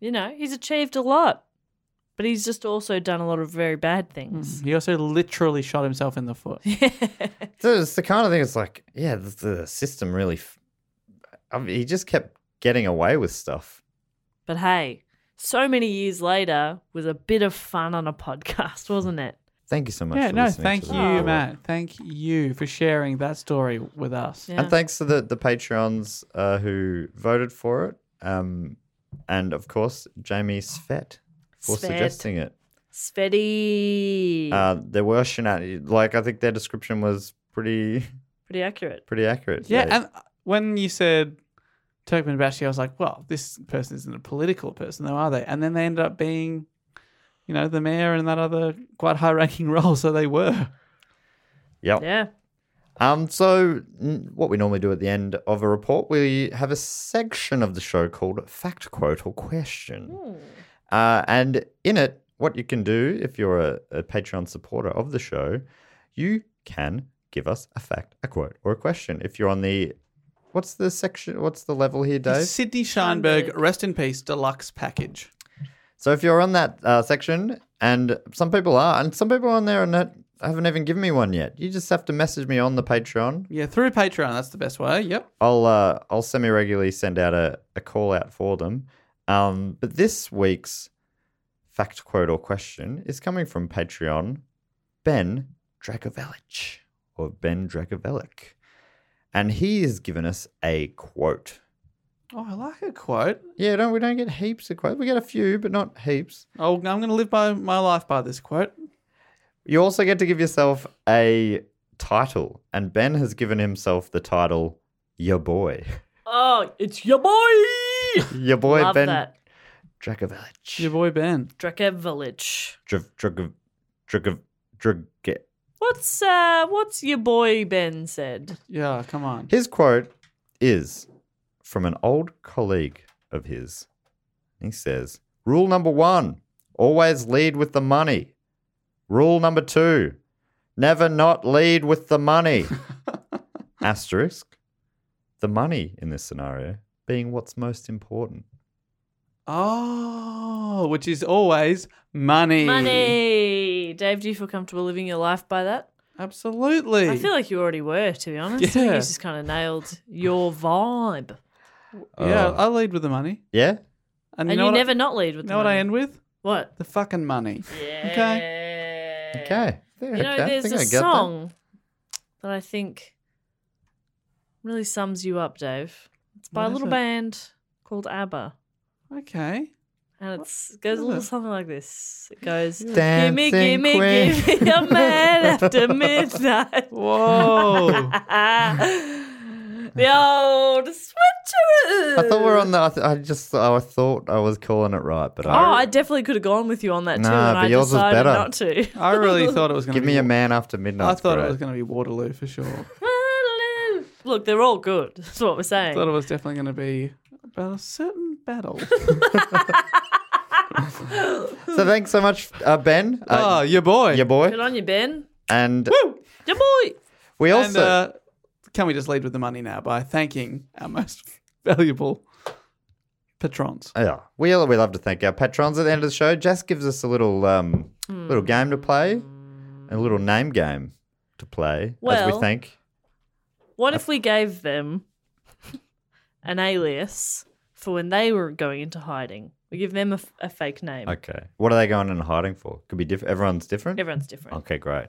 Speaker 1: You know, he's achieved a lot, but he's just also done a lot of very bad things.
Speaker 3: Mm-hmm. He also literally shot himself in the foot.
Speaker 1: [laughs]
Speaker 2: Mm-hmm. so it's the kind of thing. It's like yeah, the, the system really. F- I mean, he just kept getting away with stuff.
Speaker 1: but hey, so many years later was a bit of fun on a [laughs] podcast, wasn't it?
Speaker 2: Thank you so much.
Speaker 3: Yeah,
Speaker 2: for
Speaker 3: no,
Speaker 2: listening
Speaker 3: thank
Speaker 2: to
Speaker 3: you,
Speaker 2: the
Speaker 1: report.
Speaker 3: Matt. Thank you for sharing that story with us.
Speaker 1: Yeah.
Speaker 2: And thanks to the the Patreons uh, who voted for it, um, and of course Jamie Svet for
Speaker 1: Svet.
Speaker 2: suggesting it.
Speaker 1: Sveti.
Speaker 2: Uh, there were shenanigans. Like I think their description was pretty [laughs]
Speaker 1: Pretty accurate.
Speaker 2: pretty accurate.
Speaker 3: Yeah, um,
Speaker 2: They-
Speaker 3: and when you said Turkmen Bashi, I was like, well, this person isn't a political person, though, are they? And then they ended up being, you know, the mayor and that other quite high ranking [laughs] role, so they were.
Speaker 2: yep.
Speaker 1: Yeah.
Speaker 2: Um, so n- what we normally do at the end of a report, we have a section of the show called fact, quote, or question. Uh, and in it, what you can do if you're a, a Patreon supporter of the show, you can give us a fact, a quote, or a question. If you're on the what's the section? What's the level here, Dave?
Speaker 3: Sydney Scheinberg, rest in peace, deluxe package.
Speaker 2: So if you're on that uh, section, and some people are, and some people are on there and that haven't even given me one yet, you just have to message me on the Patreon.
Speaker 3: Yeah, through Patreon, that's the best way. Yep.
Speaker 2: I'll uh, I'll semi regularly send out a, a call out for them. Um, but this week's fact, quote, or question is coming from Patreon Ben Dragovelic or Ben Dragovelic, and he has given us a quote.
Speaker 3: Oh, I like a quote.
Speaker 2: Yeah, don't we don't get heaps of quotes. We get a few, but not heaps.
Speaker 3: Oh, I'm going to live by my life by this quote.
Speaker 2: You also get to give yourself a title, and Ben has given himself the title Your Boy. [laughs]
Speaker 1: Oh, it's your boy.
Speaker 2: Your boy
Speaker 1: Love
Speaker 2: Ben
Speaker 1: that.
Speaker 2: Dragovelic.
Speaker 3: Your boy Ben.
Speaker 1: Drakev Village.
Speaker 2: Drug, drug, drug, drug.
Speaker 1: What's uh what's your boy Ben said?
Speaker 3: Yeah, come on.
Speaker 2: His quote is from an old colleague of his. He says, Rule number one, always lead with the money. Rule number two, never not lead with the
Speaker 3: [laughs]
Speaker 2: money. Asterisk, the money in this scenario being what's most important.
Speaker 3: Oh, which is always money.
Speaker 1: Money. Dave, do you feel comfortable living your life by that?
Speaker 3: Absolutely.
Speaker 1: I feel like you already were, to be honest. I think
Speaker 3: Yeah.
Speaker 1: you just kind of nailed your vibe.
Speaker 3: yeah,
Speaker 2: Oh.
Speaker 3: I lead with the money.
Speaker 2: Yeah?
Speaker 3: And,
Speaker 1: And,
Speaker 3: you know
Speaker 1: you
Speaker 3: what I-
Speaker 1: never not lead with
Speaker 3: You know
Speaker 1: the
Speaker 3: what I
Speaker 1: money.
Speaker 3: end with?
Speaker 1: What?
Speaker 3: The fucking money.
Speaker 1: Yeah.
Speaker 3: Okay.
Speaker 2: Okay. There,
Speaker 1: You know,
Speaker 2: okay. I
Speaker 1: there's
Speaker 2: think
Speaker 1: a
Speaker 2: I get that.
Speaker 1: song that I think really sums you up, Dave. It's by a
Speaker 3: What is
Speaker 1: little
Speaker 3: it?
Speaker 1: band called ABBA.
Speaker 3: Okay.
Speaker 1: And it's, it goes a
Speaker 3: is
Speaker 1: little
Speaker 3: it?
Speaker 1: something like this. It goes,
Speaker 2: Dancing
Speaker 1: gimme, gimme,
Speaker 2: queen.
Speaker 1: gimme
Speaker 3: [laughs]
Speaker 1: a man after midnight. [laughs]
Speaker 3: Whoa.
Speaker 1: the old switcheroo.
Speaker 2: I thought we are on the. I, th- I just. I thought I was calling it right, but
Speaker 1: Oh,
Speaker 2: I,
Speaker 1: I definitely could have gone with you on that too,
Speaker 2: Nah,
Speaker 1: and
Speaker 2: but
Speaker 1: I
Speaker 2: yours was
Speaker 1: decided
Speaker 2: better.
Speaker 1: not to. [laughs]
Speaker 3: I really thought it was going to
Speaker 2: give
Speaker 3: be
Speaker 2: me a man after midnight.
Speaker 3: I thought
Speaker 2: Great.
Speaker 3: it was going to be Waterloo for sure.
Speaker 1: Look, they're all good. [laughs] That's what we're
Speaker 3: I thought it
Speaker 1: saying.
Speaker 3: was definitely going to be about a certain [laughs] battle.
Speaker 2: So thanks so much, uh, Ben.
Speaker 3: oh,
Speaker 2: Uh,
Speaker 3: your boy.
Speaker 2: Your
Speaker 1: Good
Speaker 2: boy.
Speaker 1: on you, Ben.
Speaker 2: And
Speaker 1: Your boy.
Speaker 2: we also.
Speaker 3: And uh, can we just lead with the money now by thanking our most [laughs] valuable patrons?
Speaker 2: yeah, we we love to thank our patrons at the end of the show. Jess gives us a little um little game to play, a little name game to play as we
Speaker 1: Well-
Speaker 2: thank.
Speaker 1: What if we gave them [laughs] an alias for when they were going into hiding? We give them a, f- a fake name.
Speaker 2: Okay, what are they going and hiding for? Could be different. Everyone's different.
Speaker 1: Everyone's different.
Speaker 2: Okay, great.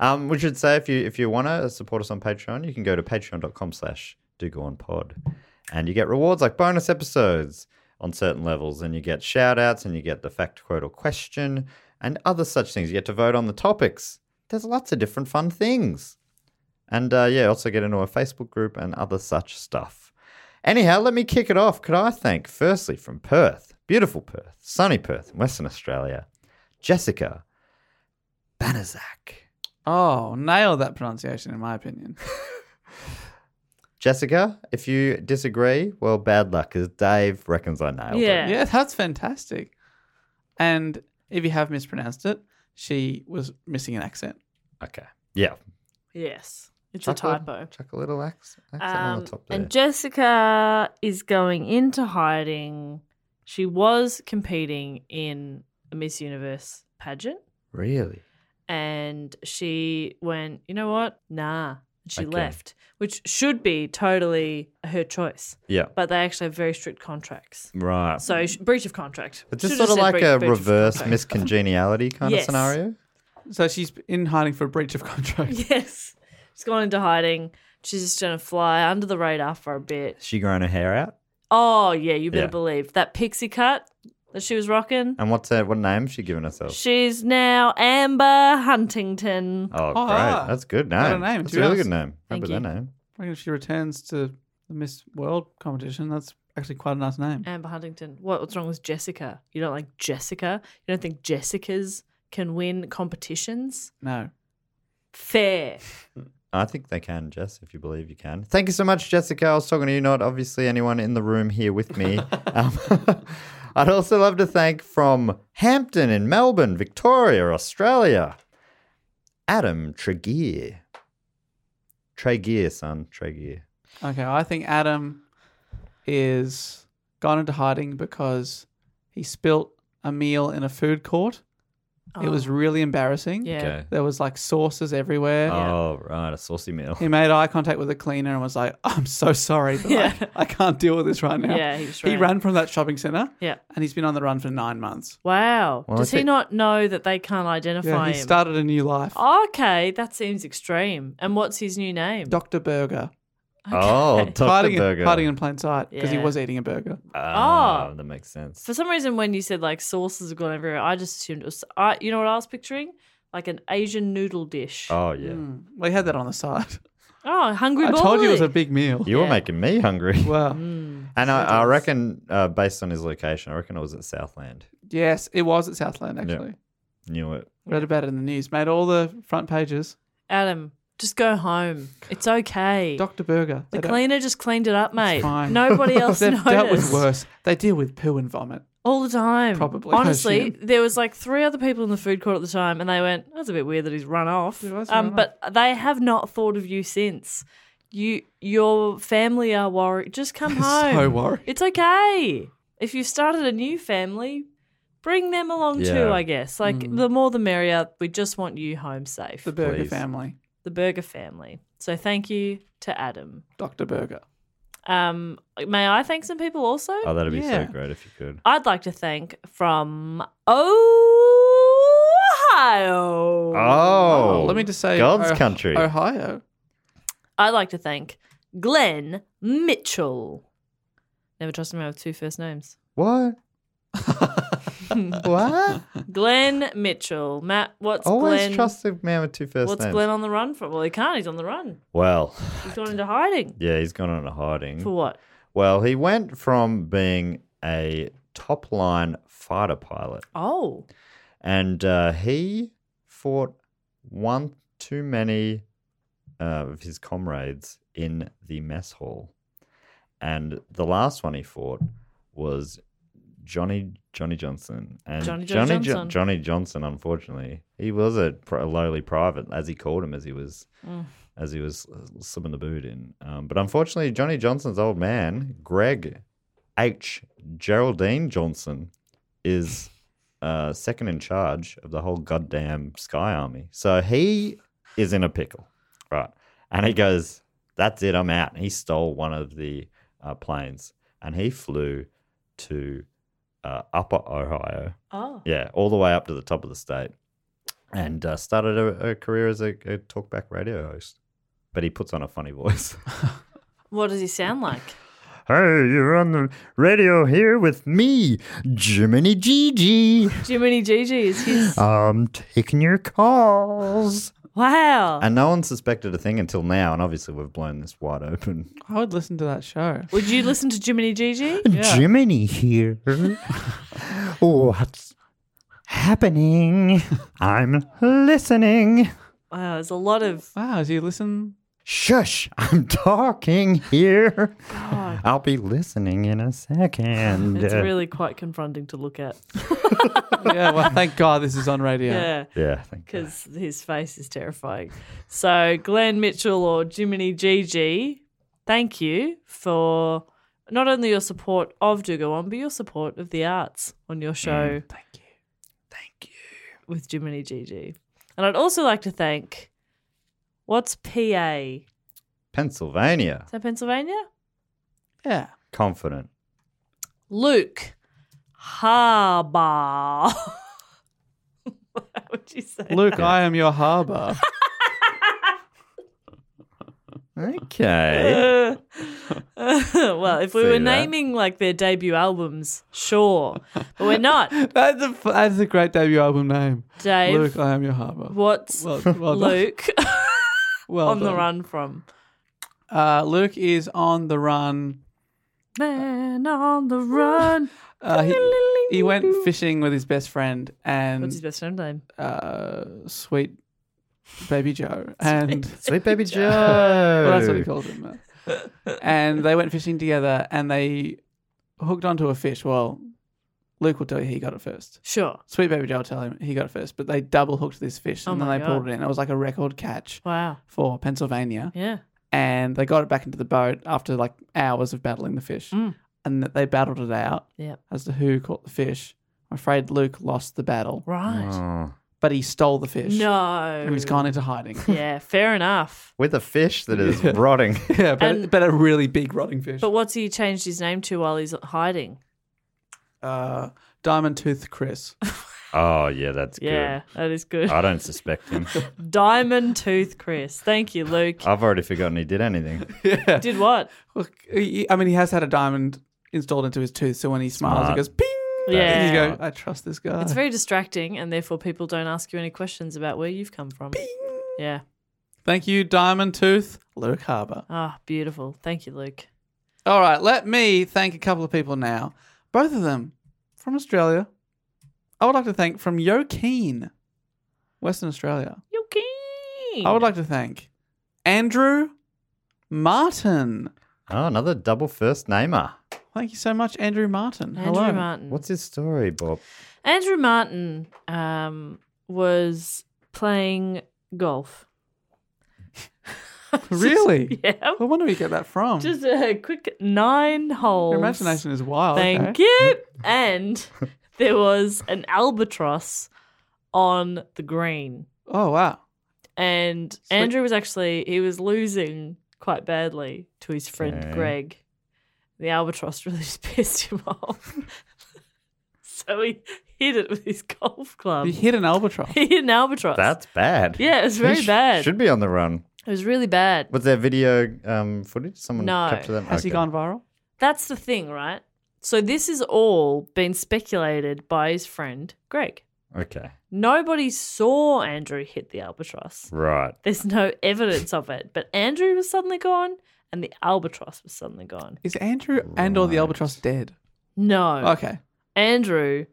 Speaker 2: Um, we should say if you if you want to support us on Patreon, you can go to patreon.com slash do go on pod. And you get rewards like bonus episodes on certain levels, and you get shout outs and you get the fact quote or question and other such things. You get to vote on the topics. There's lots of different fun things. And uh, yeah, also get into a Facebook group and other such stuff. Anyhow, let me kick it off. Could I thank, firstly, from Perth, beautiful Perth, sunny Perth, in Western Australia, Jessica Banazak.
Speaker 3: Oh, nailed that pronunciation, in my opinion.
Speaker 2: Jessica, if you disagree, well, bad luck, because Dave reckons I nailed it.
Speaker 1: Yeah.
Speaker 3: Yeah, that's fantastic. And if you have mispronounced it, she was missing an accent.
Speaker 2: Okay. Yeah.
Speaker 1: Yes. It's a
Speaker 2: Chuck
Speaker 1: typo.
Speaker 2: Chuck a little axe, axe on
Speaker 1: Um,
Speaker 2: the top there.
Speaker 1: and Jessica is going into hiding. She was competing in a Miss Universe pageant
Speaker 2: really?
Speaker 1: and she went, you know what? Nah. And She
Speaker 2: Okay.
Speaker 1: left, which should be totally her choice,
Speaker 2: Yeah.
Speaker 1: but they actually have very strict contracts.
Speaker 2: Right.
Speaker 1: So, sh- breach of contract.
Speaker 2: It's just
Speaker 1: Should've
Speaker 2: sort of
Speaker 1: said
Speaker 2: like
Speaker 1: breach-
Speaker 2: a
Speaker 1: breach of
Speaker 2: reverse
Speaker 1: contract.
Speaker 2: miscongeniality kind
Speaker 1: Yes.
Speaker 2: of scenario.
Speaker 3: So she's in hiding for breach of
Speaker 1: [laughs]
Speaker 3: contract. [laughs]
Speaker 1: Yes. She's gone into hiding. She's just going to fly under the radar for a bit.
Speaker 2: She growing her hair out.
Speaker 1: Oh yeah, you better
Speaker 2: Yeah. Oh.
Speaker 1: believe that pixie cut. that she was rocking.
Speaker 2: And what's her, what name has she given herself?
Speaker 1: She's now Amber Huntington.
Speaker 2: Oh,
Speaker 3: Oh,
Speaker 2: great.
Speaker 3: ah.
Speaker 2: That's a good name.
Speaker 3: What a name,
Speaker 2: That's a
Speaker 3: to be
Speaker 2: really
Speaker 3: honest.
Speaker 2: good name.
Speaker 1: Thank
Speaker 2: Remember
Speaker 1: you.
Speaker 2: that name.
Speaker 3: I reckon she returns to the Miss World competition. That's actually quite a nice name.
Speaker 1: Amber Huntington. What, what's wrong with Jessica? You don't like Jessica? You don't think Jessicas can win competitions?
Speaker 3: No.
Speaker 1: Fair.
Speaker 3: [laughs]
Speaker 2: I think they can, Jess, if you believe you can. Thank you so much, Jessica. I was talking to you, not obviously anyone in the room here with [laughs] me. um, I'd also love to thank from Hampton in Melbourne, Victoria, Australia, Adam Tregear. Tregear, son. Tregear.
Speaker 3: Okay, I think Adam is gone into hiding because he spilt a meal in a food court. It was really embarrassing.
Speaker 1: Oh. Yeah.
Speaker 2: Okay.
Speaker 3: There was like sauces everywhere.
Speaker 2: Oh, right. A saucy
Speaker 1: [laughs]
Speaker 2: meal.
Speaker 3: He made eye contact with the cleaner and was like, I'm so sorry, but
Speaker 1: Yeah.
Speaker 3: I, I can't deal with this right now.
Speaker 1: Yeah, he just
Speaker 3: He
Speaker 1: ran.
Speaker 3: ran from that shopping centre
Speaker 1: Yeah.
Speaker 3: and he's been on the run for nine months.
Speaker 1: Wow.
Speaker 2: Well,
Speaker 1: Does
Speaker 2: I
Speaker 1: he
Speaker 2: thi-
Speaker 1: not know that they can't identify
Speaker 3: Yeah, he
Speaker 1: him?
Speaker 3: started a new life.
Speaker 1: Oh. okay, that seems extreme. And what's his new name?
Speaker 3: Dr. Burger.
Speaker 1: [laughs]
Speaker 2: Oh, Dr.
Speaker 3: Hiding,
Speaker 2: Burger.
Speaker 3: In, hiding in plain sight because
Speaker 1: Yeah.
Speaker 3: he was eating a burger.
Speaker 2: Ah,
Speaker 1: Oh.
Speaker 2: that makes sense.
Speaker 1: For some reason, when you said like sauces have gone everywhere, I just assumed it was. I, you know what I was picturing? Like an Asian noodle dish. Oh,
Speaker 2: Oh, yeah.
Speaker 3: Mm. Well, he had that on the side.
Speaker 1: hungry
Speaker 3: I
Speaker 1: boy.
Speaker 3: told you it was a big meal.
Speaker 2: You were
Speaker 1: Yeah.
Speaker 2: making me hungry. [laughs]
Speaker 3: Wow.
Speaker 2: And I, I reckon, uh, based on his location, I reckon it was at Southland.
Speaker 3: Yes, it was at Southland, actually.
Speaker 2: Knew it.
Speaker 3: Read about it in the news. Made all the front pages.
Speaker 1: Adam, just go home. It's okay.
Speaker 3: Dr. Burger.
Speaker 1: the
Speaker 3: they don't-
Speaker 1: cleaner just cleaned it up, mate.
Speaker 3: uh, fine. [laughs]
Speaker 1: Nobody else
Speaker 3: They've
Speaker 1: noticed.
Speaker 3: dealt with worse. They deal with poo and vomit.
Speaker 1: All the time.
Speaker 3: Probably, I
Speaker 1: Honestly,
Speaker 3: assume.
Speaker 1: there was like three other people in the food court at the time, and they went, "That's a bit weird that he's run off."
Speaker 3: He was
Speaker 1: Um,
Speaker 3: run
Speaker 1: but they have not thought of you since. You, your family are worried. Just come home.
Speaker 3: So worried.
Speaker 1: It's okay if you started a new family. Bring them along too,
Speaker 2: Yeah.
Speaker 1: I guess. Like
Speaker 3: Mm.
Speaker 1: the more the merrier. We just want you home safe.
Speaker 3: The
Speaker 1: The,
Speaker 3: Burger
Speaker 2: Please.
Speaker 3: family.
Speaker 1: Burger family. So thank you to Adam.
Speaker 3: Dr. Burger.
Speaker 1: Um, may I thank some people also?
Speaker 2: Oh, that'd be
Speaker 3: Yeah.
Speaker 2: so great if you could.
Speaker 1: I'd like to thank from Ohio.
Speaker 2: Oh,
Speaker 3: Let me just say
Speaker 2: God's
Speaker 3: Oh-
Speaker 2: country.
Speaker 3: Ohio.
Speaker 1: I'd like to thank Glenn Mitchell. Never trust a man with two
Speaker 2: [laughs]
Speaker 1: first names.
Speaker 3: [laughs]
Speaker 2: What? what?
Speaker 1: Glenn Mitchell. Matt, what's
Speaker 2: Always
Speaker 1: Glenn?
Speaker 2: trust a man with two first
Speaker 1: what's
Speaker 2: names.
Speaker 1: Glenn on the run for? Well, he can't. He's on the run.
Speaker 2: well,
Speaker 1: He's gone into hiding.
Speaker 2: yeah, he's gone on a hiding.
Speaker 1: For what?
Speaker 2: Well, he went from being a top line fighter pilot,
Speaker 1: Oh,
Speaker 2: and uh, he fought one too many uh, of his comrades in the mess hall, and the last one he fought was Johnny Johnny Johnson and
Speaker 1: Johnny Johnny
Speaker 2: Jo-
Speaker 1: Johnson.
Speaker 2: Johnny Johnson. Unfortunately, he was a, pri- a lowly private, as he called him, as he was
Speaker 1: Mm.
Speaker 2: as he was uh, slipping the boot in. Um, but unfortunately, Johnny Johnson's old man, Greg H. Geraldine Johnson, is uh, second in charge of the whole goddamn Sky Army. So he is in a pickle, right? And he goes, "That's it, I'm out." And he stole one of the uh, planes and he flew to uh, Upper Ohio.
Speaker 1: oh,
Speaker 2: Yeah, all the way up to the top of the state, and uh, started a, a career as a, a talkback radio host. But he puts on a funny voice. [laughs]
Speaker 1: what does he sound like?
Speaker 2: hey, you're on the radio here with me, Jiminy Gigi.
Speaker 1: Jiminy Gigi
Speaker 2: [laughs]
Speaker 1: is his.
Speaker 2: I'm taking your calls.
Speaker 1: Wow.
Speaker 2: And no one suspected a thing until now, and obviously we've blown this wide open.
Speaker 3: I would listen to that show.
Speaker 1: Would you listen to Jiminy
Speaker 2: [laughs]
Speaker 1: Gigi?
Speaker 2: Jiminy
Speaker 3: [laughs]
Speaker 2: here. What's happening? I'm listening.
Speaker 1: Wow, there's a lot of
Speaker 3: Wow, do you listen? [laughs]
Speaker 2: Shush, I'm talking here. I'll be listening in a second.
Speaker 1: It's really quite confronting to look at.
Speaker 3: Yeah, well, thank God this is on radio.
Speaker 1: Yeah.
Speaker 2: yeah, uh, thank you.
Speaker 1: Because his face is terrifying. So, Glenn Mitchell or Jiminy GG, thank you for not only your support of Do Go On, but your support of the arts on your show. Mm, thank you. Thank you. With Jiminy GG. And I'd also like to thank what's PA? Is
Speaker 2: Pennsylvania.
Speaker 1: that Pennsylvania?
Speaker 3: Yeah.
Speaker 2: Confident.
Speaker 1: Luke Harbaugh. [laughs] How would you say?
Speaker 3: Luke, I am your harbour.
Speaker 2: Okay.
Speaker 1: well, if we
Speaker 2: See
Speaker 1: were
Speaker 2: that.
Speaker 1: naming like their debut albums, sure, but we're
Speaker 3: [laughs]
Speaker 1: not.
Speaker 3: That's a, that's a great debut album name.
Speaker 1: Dave,
Speaker 3: Luke, I am your harbour.
Speaker 1: what's
Speaker 3: Well, [laughs] well done.
Speaker 1: Luke
Speaker 3: Well
Speaker 1: on the
Speaker 3: done.
Speaker 1: run from?
Speaker 3: Uh, Luke is on the run.
Speaker 1: Man on the run.
Speaker 3: Uh, he, he went fishing with his best friend
Speaker 1: What's his
Speaker 3: and
Speaker 1: best friend name?
Speaker 3: uh, sweet
Speaker 1: [laughs]
Speaker 3: baby Joe. And
Speaker 2: [laughs] Sweet baby Joe.
Speaker 3: [laughs] well, that's what he
Speaker 1: [laughs]
Speaker 3: calls him. uh. and they went fishing together and they hooked onto a fish. Well, Luke will tell you he got it first.
Speaker 1: Sure.
Speaker 3: Sweet baby Joe will tell him he got it first, but they double hooked this fish
Speaker 1: Oh
Speaker 3: and then
Speaker 1: my
Speaker 3: they pulled
Speaker 1: God.
Speaker 3: it in. It was like a record catch
Speaker 1: Wow.
Speaker 3: for Pennsylvania.
Speaker 1: Yeah.
Speaker 3: and they got it back into the boat after like hours of battling the fish.
Speaker 1: Mm.
Speaker 3: And that they battled it out
Speaker 1: Yep.
Speaker 3: as to who caught the fish. I'm afraid Luke lost the battle,
Speaker 1: Right.
Speaker 2: Oh.
Speaker 3: but he stole the fish.
Speaker 1: No.
Speaker 3: And he's gone into hiding.
Speaker 1: Yeah. Fair enough.
Speaker 2: With a fish that [laughs] is rotting.
Speaker 3: [laughs] yeah, but,
Speaker 1: And-
Speaker 3: but a really big rotting fish.
Speaker 1: But what's he changed his name to while he's hiding?
Speaker 3: uh, Diamond Tooth Chris.
Speaker 2: Oh, yeah, that's
Speaker 1: Yeah, that is good.
Speaker 2: good.
Speaker 3: Uh,
Speaker 2: I don't suspect
Speaker 1: [laughs]
Speaker 2: him.
Speaker 1: Diamond Tooth Chris. Thank you, Luke.
Speaker 3: uh,
Speaker 2: I've already forgotten he did anything.
Speaker 3: yeah.
Speaker 1: Did what?
Speaker 3: Look, he- I mean, he has had a diamond installed into his tooth, so when he smiles,
Speaker 2: Smart.
Speaker 3: it goes ping. And you
Speaker 1: Yeah.
Speaker 3: go, I trust this guy.
Speaker 1: It's very distracting, and therefore people don't ask you any questions about where you've come from. Yeah.
Speaker 3: Thank you, Diamond Tooth, Luke Harbour.
Speaker 1: Ah, beautiful. Thank you, Luke.
Speaker 3: All right, let me thank a couple of people now. Both of them from Australia. I would like to thank from Yo Keen, Western Australia.
Speaker 1: You
Speaker 3: I would like to thank Andrew Martin.
Speaker 2: Oh, another double first namer.
Speaker 3: Thank you so much, Andrew Martin.
Speaker 1: Andrew
Speaker 3: Hello.
Speaker 1: Martin. [laughs]
Speaker 2: What's his story, Bob?
Speaker 1: Andrew Martin um, was playing golf. [laughs]
Speaker 3: Really?
Speaker 1: Yeah.
Speaker 3: Well, where do we get that from?
Speaker 1: Just a quick nine holes.
Speaker 3: Your imagination is wild.
Speaker 1: Thank
Speaker 3: okay.
Speaker 1: you.
Speaker 3: [laughs]
Speaker 1: And there was an albatross on the green.
Speaker 3: Oh, wow.
Speaker 1: And Andrew was actually he was losing quite badly to his friend
Speaker 2: Okay.
Speaker 1: Greg. The albatross [laughs] really just pissed him off. [laughs] so he hit it with his golf club.
Speaker 3: You hit an albatross.
Speaker 1: [laughs] He hit an albatross.
Speaker 2: That's bad.
Speaker 1: yeah, it was
Speaker 2: He
Speaker 1: very
Speaker 2: sh-
Speaker 1: bad.
Speaker 2: Should be on the run.
Speaker 1: It was really bad.
Speaker 2: Was there video um, footage? Someone
Speaker 1: No.
Speaker 2: captured that?
Speaker 3: Has he
Speaker 2: Okay.
Speaker 3: gone viral?
Speaker 1: That's the thing, right? So this is all been speculated by his friend Greg.
Speaker 2: Okay.
Speaker 1: Nobody saw Andrew hit the albatross.
Speaker 2: Right.
Speaker 1: There's no evidence of it, but Andrew was suddenly gone and the albatross was suddenly gone.
Speaker 3: Is Andrew and or the
Speaker 2: Right.
Speaker 3: albatross dead?
Speaker 1: No.
Speaker 3: Okay.
Speaker 1: Andrew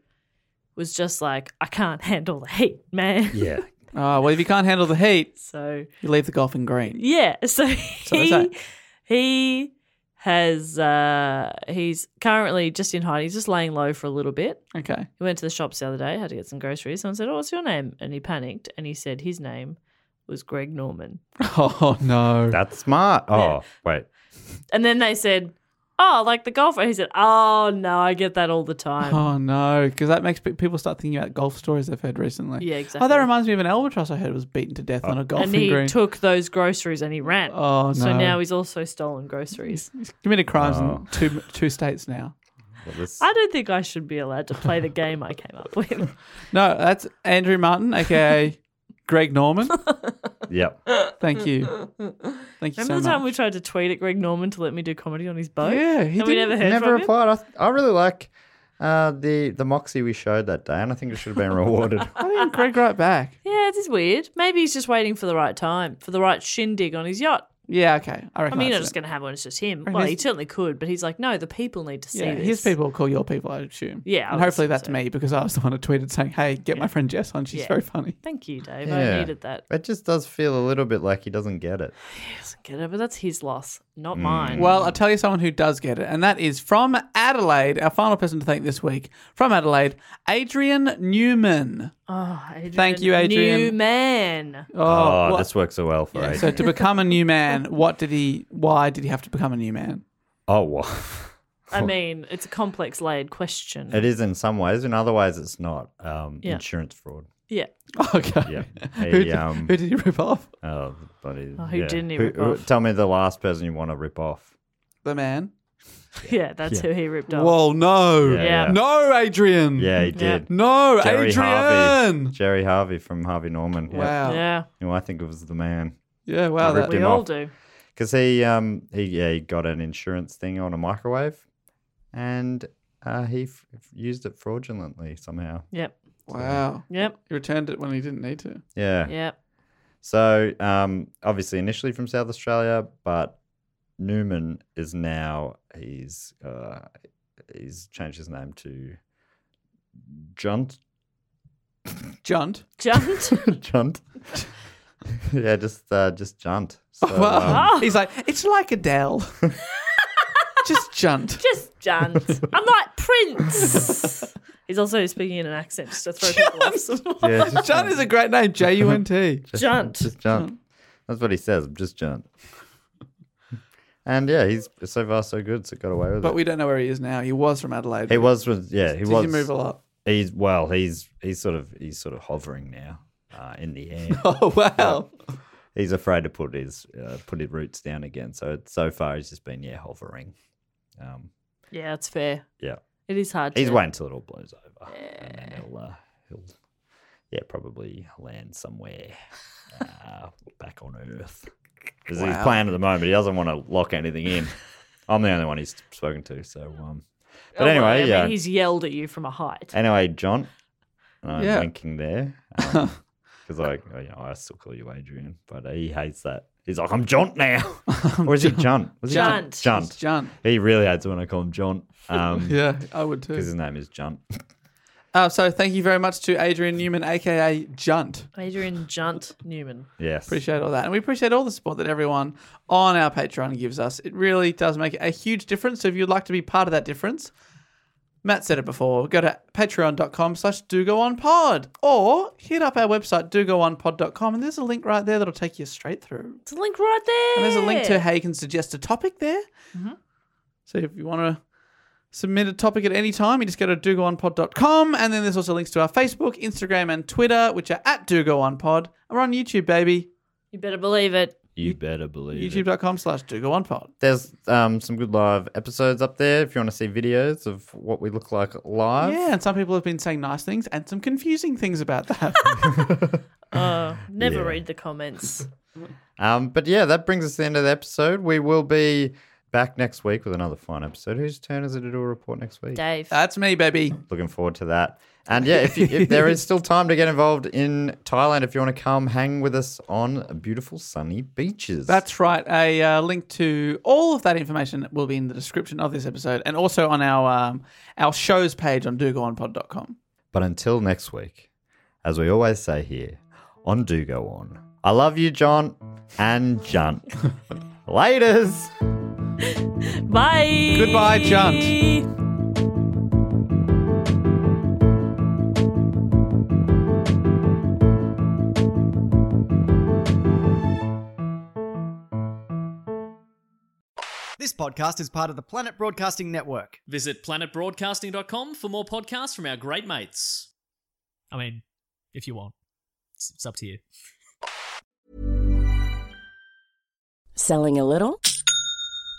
Speaker 1: was just like, I can't handle the heat, man.
Speaker 2: Yeah.
Speaker 3: Uh, well, if you can't handle the
Speaker 1: [laughs]
Speaker 3: heat,
Speaker 1: So
Speaker 3: you leave the golfing green.
Speaker 1: yeah, so
Speaker 3: they
Speaker 1: he
Speaker 3: say.
Speaker 1: he has uh he's currently just in hiding. He's just laying low for a little bit. [laughs]
Speaker 3: Okay.
Speaker 1: He went to the shops the other day, had to get some groceries. Someone said, "Oh, what's your name?" And he panicked, and he said his name was Greg Norman.
Speaker 3: Oh, no.
Speaker 2: [laughs] That's smart. Oh,
Speaker 1: Yeah.
Speaker 2: wait.
Speaker 1: And then they said, "Oh, like the golfer." He said, "Oh no, I get that all the
Speaker 3: [laughs]
Speaker 1: time."
Speaker 3: Oh no, because that makes pe- people start thinking about golf stories they've heard recently.
Speaker 1: Yeah,
Speaker 3: Oh,
Speaker 1: exactly.
Speaker 3: that reminds me of an albatross I heard was beaten to
Speaker 2: Uh,
Speaker 3: death on a golfing
Speaker 1: and he
Speaker 3: green.
Speaker 1: took those groceries and he ran.
Speaker 3: oh no!
Speaker 1: So now he's also stolen groceries.
Speaker 3: he's committed crimes
Speaker 2: Oh.
Speaker 3: in two two states now.
Speaker 2: Well, this-
Speaker 1: I don't think I should be allowed to play the game I came up
Speaker 3: [laughs]
Speaker 1: with.
Speaker 3: No, that's Andrew Martin, aka Greg Norman.
Speaker 1: [laughs]
Speaker 2: yep.
Speaker 3: Thank you, thank you
Speaker 1: Remember
Speaker 3: so
Speaker 1: the time we
Speaker 3: much.
Speaker 1: tried to tweet at Greg Norman to let me do comedy on his boat?
Speaker 3: yeah, he
Speaker 1: and we
Speaker 3: didn't-
Speaker 1: never heard
Speaker 2: Never
Speaker 1: from him?
Speaker 2: replied. I, th- I really like uh, the the moxie we showed that day, and I think it should have
Speaker 1: [laughs]
Speaker 2: been rewarded.
Speaker 3: Why didn't Greg write back?
Speaker 1: Yeah, it is weird. Maybe he's just waiting for the right time, for the right shindig on his yacht.
Speaker 3: Yeah, okay, I
Speaker 1: I
Speaker 3: reckon.
Speaker 1: mean, you're not
Speaker 3: that's
Speaker 1: just going to have one, it's just him.
Speaker 3: Reckon
Speaker 1: Well, he
Speaker 3: he's-
Speaker 1: certainly could, but he's like, no, the people need to
Speaker 3: it.
Speaker 1: see
Speaker 3: yeah,
Speaker 1: this.
Speaker 3: his people will call your people, I assume.
Speaker 1: Yeah, I
Speaker 3: and
Speaker 1: would
Speaker 3: hopefully
Speaker 1: assume
Speaker 3: that's
Speaker 1: so.
Speaker 3: me because I was the one who tweeted saying, "Hey, get my friend Jess on. She's
Speaker 1: Yeah.
Speaker 3: very funny."
Speaker 1: Thank you, Dave. I
Speaker 2: Yeah.
Speaker 1: needed that.
Speaker 2: it just does feel a little bit like he doesn't get it.
Speaker 1: He doesn't get it, but that's his loss, not mine.
Speaker 3: Mm. Well, I'll tell you someone who does get it, and that is from Adelaide, our final person to thank this week. From Adelaide, Adrian Newman.
Speaker 1: oh, Adrian,
Speaker 3: Thank you, Adrian.
Speaker 1: New man.
Speaker 3: Oh,
Speaker 2: Oh,
Speaker 3: what-
Speaker 2: this works so well for
Speaker 3: Yeah,
Speaker 2: Adrian.
Speaker 3: so to become a
Speaker 2: [laughs]
Speaker 3: new man, what did he why did he have to become a new man? [laughs]
Speaker 2: oh, wow.
Speaker 3: Oh.
Speaker 1: I mean, it's a complex, layered question.
Speaker 2: It is in some ways. In other ways, it's not. Um,
Speaker 1: Yeah.
Speaker 2: Insurance fraud.
Speaker 1: yeah. [laughs]
Speaker 3: Okay.
Speaker 2: Yeah.
Speaker 3: [laughs] who,
Speaker 2: He,
Speaker 3: did,
Speaker 2: um,
Speaker 3: who did he rip off?
Speaker 2: oh, buddy.
Speaker 1: Oh, who
Speaker 2: yeah.
Speaker 1: didn't he rip off?
Speaker 2: Tell me the last person you want to rip off.
Speaker 3: The man.
Speaker 1: Yeah, that's who he ripped off.
Speaker 3: Well, no.
Speaker 2: Yeah, Yeah. yeah.
Speaker 3: No, Adrian.
Speaker 2: Yeah, he
Speaker 1: Yeah.
Speaker 2: did.
Speaker 3: No,
Speaker 2: Jerry
Speaker 3: Adrian.
Speaker 2: Harvey. Jerry Harvey from Harvey Norman. Yeah.
Speaker 3: Wow. Yeah,
Speaker 1: Yeah,
Speaker 2: Who I think of as the man.
Speaker 3: wow.
Speaker 2: Ripped
Speaker 3: That,
Speaker 1: we
Speaker 2: him
Speaker 1: all
Speaker 2: off.
Speaker 1: do.
Speaker 2: because he um he yeah he got an insurance thing on a microwave, and uh, he f- used it fraudulently somehow.
Speaker 8: Yep.
Speaker 3: Wow.
Speaker 8: Yep.
Speaker 3: He returned it when he didn't need to.
Speaker 2: Yeah.
Speaker 8: Yep.
Speaker 2: So um obviously initially from South Australia, but Newman is now he's uh he's changed his name to Junt [laughs]
Speaker 3: Junt.
Speaker 1: Jumped.
Speaker 2: Junt. [laughs] yeah, just uh just Junt. So, um, [laughs]
Speaker 3: [laughs] Wow. He's like, it's like Adele. Just Junt.
Speaker 1: Just jumped. I'm like Prince. He's also speaking in an accent just to throw people off.
Speaker 2: yeah, just
Speaker 3: Junt is a
Speaker 2: [laughs]
Speaker 3: great name. J U N T.
Speaker 1: Junt.
Speaker 2: Just Junt. That's what he says. I'm just Junt. And yeah, he's so far so good. So got away with
Speaker 3: But
Speaker 2: it.
Speaker 3: we don't know where he is now. He was from Adelaide.
Speaker 2: He was, was yeah, he
Speaker 3: Did
Speaker 2: was.
Speaker 3: he move a lot?
Speaker 2: He's well, he's he's sort of he's sort of hovering now uh, in the air.
Speaker 3: [laughs] Oh wow.
Speaker 2: he's afraid to put his uh, put his roots down again. So it's- so far he's just been yeah hovering. Um,
Speaker 1: Yeah, it's fair.
Speaker 2: yeah,
Speaker 1: It is hard.
Speaker 2: he's
Speaker 1: to...
Speaker 2: waiting till it all blows over, and then he'll uh, he'll yeah probably land somewhere uh, [laughs] back on Earth because he's playing at the moment. He doesn't want to lock anything in. I'm the only one he's spoken to, so um. But
Speaker 1: Oh, well, I
Speaker 2: anyway,
Speaker 1: mean,
Speaker 2: yeah.
Speaker 1: he's yelled at you from a height.
Speaker 2: Anyway, John, and I'm
Speaker 3: Yeah.
Speaker 2: winking there
Speaker 3: [laughs]
Speaker 2: because I, you know, I still call you Adrian, but he hates that. He's like, I'm John now,
Speaker 3: [laughs]
Speaker 2: [laughs] or is he John? Was
Speaker 1: Junt.
Speaker 2: he John?
Speaker 3: It's Junt.
Speaker 2: He really hates it when I call him John,
Speaker 3: [laughs]
Speaker 2: um, because
Speaker 3: Yeah, I would too.
Speaker 2: his name is John.
Speaker 3: Uh, so thank you very much to Adrian Newman, aka Junt.
Speaker 1: Adrian Junt Newman.
Speaker 2: [laughs] Yes,
Speaker 3: Appreciate all that. And we appreciate all the support that everyone on our Patreon gives us. It really does make a huge difference. So if you'd like to be part of that difference, Matt said it before, go to patreon.com slash do go on pod or hit up our website dogoonpod.com and there's a link right there that'll take you straight through.
Speaker 1: It's a link right there.
Speaker 3: And there's a link to how you can suggest a topic there. So if you want to submit a topic at any time, you just go to dogoonpod.com. And then there's also links to our Facebook, Instagram, and Twitter, which are at dogoonpod. And We're on YouTube, baby.
Speaker 1: You better believe it.
Speaker 2: you better believe it.
Speaker 3: YouTube.com slash do go on pod.
Speaker 2: There's um, some good live episodes up there if you want to see videos of what we look like live.
Speaker 3: Yeah, and some people have been saying nice things and some confusing things about that. [laughs]
Speaker 1: Oh, never read the comments.
Speaker 2: Um, but yeah, that brings us to the end of the episode. We will be back next week with another fine episode. Whose turn is it to do a report next week?
Speaker 1: Dave.
Speaker 3: That's me, baby.
Speaker 2: looking forward to that. And yeah, if, you, if there is still time to get involved in Thailand, if you want to come hang with us on beautiful sunny beaches.
Speaker 3: That's right. A uh, link to all of that information will be in the description of this episode and also on our um, our shows page on dogoonpod.com.
Speaker 2: but until next week, as we always say here on Do Go On, I love you, John and John. Laters.
Speaker 1: Bye.
Speaker 3: Goodbye, Junt.
Speaker 4: This podcast is part of the Planet Broadcasting Network.
Speaker 5: Visit planetbroadcasting.com for more podcasts from our great mates. I mean, if you want, it's, it's up to you.
Speaker 9: Selling a little